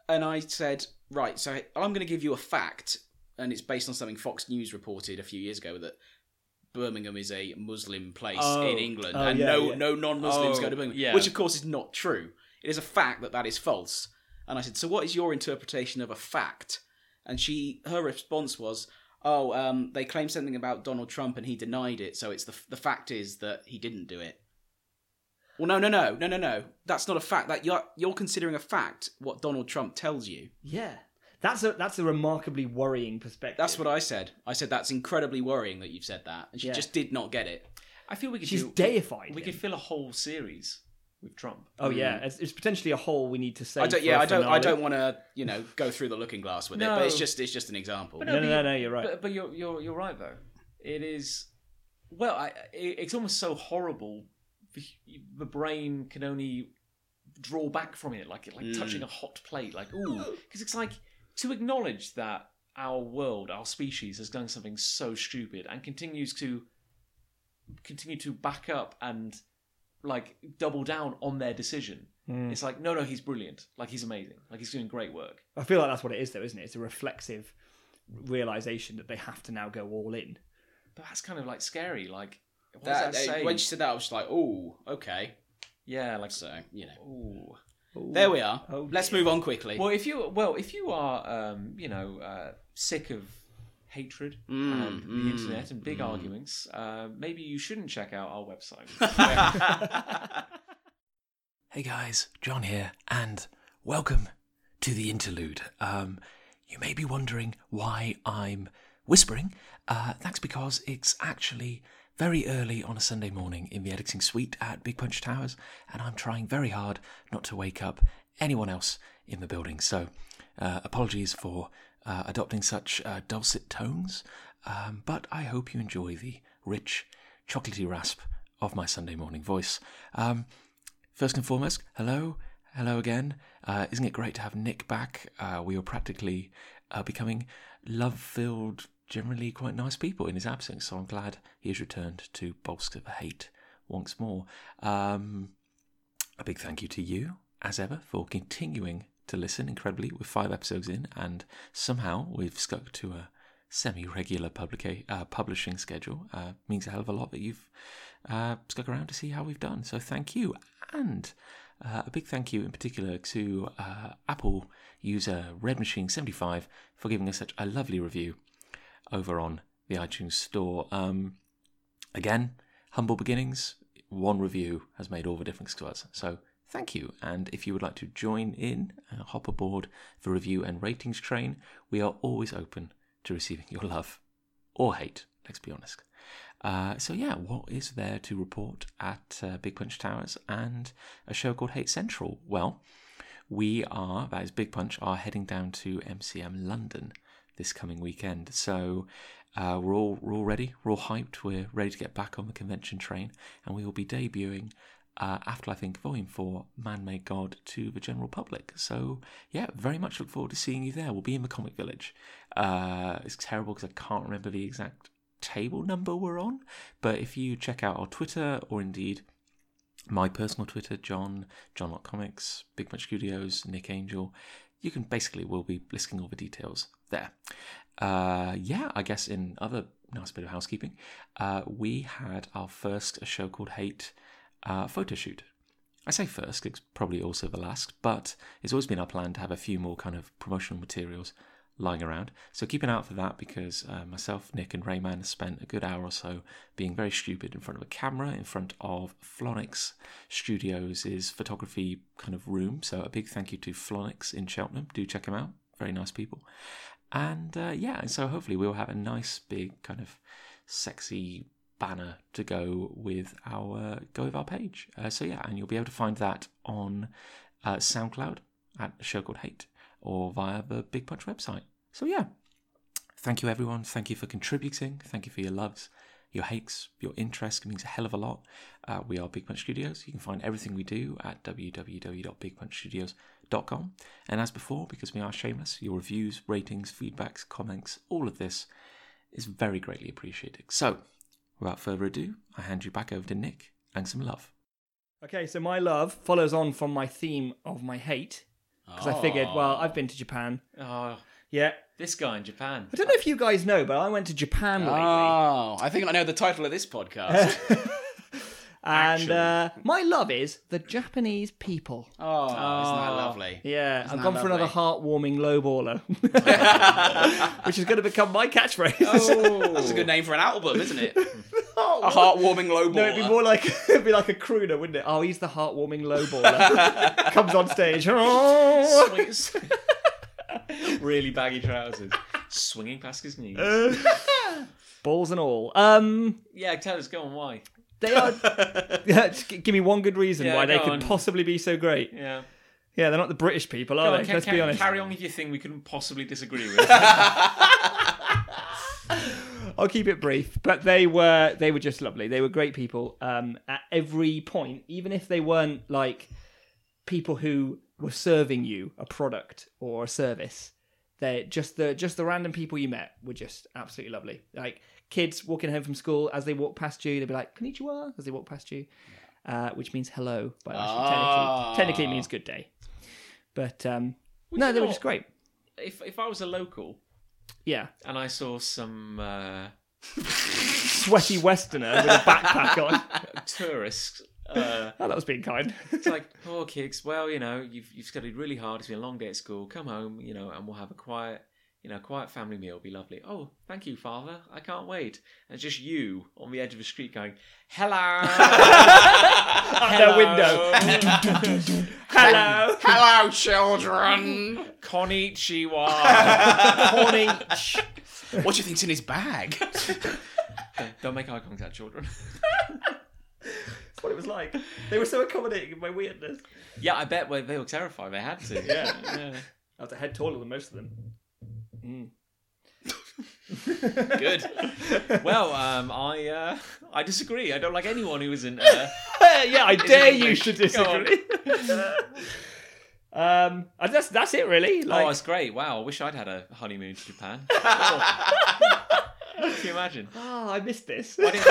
Speaker 3: and I said, right, so I'm going to give you a fact, and it's based on something Fox News reported a few years ago that Birmingham is a Muslim place
Speaker 1: Oh.
Speaker 3: in England,
Speaker 2: Oh,
Speaker 3: and
Speaker 2: yeah,
Speaker 3: no
Speaker 2: yeah.
Speaker 3: no non-Muslims
Speaker 1: Oh,
Speaker 3: go to Birmingham,
Speaker 1: yeah.
Speaker 3: which of course is not true. It is a fact that that is false. And I said, so what is your interpretation of a fact? And she her response was. Oh, um, they claimed something about Donald Trump and he denied it. So it's the the fact is that he didn't do it. Well, no, no, no, no, no, no. That's not a fact. That you're you're considering a fact what Donald Trump tells you.
Speaker 2: yeah. That's a that's a remarkably worrying perspective.
Speaker 3: That's what I said. I said that's incredibly worrying that you've said that, and she
Speaker 2: Yeah.
Speaker 3: just did not get it.
Speaker 1: I feel we could.
Speaker 2: she's
Speaker 1: do,
Speaker 2: deified.
Speaker 1: We
Speaker 2: him.
Speaker 1: could fill a whole series with Trump.
Speaker 2: Oh yeah, it's, it's potentially a hole we need to save.
Speaker 3: Mm. I don't.
Speaker 2: for
Speaker 3: Yeah,
Speaker 2: a
Speaker 3: I don't. I
Speaker 2: finale.
Speaker 3: don't want to. You know, go through the looking glass with it. But it's
Speaker 1: No.
Speaker 3: just it's just an example.
Speaker 1: But
Speaker 2: No, no,
Speaker 1: but
Speaker 2: no,
Speaker 1: you-
Speaker 2: no, you're right.
Speaker 1: But, but you're you're you're right though. It is. Well, I, it, it's almost so horrible. The, the brain can only
Speaker 4: draw back from it, like
Speaker 3: Mm.
Speaker 4: like touching a hot plate, like ooh, because it's like to acknowledge that our world, our species, has done something so stupid and continues to continue to back up and like double down on their decision.
Speaker 3: Mm.
Speaker 2: Mm.
Speaker 4: It's like no, no, he's brilliant, like he's amazing, like he's doing great work.
Speaker 2: I feel like that's what it is, though, isn't it? It's a reflexive realization that they have to now go all in.
Speaker 4: But that's kind of like scary. Like what
Speaker 3: That,
Speaker 4: does that
Speaker 3: uh,
Speaker 4: say?
Speaker 3: when she said that, I was like, oh, okay.
Speaker 4: yeah, like
Speaker 3: So you know,
Speaker 4: ooh.
Speaker 3: there we are.
Speaker 2: Oh,
Speaker 3: Let's
Speaker 2: dear.
Speaker 3: move on quickly.
Speaker 4: Well, if you well, if you are um, you know uh, sick of hatred and the internet and big arguments, uh, maybe you shouldn't check out our website.
Speaker 1: Hey guys, John here, and welcome to the interlude. Um, you may be wondering why I'm whispering. Uh, that's because it's actually very early on a Sunday morning in the editing suite at Big Punch Towers, and I'm trying very hard not to wake up anyone else in the building. So, uh, apologies for uh, adopting such uh, dulcet tones, um, but I hope you enjoy the rich, chocolatey rasp of my Sunday morning voice. Um, First and foremost, hello, hello again. Uh, isn't it great to have Nick back? Uh, we were practically uh, becoming love filled, generally quite nice people in his absence, so I'm glad he has returned to bolster the hate once more. Um, a big thank you to you, as ever, for continuing to listen incredibly. We're five episodes in, and somehow we've stuck to a semi regular publica- uh, publishing schedule. Uh, means a hell of a lot that you've uh, stuck around to see how we've done. So thank you. And uh, a big thank you in particular to uh, Apple user Red Machine 75 for giving us such a lovely review over on the iTunes Store. Um, again, humble beginnings. One review has made all the difference to us. So thank you. And if you would like to join in, uh, hop aboard the review and ratings train. We are always open to receiving your love or hate, let's be honest. Uh, so yeah, what is there to report at uh, Big Punch Towers and a show called Hate Central? Well, we are that is Big Punch are heading down to MCM London this coming weekend. So uh, we're all we're all ready, we're all hyped, we're ready to get back on the convention train, and we will be debuting. Uh, Afterlife Inc. Volume 4, Man Made God, to the general public. So, yeah, very much look forward to seeing you there. We'll be in the Comic Village. Uh, it's terrible because I can't remember the exact table number we're on. But if you check out our Twitter or indeed my personal Twitter, John, John Lock Comics, Big Much Studios, Nick Angel, you can basically, we'll be listing all the details there. Uh, yeah, I guess in other nice bit of housekeeping, uh, we had our first a show called Hate uh, photo shoot I say first, it's probably also the last, but it's always been our plan to have a few more kind of promotional materials lying around. So keep an eye out for that because uh, myself, Nick, and Rayman spent a good hour or so being very stupid in front of a camera, in front of Flonix Studios' photography kind of room. So a big thank you to Flonix in Cheltenham. Do check them out. Very nice people. And uh, yeah, and so hopefully we'll have a nice big kind of sexy banner to go with our go with our page. Uh, so yeah, and you'll be able to find that on uh, SoundCloud at a show called Hate or via the Big Punch website. So yeah, thank you everyone. Thank you for contributing. Thank you for your loves, your hates, your interest. It means a hell of a lot. Uh, we are Big Punch Studios. You can find everything we do at www.bigpunchstudios.com. And as before, because we are shameless, your reviews, ratings, feedbacks, comments, all of this is very greatly appreciated. So, without further ado, I hand you back over to Nick and some love.
Speaker 2: Okay, so my love follows on from my theme of my hate because I figured,
Speaker 3: Ah.
Speaker 2: well, I've been to Japan.
Speaker 4: oh,
Speaker 2: Yeah,
Speaker 4: this guy in Japan.
Speaker 2: I don't know if you guys know, but I went to Japan lately.
Speaker 3: Oh, I think I know the title of this podcast.
Speaker 2: and uh, my love is the Japanese people.
Speaker 3: oh, isn't that lovely?
Speaker 2: Yeah, I've
Speaker 3: that
Speaker 2: gone for another
Speaker 3: lovely?
Speaker 2: heartwarming lowballer, which is going to become my catchphrase.
Speaker 4: Oh.
Speaker 3: That's a good name for an album, isn't it?
Speaker 2: Heartwarming.
Speaker 3: A heartwarming low
Speaker 2: No, it'd be more like it'd be like a crooner, wouldn't it? Oh, he's the heartwarming lowballer. Comes on stage. Oh.
Speaker 4: Swings- really baggy trousers, swinging past his knees.
Speaker 2: Uh. Balls and all. Um,
Speaker 4: yeah, tell us, go on, why?
Speaker 2: they are. Yeah, just g- give me one good reason
Speaker 4: Yeah,
Speaker 2: why they
Speaker 4: go
Speaker 2: could
Speaker 4: on.
Speaker 2: possibly be so great.
Speaker 4: Yeah,
Speaker 2: Yeah, they're not the British people, are
Speaker 4: Go on,
Speaker 2: they?
Speaker 4: ca-
Speaker 2: Let's
Speaker 4: ca-
Speaker 2: be honest.
Speaker 4: Carry on with your thing. We couldn't possibly disagree with.
Speaker 2: I'll keep it brief, but they were they were just lovely. They were great people um, at every point, even if they weren't like people who were serving you a product or a service. They're just the just the random people you met were just absolutely lovely. Like kids walking home from school, as they walk past you, they'll be like "Konnichiwa" as they walk past you, uh, which means hello. By
Speaker 3: Ah.
Speaker 2: technically, technically it means good day. But um, no,
Speaker 4: you
Speaker 2: they were
Speaker 4: not-
Speaker 2: just great.
Speaker 4: If if I was a local
Speaker 2: Yeah,
Speaker 4: and I saw some uh,
Speaker 2: sweaty Westerner with a backpack on.
Speaker 4: tourists. Uh,
Speaker 2: Oh, that was being kind.
Speaker 4: it's like, poor kids. Well, you know, you've you've studied really hard. It's been a long day at school. Come home, you know, and we'll have a quiet, you know, quiet family meal. It'll be lovely. Oh, thank you, father. I can't wait. And it's just you on the edge of a street going, hello,
Speaker 2: Their window. Hello.
Speaker 3: Hello, children.
Speaker 4: konnichiwa.
Speaker 2: Horny.
Speaker 3: what do you think's in his bag?
Speaker 4: Don't- Don't make eye contact, children.
Speaker 2: what it was like. They were so accommodating in my weirdness.
Speaker 4: yeah, I bet well, they were terrified. They had to. Yeah. yeah.
Speaker 2: I was a head taller than most of them.
Speaker 3: Good.
Speaker 4: Well, um, I uh, I disagree. I don't like anyone who isn't. Uh,
Speaker 2: yeah, I dare you to
Speaker 4: Go on.
Speaker 2: disagree. um, and that's that's it really. Like,
Speaker 4: oh, it's great! Wow, I wish I'd had a honeymoon to Japan. Can you imagine?
Speaker 2: ah, I missed this.
Speaker 4: Why didn't,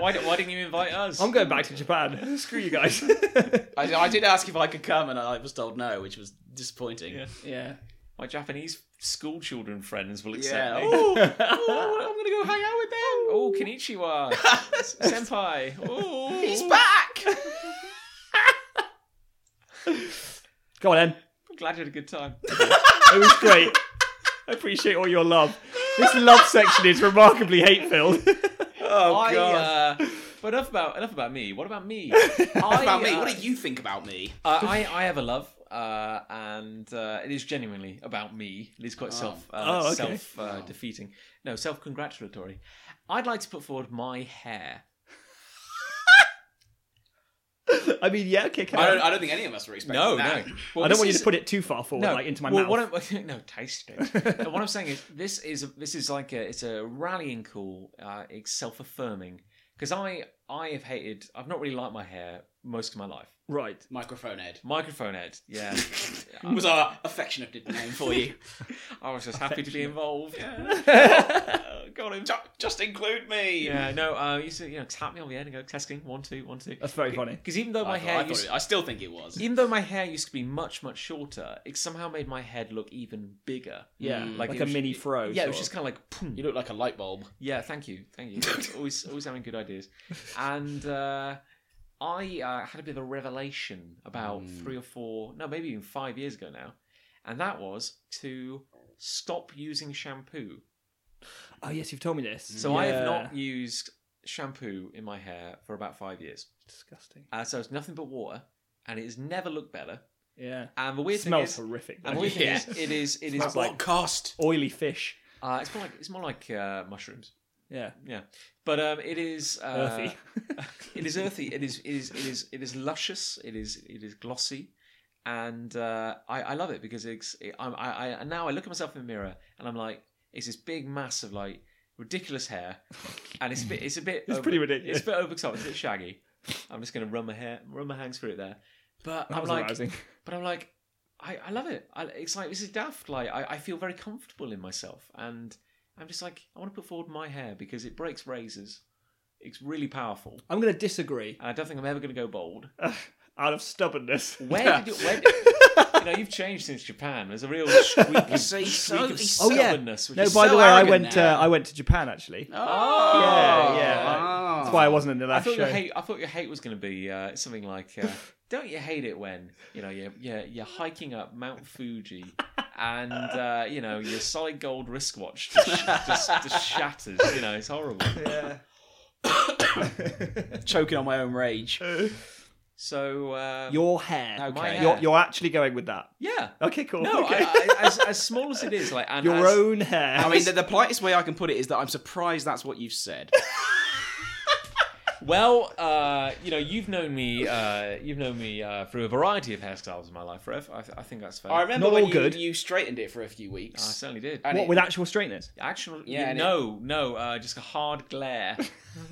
Speaker 4: why, di- why didn't you invite us?
Speaker 2: I'm going back to Japan. Screw you guys.
Speaker 3: I, I did ask if I could come, and I was told no, which was disappointing.
Speaker 4: Yeah.
Speaker 2: yeah.
Speaker 4: My Japanese school children friends will accept
Speaker 3: Yeah.
Speaker 4: me.
Speaker 3: Ooh,
Speaker 4: I'm gonna go hang out with them. Oh, konnichiwa, senpai. Oh,
Speaker 3: he's back.
Speaker 2: Go on, then.
Speaker 4: I'm glad you had a good time.
Speaker 2: It was great. I appreciate all your love. This love section is remarkably hate filled.
Speaker 3: Oh
Speaker 4: I,
Speaker 3: god.
Speaker 4: uh, but enough about enough about me. What about me?
Speaker 3: What about me?
Speaker 4: uh,
Speaker 3: What do you think about me?
Speaker 4: Uh, I, I have a love, uh, and uh, it is genuinely about me. It is quite self uh,
Speaker 2: Oh, okay.
Speaker 4: self uh, defeating. No, self congratulatory. I'd like to put forward my hair.
Speaker 2: I mean, yeah, okay, can
Speaker 3: I don't, I don't think any of us were expecting
Speaker 4: No,
Speaker 3: that.
Speaker 4: no.
Speaker 2: I don't want you to put it too far forward, like into my
Speaker 4: well,
Speaker 2: mouth.
Speaker 4: What I'm, no, taste it. No, what I'm saying is this is this is like a it's a rallying call. Uh, it's self affirming because I I have hated. I've not really liked my hair most of my life.
Speaker 2: Right.
Speaker 3: Microphone head
Speaker 4: Microphone head, yeah.
Speaker 3: was our affectionate name for you.
Speaker 4: I was just happy to be involved.
Speaker 3: Got him. Just, just include me.
Speaker 4: Yeah, no, uh, you used to, you know, tap me on the head and go testing one two one two.
Speaker 2: That's very funny.
Speaker 4: Because even though
Speaker 3: I,
Speaker 4: my
Speaker 3: thought-
Speaker 4: hair,
Speaker 3: I, thought
Speaker 4: used,
Speaker 3: it- I still think it was.
Speaker 4: even though my hair used to be much much shorter, it somehow made my head look even bigger. Mm,
Speaker 2: Yeah, like,
Speaker 4: it
Speaker 2: a
Speaker 4: was-
Speaker 2: mini fro.
Speaker 4: Yeah, it
Speaker 2: sort
Speaker 4: was
Speaker 2: of.
Speaker 4: just kind of like, "Pum."
Speaker 3: You look like a light bulb.
Speaker 4: yeah, thank you, thank you. always always having good ideas, and. uh I uh, had a bit of a revelation about three or four, no, maybe even five years ago now, and that was to stop using shampoo.
Speaker 2: Oh yes, you've told me this.
Speaker 4: So I have
Speaker 2: Yeah.
Speaker 4: not used shampoo in my hair for about five years.
Speaker 2: Disgusting.
Speaker 4: Uh, so it's nothing but water, and it has never looked better.
Speaker 2: Yeah.
Speaker 4: And the weird
Speaker 2: smells
Speaker 4: thing is,
Speaker 2: horrific.
Speaker 4: and the
Speaker 2: like
Speaker 4: weird thing is, it is it is
Speaker 2: Smells like-
Speaker 3: cost?
Speaker 2: oily fish.
Speaker 4: uh, it's more like it's more like uh, mushrooms.
Speaker 2: Yeah.
Speaker 4: Yeah, but um, it is uh,
Speaker 2: Earthy.
Speaker 4: it is earthy. It is it is it is it is luscious. It is it is glossy, and uh, I, I love it because it's it, I'm, I, I and now I look at myself in the mirror and I'm like, it's this big mass of like ridiculous hair, and it's a bit it's a bit
Speaker 2: It's pretty ridiculous.
Speaker 4: It's a bit over the top. It's a bit shaggy. I'm just gonna run my hair run my hands through it there, but
Speaker 2: That
Speaker 4: I'm
Speaker 2: was
Speaker 4: like.
Speaker 2: arousing.
Speaker 4: but I'm like, I, I love it. I, it's like this is daft. Like I, I feel very comfortable in myself, and I'm just like, I want to put forward my hair because it breaks razors. It's really powerful,
Speaker 2: I'm going to disagree.
Speaker 4: and I don't think I'm ever going to go bald.
Speaker 2: Out of stubbornness.
Speaker 4: Where did you? Where did, you know, you've changed since Japan. There's a real squeak of,
Speaker 3: say
Speaker 4: squeak
Speaker 3: so,
Speaker 4: of
Speaker 3: you say-
Speaker 2: Oh yeah. No, by
Speaker 4: stubbornness. which
Speaker 2: the
Speaker 4: is
Speaker 3: so
Speaker 2: way, I
Speaker 3: arrogant
Speaker 2: went. Uh,
Speaker 3: now.
Speaker 2: I went to Japan actually.
Speaker 3: Oh.
Speaker 2: Yeah, yeah.
Speaker 3: Ah.
Speaker 2: That's why I wasn't in the
Speaker 4: I
Speaker 2: last
Speaker 4: thought
Speaker 2: show.
Speaker 4: your hate. I thought your hate was going to be uh, something like, uh, "Don't you hate it when you know you're you're, you're hiking up Mount Fuji and uh, you know your solid gold wristwatch just, just, just shatters? You know it's horrible."
Speaker 3: Choking on my own rage.
Speaker 4: So uh,
Speaker 2: Your hair.
Speaker 4: my
Speaker 3: Okay.
Speaker 4: hair-
Speaker 2: You're, you're actually going with that.
Speaker 4: yeah.
Speaker 2: Okay, cool.
Speaker 4: No,
Speaker 2: okay.
Speaker 4: I, I, as, as small as it is, like and
Speaker 2: your
Speaker 4: as-
Speaker 2: own hair.
Speaker 3: I mean, the, the politest way I can put it is that I'm surprised that's what you've said.
Speaker 4: Well, uh, you know, you've known me. Uh, you've known me uh, through a variety of hairstyles in my life, Rev. I, th- I think that's fair.
Speaker 3: I remember
Speaker 2: Not
Speaker 3: when
Speaker 2: all
Speaker 3: you,
Speaker 2: good.
Speaker 3: you straightened it for a few weeks.
Speaker 4: I certainly did.
Speaker 3: And
Speaker 2: what
Speaker 3: it-
Speaker 2: with actual straighteners?
Speaker 4: Actual,
Speaker 3: Yeah,
Speaker 4: yeah,
Speaker 3: and it-
Speaker 4: no, no, uh, just a hard glare.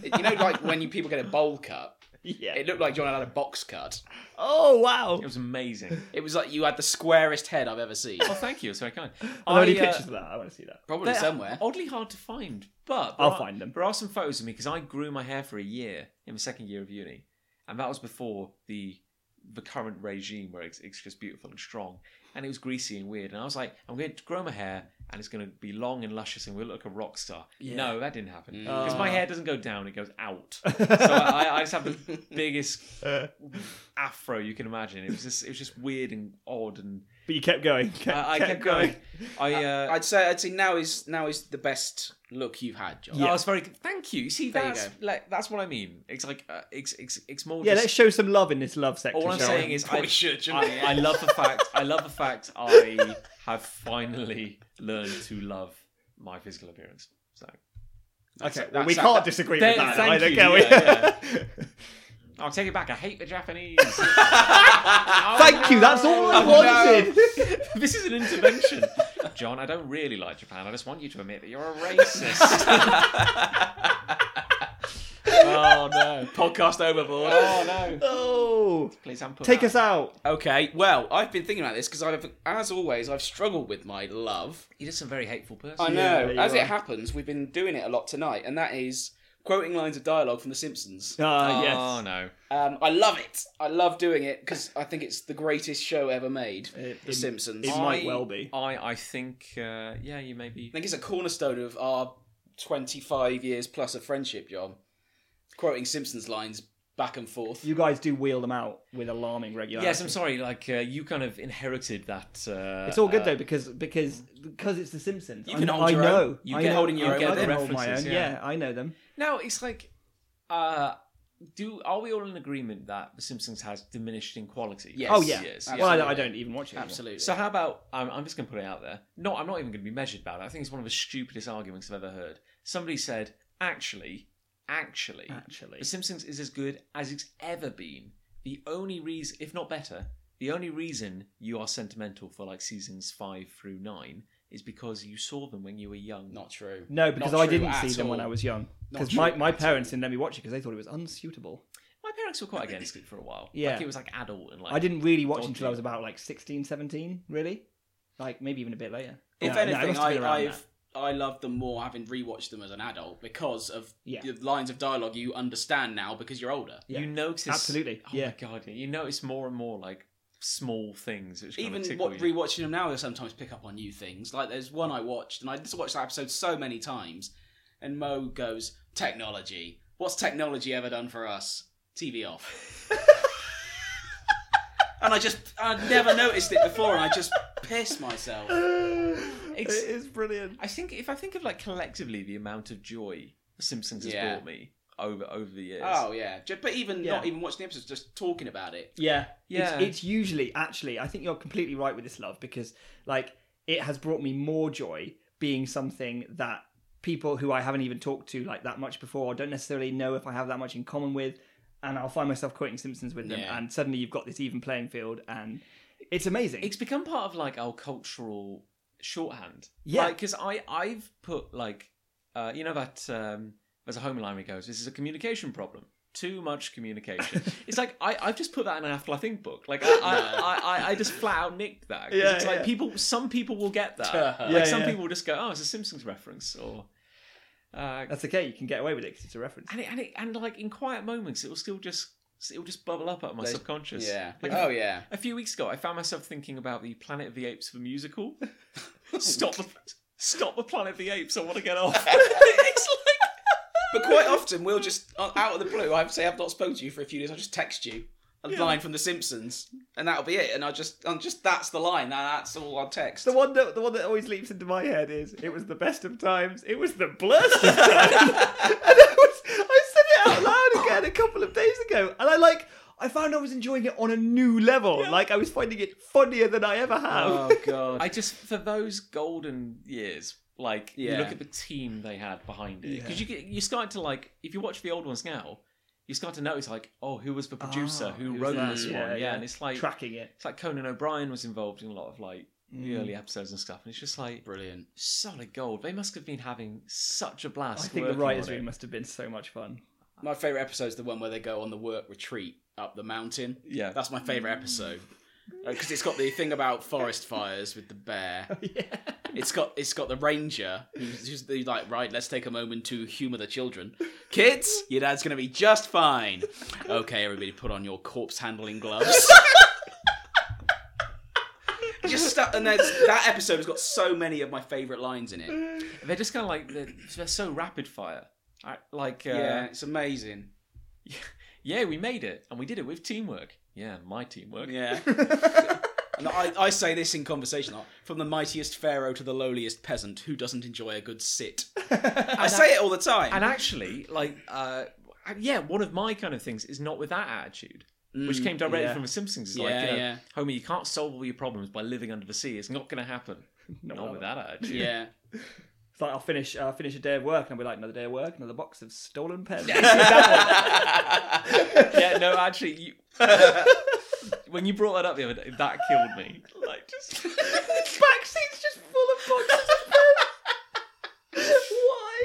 Speaker 3: it- you know, like when you people get a bowl cut.
Speaker 2: Yeah.
Speaker 3: It looked like John had a box cut.
Speaker 2: Oh wow.
Speaker 4: It was amazing.
Speaker 3: It was like you had the squarest head I've ever seen.
Speaker 4: Oh, thank you. It's very kind.
Speaker 2: Are there any
Speaker 4: I, uh,
Speaker 2: pictures of that? I want to see that.
Speaker 3: Probably
Speaker 4: they're
Speaker 3: somewhere.
Speaker 4: Oddly hard to find, but there
Speaker 2: I'll
Speaker 4: are-
Speaker 2: find them.
Speaker 4: There are some photos of me because I grew my hair for a year in my second year of uni, and that was before the the current regime where it's, it's just beautiful and strong, and it was greasy and weird. And I was like, I'm going to grow my hair, and it's going to be long and luscious, and we'll look like a rock star. No, that didn't happen because my
Speaker 2: Ah.
Speaker 4: hair doesn't go down; it goes out. so I, I just have the biggest
Speaker 2: Uh.
Speaker 4: afro you can imagine. It was just it was just weird and odd, and
Speaker 2: But you kept going.
Speaker 4: I, I kept going. I uh,
Speaker 3: I'd say I'd say now is now is the best look you've had, John.
Speaker 4: Yeah, it's very. good. Thank you. See,
Speaker 3: There you
Speaker 4: that's like that's what I mean. It's like uh, it's it's it's more.
Speaker 2: Yeah,
Speaker 4: just,
Speaker 2: let's show some love in this love section.
Speaker 4: all I'm
Speaker 2: shall
Speaker 4: saying
Speaker 2: we?
Speaker 4: is I,
Speaker 3: Probably should, shouldn't we?
Speaker 4: I, I love the fact. I love the fact. I have finally learned to love my physical appearance. So
Speaker 2: okay, well,
Speaker 3: that's-
Speaker 2: we
Speaker 3: that-
Speaker 2: can't
Speaker 3: that-
Speaker 2: disagree
Speaker 4: There-
Speaker 2: with that.
Speaker 4: thank
Speaker 2: either,
Speaker 4: you,
Speaker 2: can we?
Speaker 4: yeah, I'll take it back. I hate the Japanese.
Speaker 2: thank you. That's all
Speaker 4: Oh,
Speaker 2: I wanted.
Speaker 4: this is an intervention, John. I don't really like Japan. I just want you to admit that you're a racist. oh no.
Speaker 3: Podcast overboard.
Speaker 4: Oh no.
Speaker 2: Oh,
Speaker 4: Please don't put
Speaker 2: take
Speaker 4: that.
Speaker 2: us out.
Speaker 3: Okay, well, I've been thinking about this because I've, as always, I've struggled with my love.
Speaker 4: You're just a very hateful person.
Speaker 3: I
Speaker 2: Yeah,
Speaker 3: know.
Speaker 2: there you
Speaker 3: as
Speaker 2: are.
Speaker 3: it happens, we've been doing it a lot tonight, and that is quoting lines of dialogue from The Simpsons.
Speaker 2: Ah, yes.
Speaker 4: Oh no.
Speaker 3: Um, I love it. I love doing it because I think it's the greatest show ever made.
Speaker 2: Uh, It-
Speaker 3: the
Speaker 2: it-
Speaker 3: Simpsons.
Speaker 2: it
Speaker 3: I
Speaker 2: might well be.
Speaker 4: I I think uh, yeah, you may be.
Speaker 3: think it's a cornerstone of our 25 years plus of friendship, John. Quoting Simpsons lines back and forth.
Speaker 2: You guys do wheel them out with alarming regularity.
Speaker 4: Yes, I'm sorry. Like uh, you kind of inherited that. Uh,
Speaker 2: It's all good
Speaker 4: uh,
Speaker 2: though because because because it's The Simpsons.
Speaker 3: You can
Speaker 2: I,
Speaker 3: hold
Speaker 2: I
Speaker 3: your
Speaker 2: know.
Speaker 3: own. You
Speaker 2: I
Speaker 3: can
Speaker 2: know-
Speaker 3: hold in your
Speaker 2: I-
Speaker 3: own
Speaker 2: I
Speaker 3: with
Speaker 2: can hold my own.
Speaker 4: references,
Speaker 2: Yeah.
Speaker 4: yeah.
Speaker 2: I know them.
Speaker 4: Now it's like, uh, do are we all in agreement that The Simpsons has diminished in quality?
Speaker 3: Yes.
Speaker 2: Oh yeah.
Speaker 4: Yes,
Speaker 2: well, I,
Speaker 3: absolutely.
Speaker 2: I don't even watch it. anymore.
Speaker 3: Absolutely.
Speaker 4: So how about I'm, I'm just going to put it out there. No, I'm not even going to be measured about it. I think it's one of the stupidest arguments I've ever heard. Somebody said, actually, actually,
Speaker 2: Actually.
Speaker 4: The Simpsons is as good as it's ever been. The only reason, if not better, the only reason you are sentimental for like seasons five through nine is because you saw them when you were young.
Speaker 3: Not true.
Speaker 2: No, because
Speaker 3: Not
Speaker 2: I
Speaker 3: true
Speaker 2: didn't
Speaker 3: at
Speaker 2: see them when
Speaker 3: all.
Speaker 2: I was young.
Speaker 3: Not
Speaker 2: Because
Speaker 3: true
Speaker 2: my, my
Speaker 3: at
Speaker 2: parents didn't let me watch it because they thought it was unsuitable.
Speaker 4: My parents were quite against it for a while.
Speaker 2: Yeah.
Speaker 4: like it was like adult and like
Speaker 2: I didn't really watch it until I
Speaker 4: dodgy.
Speaker 2: was about like 16, 17, really. Like maybe even a bit later.
Speaker 3: If
Speaker 2: No, no, it
Speaker 3: anything,
Speaker 2: must have been
Speaker 3: I,
Speaker 2: around
Speaker 3: I've I love them more having rewatched them as an adult because of
Speaker 2: Yeah.
Speaker 3: the lines of dialogue you understand now because you're older.
Speaker 2: Yeah.
Speaker 4: You notice
Speaker 2: Absolutely,
Speaker 4: Oh
Speaker 2: yeah.
Speaker 4: my god, yeah. you notice more and more like small things. Which kind of
Speaker 3: Even
Speaker 4: tickle
Speaker 3: what,
Speaker 4: you.
Speaker 3: rewatching them now, you'll sometimes pick up on new things. Like there's one I watched, and I just watched that episode so many times, and Mo goes, "Technology. What's technology ever done for us? TV off." and I just I'd never noticed it before, and I just pissed myself.
Speaker 2: that.
Speaker 4: It's-
Speaker 2: It is brilliant.
Speaker 4: I think if I think of like collectively the amount of joy The Simpsons has
Speaker 3: Yeah.
Speaker 4: brought me over over the years.
Speaker 3: Oh yeah, Ju- but even
Speaker 2: Yeah.
Speaker 3: not even watching the episodes, just talking about it.
Speaker 2: Yeah.
Speaker 4: Yeah.
Speaker 2: It's, it's usually, actually, I think you're completely right with this love because, like, it has brought me more joy being something that people who I haven't even talked to like that much before or don't necessarily know if I have that much in common with. And I'll find myself quoting Simpsons with them.
Speaker 3: Yeah.
Speaker 2: And suddenly you've got this even playing field and it's amazing.
Speaker 4: It's become part of like our cultural shorthand.
Speaker 2: Yeah.
Speaker 4: because I I've put like uh, you know that um, there's a home line where it goes. This is a communication problem. Too much communication. it's like I, I've just put that in an After I Think book. Like I, I, I, I, I just flat out nicked that. 'Cause
Speaker 2: Yeah,
Speaker 4: it's like
Speaker 2: yeah.
Speaker 4: people. Some people will get that.
Speaker 3: Yeah,
Speaker 4: like some
Speaker 2: yeah.
Speaker 4: people will just go, "Oh, it's a Simpsons reference," or uh,
Speaker 2: That's okay. You can get away with it because it's a reference.
Speaker 4: and it, and it, and like in quiet moments, it will still just it will just bubble up out of my subconscious.
Speaker 3: Yeah.
Speaker 4: Like,
Speaker 3: oh yeah.
Speaker 4: a few weeks ago, I found myself thinking about the Planet of the Apes the musical. stop the stop the Planet of the Apes! I want to get off. it's
Speaker 3: But quite often, we'll just uh, out of the blue. I say I've not spoken to you for a few days. I'll just text you a line from The Simpsons, and that'll be it. And I just, I'm just that's the line. That- That's all I'll text.
Speaker 2: The one that the one that always leaps into my head is it was the best of times. It was the blurst of times. and I, was, I said it out loud again a couple of days ago, and I like I found I was enjoying it on a new level. Like I was finding it funnier than I ever have.
Speaker 4: Oh,
Speaker 3: god.
Speaker 4: I just for those golden years, like you
Speaker 3: Yeah.
Speaker 4: look at the team they had behind it, because you get you start to like if you watch the old ones now, you start to notice like oh who was the producer
Speaker 2: Ah,
Speaker 4: who
Speaker 2: who's
Speaker 4: wrote
Speaker 2: that?
Speaker 4: this
Speaker 2: Yeah,
Speaker 4: one, yeah,
Speaker 2: yeah.
Speaker 4: and it's like
Speaker 2: Tracking it. Mm.
Speaker 4: it's like Conan O'Brien was involved in a lot of like the early episodes and stuff, and it's just like
Speaker 3: Brilliant.
Speaker 4: solid gold. They must have been having such a
Speaker 2: I
Speaker 4: blast.
Speaker 2: think the
Speaker 4: working
Speaker 2: writers'
Speaker 4: on it.
Speaker 2: room must have been so much fun.
Speaker 3: My favourite episode is the one where they go on the work retreat up the mountain.
Speaker 5: Yeah.
Speaker 3: That's my favourite episode. Because it's got the thing about forest fires with the bear. It's got it's got the ranger who's, who's the, like right. Let's take a moment to humour the children. Kids, your dad's gonna be just fine. Okay, everybody, put on your corpse handling gloves. just stuff, and there's, that episode has got so many of my favourite lines in it.
Speaker 4: They're just kind of like they're, they're so rapid fire. I- Like uh,
Speaker 3: Yeah,
Speaker 4: yeah.
Speaker 3: it's amazing.
Speaker 4: we made it and we did it with teamwork. Yeah, my teamwork.
Speaker 3: Yeah. And I, I say this in conversation like, from the mightiest pharaoh to the lowliest peasant who doesn't enjoy a good sit. I say it all the time.
Speaker 4: And actually, like uh, yeah, one of my kind of things is not with that attitude. Which came directly
Speaker 2: yeah.
Speaker 4: from The Simpsons. It's
Speaker 3: Yeah,
Speaker 4: like, you know,
Speaker 3: yeah.
Speaker 4: Homer, you can't solve all your problems by living under the sea. It's not going to happen. not with that attitude.
Speaker 3: yeah.
Speaker 2: It's like I'll finish. I'll finish a day of work, and I'll be like, another day of work, another box of stolen pens.
Speaker 4: yeah, no, actually, you, when you brought that up the other day, that killed me. Like, just
Speaker 2: backseat's just full of boxes of pens. Why?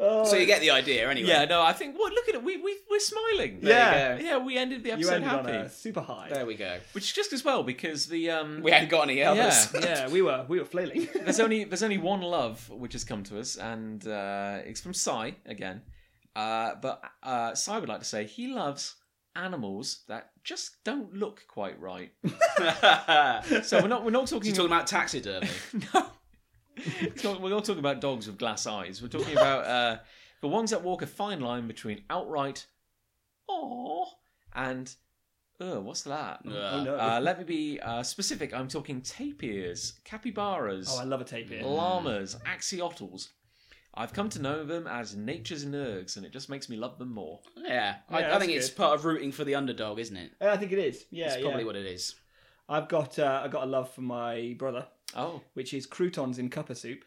Speaker 2: Oh,
Speaker 3: So you get the idea anyway.
Speaker 4: yeah, no, I think. What? Look at it. We we we're smiling.
Speaker 2: Yeah.
Speaker 4: yeah. We ended the
Speaker 2: you
Speaker 4: episode
Speaker 2: ended on a
Speaker 4: happy,
Speaker 2: super high.
Speaker 3: There we go.
Speaker 4: which is just as well because the um.
Speaker 3: We hadn't got any
Speaker 4: yeah,
Speaker 3: others.
Speaker 2: yeah, we were we were flailing.
Speaker 3: Uh,
Speaker 4: there's only there's only one love which has come to us, and uh, it's from Sai again. Uh, but uh, Sai would like to say he loves animals that just don't look quite right. So we're not we're not talking
Speaker 3: He's talking about taxidermy.
Speaker 4: No. It's not- we're not talking about dogs with glass eyes. We're talking about uh, the ones that walk a fine line between outright, aww, and, uh, what's that?
Speaker 3: Yeah.
Speaker 2: Oh, no.
Speaker 4: Uh, let me be uh, specific. I'm talking tapirs, capybaras,
Speaker 2: oh, I love a tape here.
Speaker 4: llamas, axolotls. I've come to know them as nature's nerds, and it just makes me love them more.
Speaker 3: Yeah. I,
Speaker 2: Yeah,
Speaker 3: I
Speaker 2: that's
Speaker 3: think it's
Speaker 2: good.
Speaker 3: part of rooting for the underdog, isn't it?
Speaker 2: Uh, I think it is. Yeah,
Speaker 3: That's probably
Speaker 2: yeah.
Speaker 3: what it is.
Speaker 2: I've got uh, I got a love for my brother,
Speaker 4: Oh,
Speaker 2: which is croutons in cuppa soup.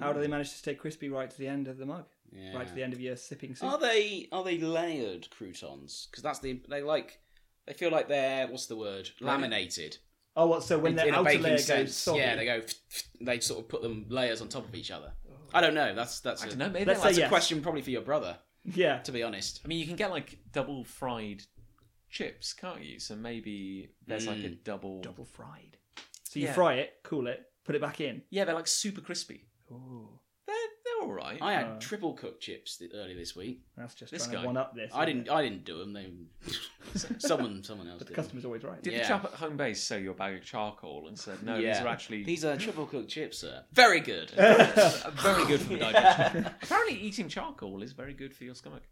Speaker 2: How do they manage to stay crispy right to the end of the mug?
Speaker 3: Oh. Yeah. Oh.
Speaker 2: Right to the end of your sipping soup.
Speaker 3: Are they are they layered croutons? Because that's the they like they feel like they're what's the word laminated
Speaker 2: oh, what? So when
Speaker 3: in,
Speaker 2: their
Speaker 3: in a
Speaker 2: outer layer
Speaker 3: baking
Speaker 2: goes
Speaker 3: sense.
Speaker 2: soggy,
Speaker 3: Yeah, they go. They sort of put them layers on top of each other. I don't know. That's that's
Speaker 4: I
Speaker 3: a-
Speaker 4: don't know. Maybe
Speaker 2: Let's
Speaker 4: they're
Speaker 2: say
Speaker 4: like,
Speaker 2: yeah. Oh. yes.
Speaker 3: question probably for your brother.
Speaker 2: yeah.
Speaker 3: To be honest,
Speaker 4: I mean, you can get like double fried chips, can't you? So maybe there's like a double.
Speaker 2: Mm. double fried. So you
Speaker 4: Yeah.
Speaker 2: fry it, cool it, put it back in.
Speaker 4: Yeah, they're like super crispy.
Speaker 2: Ooh,
Speaker 4: They're they're all right.
Speaker 3: I had
Speaker 2: Uh,
Speaker 3: triple cooked chips th- earlier this week.
Speaker 2: that's just
Speaker 4: This
Speaker 2: trying
Speaker 4: guy.
Speaker 2: to one up this.
Speaker 3: I
Speaker 2: isn't
Speaker 3: didn't.
Speaker 2: it?
Speaker 3: I didn't do them. They, someone, someone else
Speaker 2: But the
Speaker 3: did.
Speaker 2: customer's always right.
Speaker 4: Did
Speaker 3: Yeah.
Speaker 4: the chap at home base sell you a bag of charcoal and said, "No,
Speaker 3: Yeah.
Speaker 4: these are actually
Speaker 3: These are triple cooked chips, sir. Uh, Very good.
Speaker 2: Ah,
Speaker 4: are very good for the digestion"? Apparently, eating charcoal is very good for your stomach.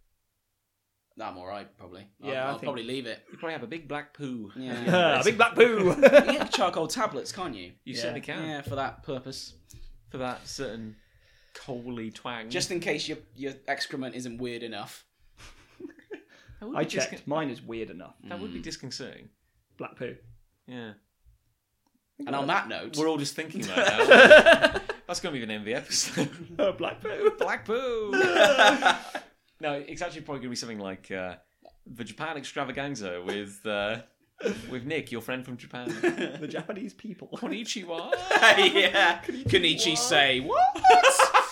Speaker 3: I'm all right, probably. I'll,
Speaker 2: Yeah, I
Speaker 3: I'll
Speaker 2: think-
Speaker 3: probably leave it.
Speaker 4: You probably have a big black poo.
Speaker 3: Yeah.
Speaker 2: Ah, big black poo.
Speaker 3: you get charcoal tablets, can't you?
Speaker 4: You
Speaker 2: Yeah.
Speaker 4: certainly can
Speaker 3: Yeah, for that purpose.
Speaker 4: for that certain coaly twang.
Speaker 3: Just in case your your excrement isn't weird enough.
Speaker 4: That would
Speaker 2: I
Speaker 4: be discon-
Speaker 2: checked. Mine is weird enough.
Speaker 4: that would be disconcerting.
Speaker 2: Black poo.
Speaker 4: Yeah,
Speaker 3: And on that note,
Speaker 4: we're all just thinking about that. That's going to be the name of the episode.
Speaker 2: Oh, black poo.
Speaker 4: Black poo. no, it's actually probably going to be something like uh, the Japan Extravaganza with uh, with Nick, your friend from Japan.
Speaker 2: the Japanese people.
Speaker 4: Konnichiwa.
Speaker 3: yeah, Kanichi say what?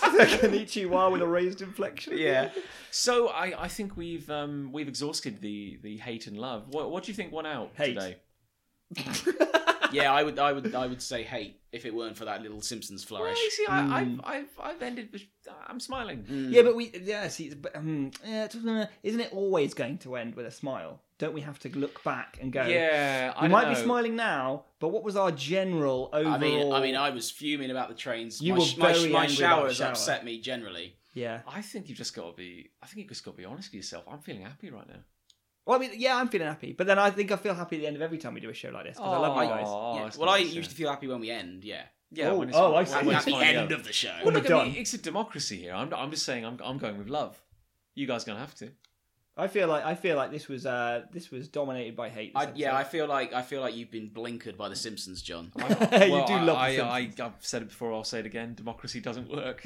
Speaker 2: Konnichiwa with a raised inflection.
Speaker 3: Yeah,
Speaker 4: So I, I think we've um, we've exhausted the the hate and love. What, what do you think won out
Speaker 2: Hate.
Speaker 4: today?
Speaker 3: yeah. I would, I would, I would say hate if it weren't for that little Simpsons
Speaker 4: Well,
Speaker 3: flourish.
Speaker 4: you see, I, I've, I've I've ended. with- I'm smiling.
Speaker 2: Yeah, but we yeah. See, it's, but, um, yeah, it's- uh, isn't it always going to end with a smile? Don't we have to look back and go?
Speaker 4: Yeah, I
Speaker 2: we
Speaker 4: don't
Speaker 2: might be
Speaker 4: know.
Speaker 2: smiling now, but what was our general overall?
Speaker 3: I mean, I mean, I was fuming about the trains.
Speaker 2: You
Speaker 3: my,
Speaker 2: were
Speaker 3: sh- my, sh-
Speaker 2: very
Speaker 3: my
Speaker 2: angry about
Speaker 3: showers
Speaker 2: the shower.
Speaker 3: upset me generally.
Speaker 2: yeah.
Speaker 4: I think you've just got to be. I think you've just got to be honest with yourself. I'm feeling happy right now.
Speaker 2: Well, I mean, yeah, I'm feeling happy, but then I think I feel happy at the end of every time we do a show like this because I love you guys.
Speaker 4: Oh,
Speaker 3: Yeah.
Speaker 4: that's
Speaker 3: Well, I
Speaker 4: nice, yeah.
Speaker 3: used to feel happy when we end. Yeah,
Speaker 4: Yeah.
Speaker 2: Oh,
Speaker 4: when it's-
Speaker 2: oh, I
Speaker 4: when-
Speaker 2: see.
Speaker 4: when
Speaker 3: at
Speaker 4: it's
Speaker 3: the
Speaker 4: finally
Speaker 3: end
Speaker 4: over.
Speaker 3: of the show.
Speaker 4: Well,
Speaker 2: We're
Speaker 4: look, I mean,
Speaker 2: done.
Speaker 4: it's a democracy here. I'm, I'm just saying, I'm, I'm going with love. You guys gonna have to.
Speaker 2: I feel like I feel like this was uh this was dominated by hate. this
Speaker 3: I, yeah, I
Speaker 2: episode.
Speaker 3: feel like I feel like you've been blinkered by the Simpsons, John.
Speaker 2: You
Speaker 4: Well,
Speaker 2: do
Speaker 4: I,
Speaker 2: love the
Speaker 4: I, I, I've said it before. I'll say it again. Democracy doesn't work.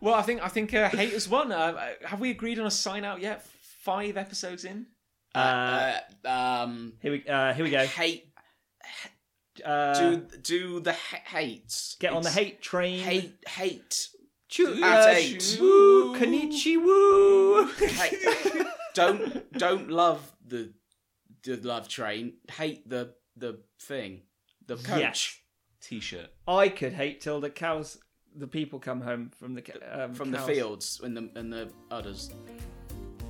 Speaker 4: well, I think I think uh, hate has won. Uh, have we agreed on a sign out yet? Five episodes in.
Speaker 2: Uh,
Speaker 3: Uh, um,
Speaker 2: here we uh, here we go.
Speaker 3: hate.
Speaker 2: Uh,
Speaker 3: Do do the ha- hates.
Speaker 2: get on the
Speaker 3: It's
Speaker 2: hate train.
Speaker 3: hate hate
Speaker 2: Choo, uh,
Speaker 3: At eight.
Speaker 2: Woo, Kanichi woo.
Speaker 3: Hey, don't don't love the the love train. Hate the the thing. The coach.
Speaker 2: Yes.
Speaker 1: T-shirt.
Speaker 2: I could hate till the cows, the people come home from the ca- um,
Speaker 3: From the fields and the and the udders.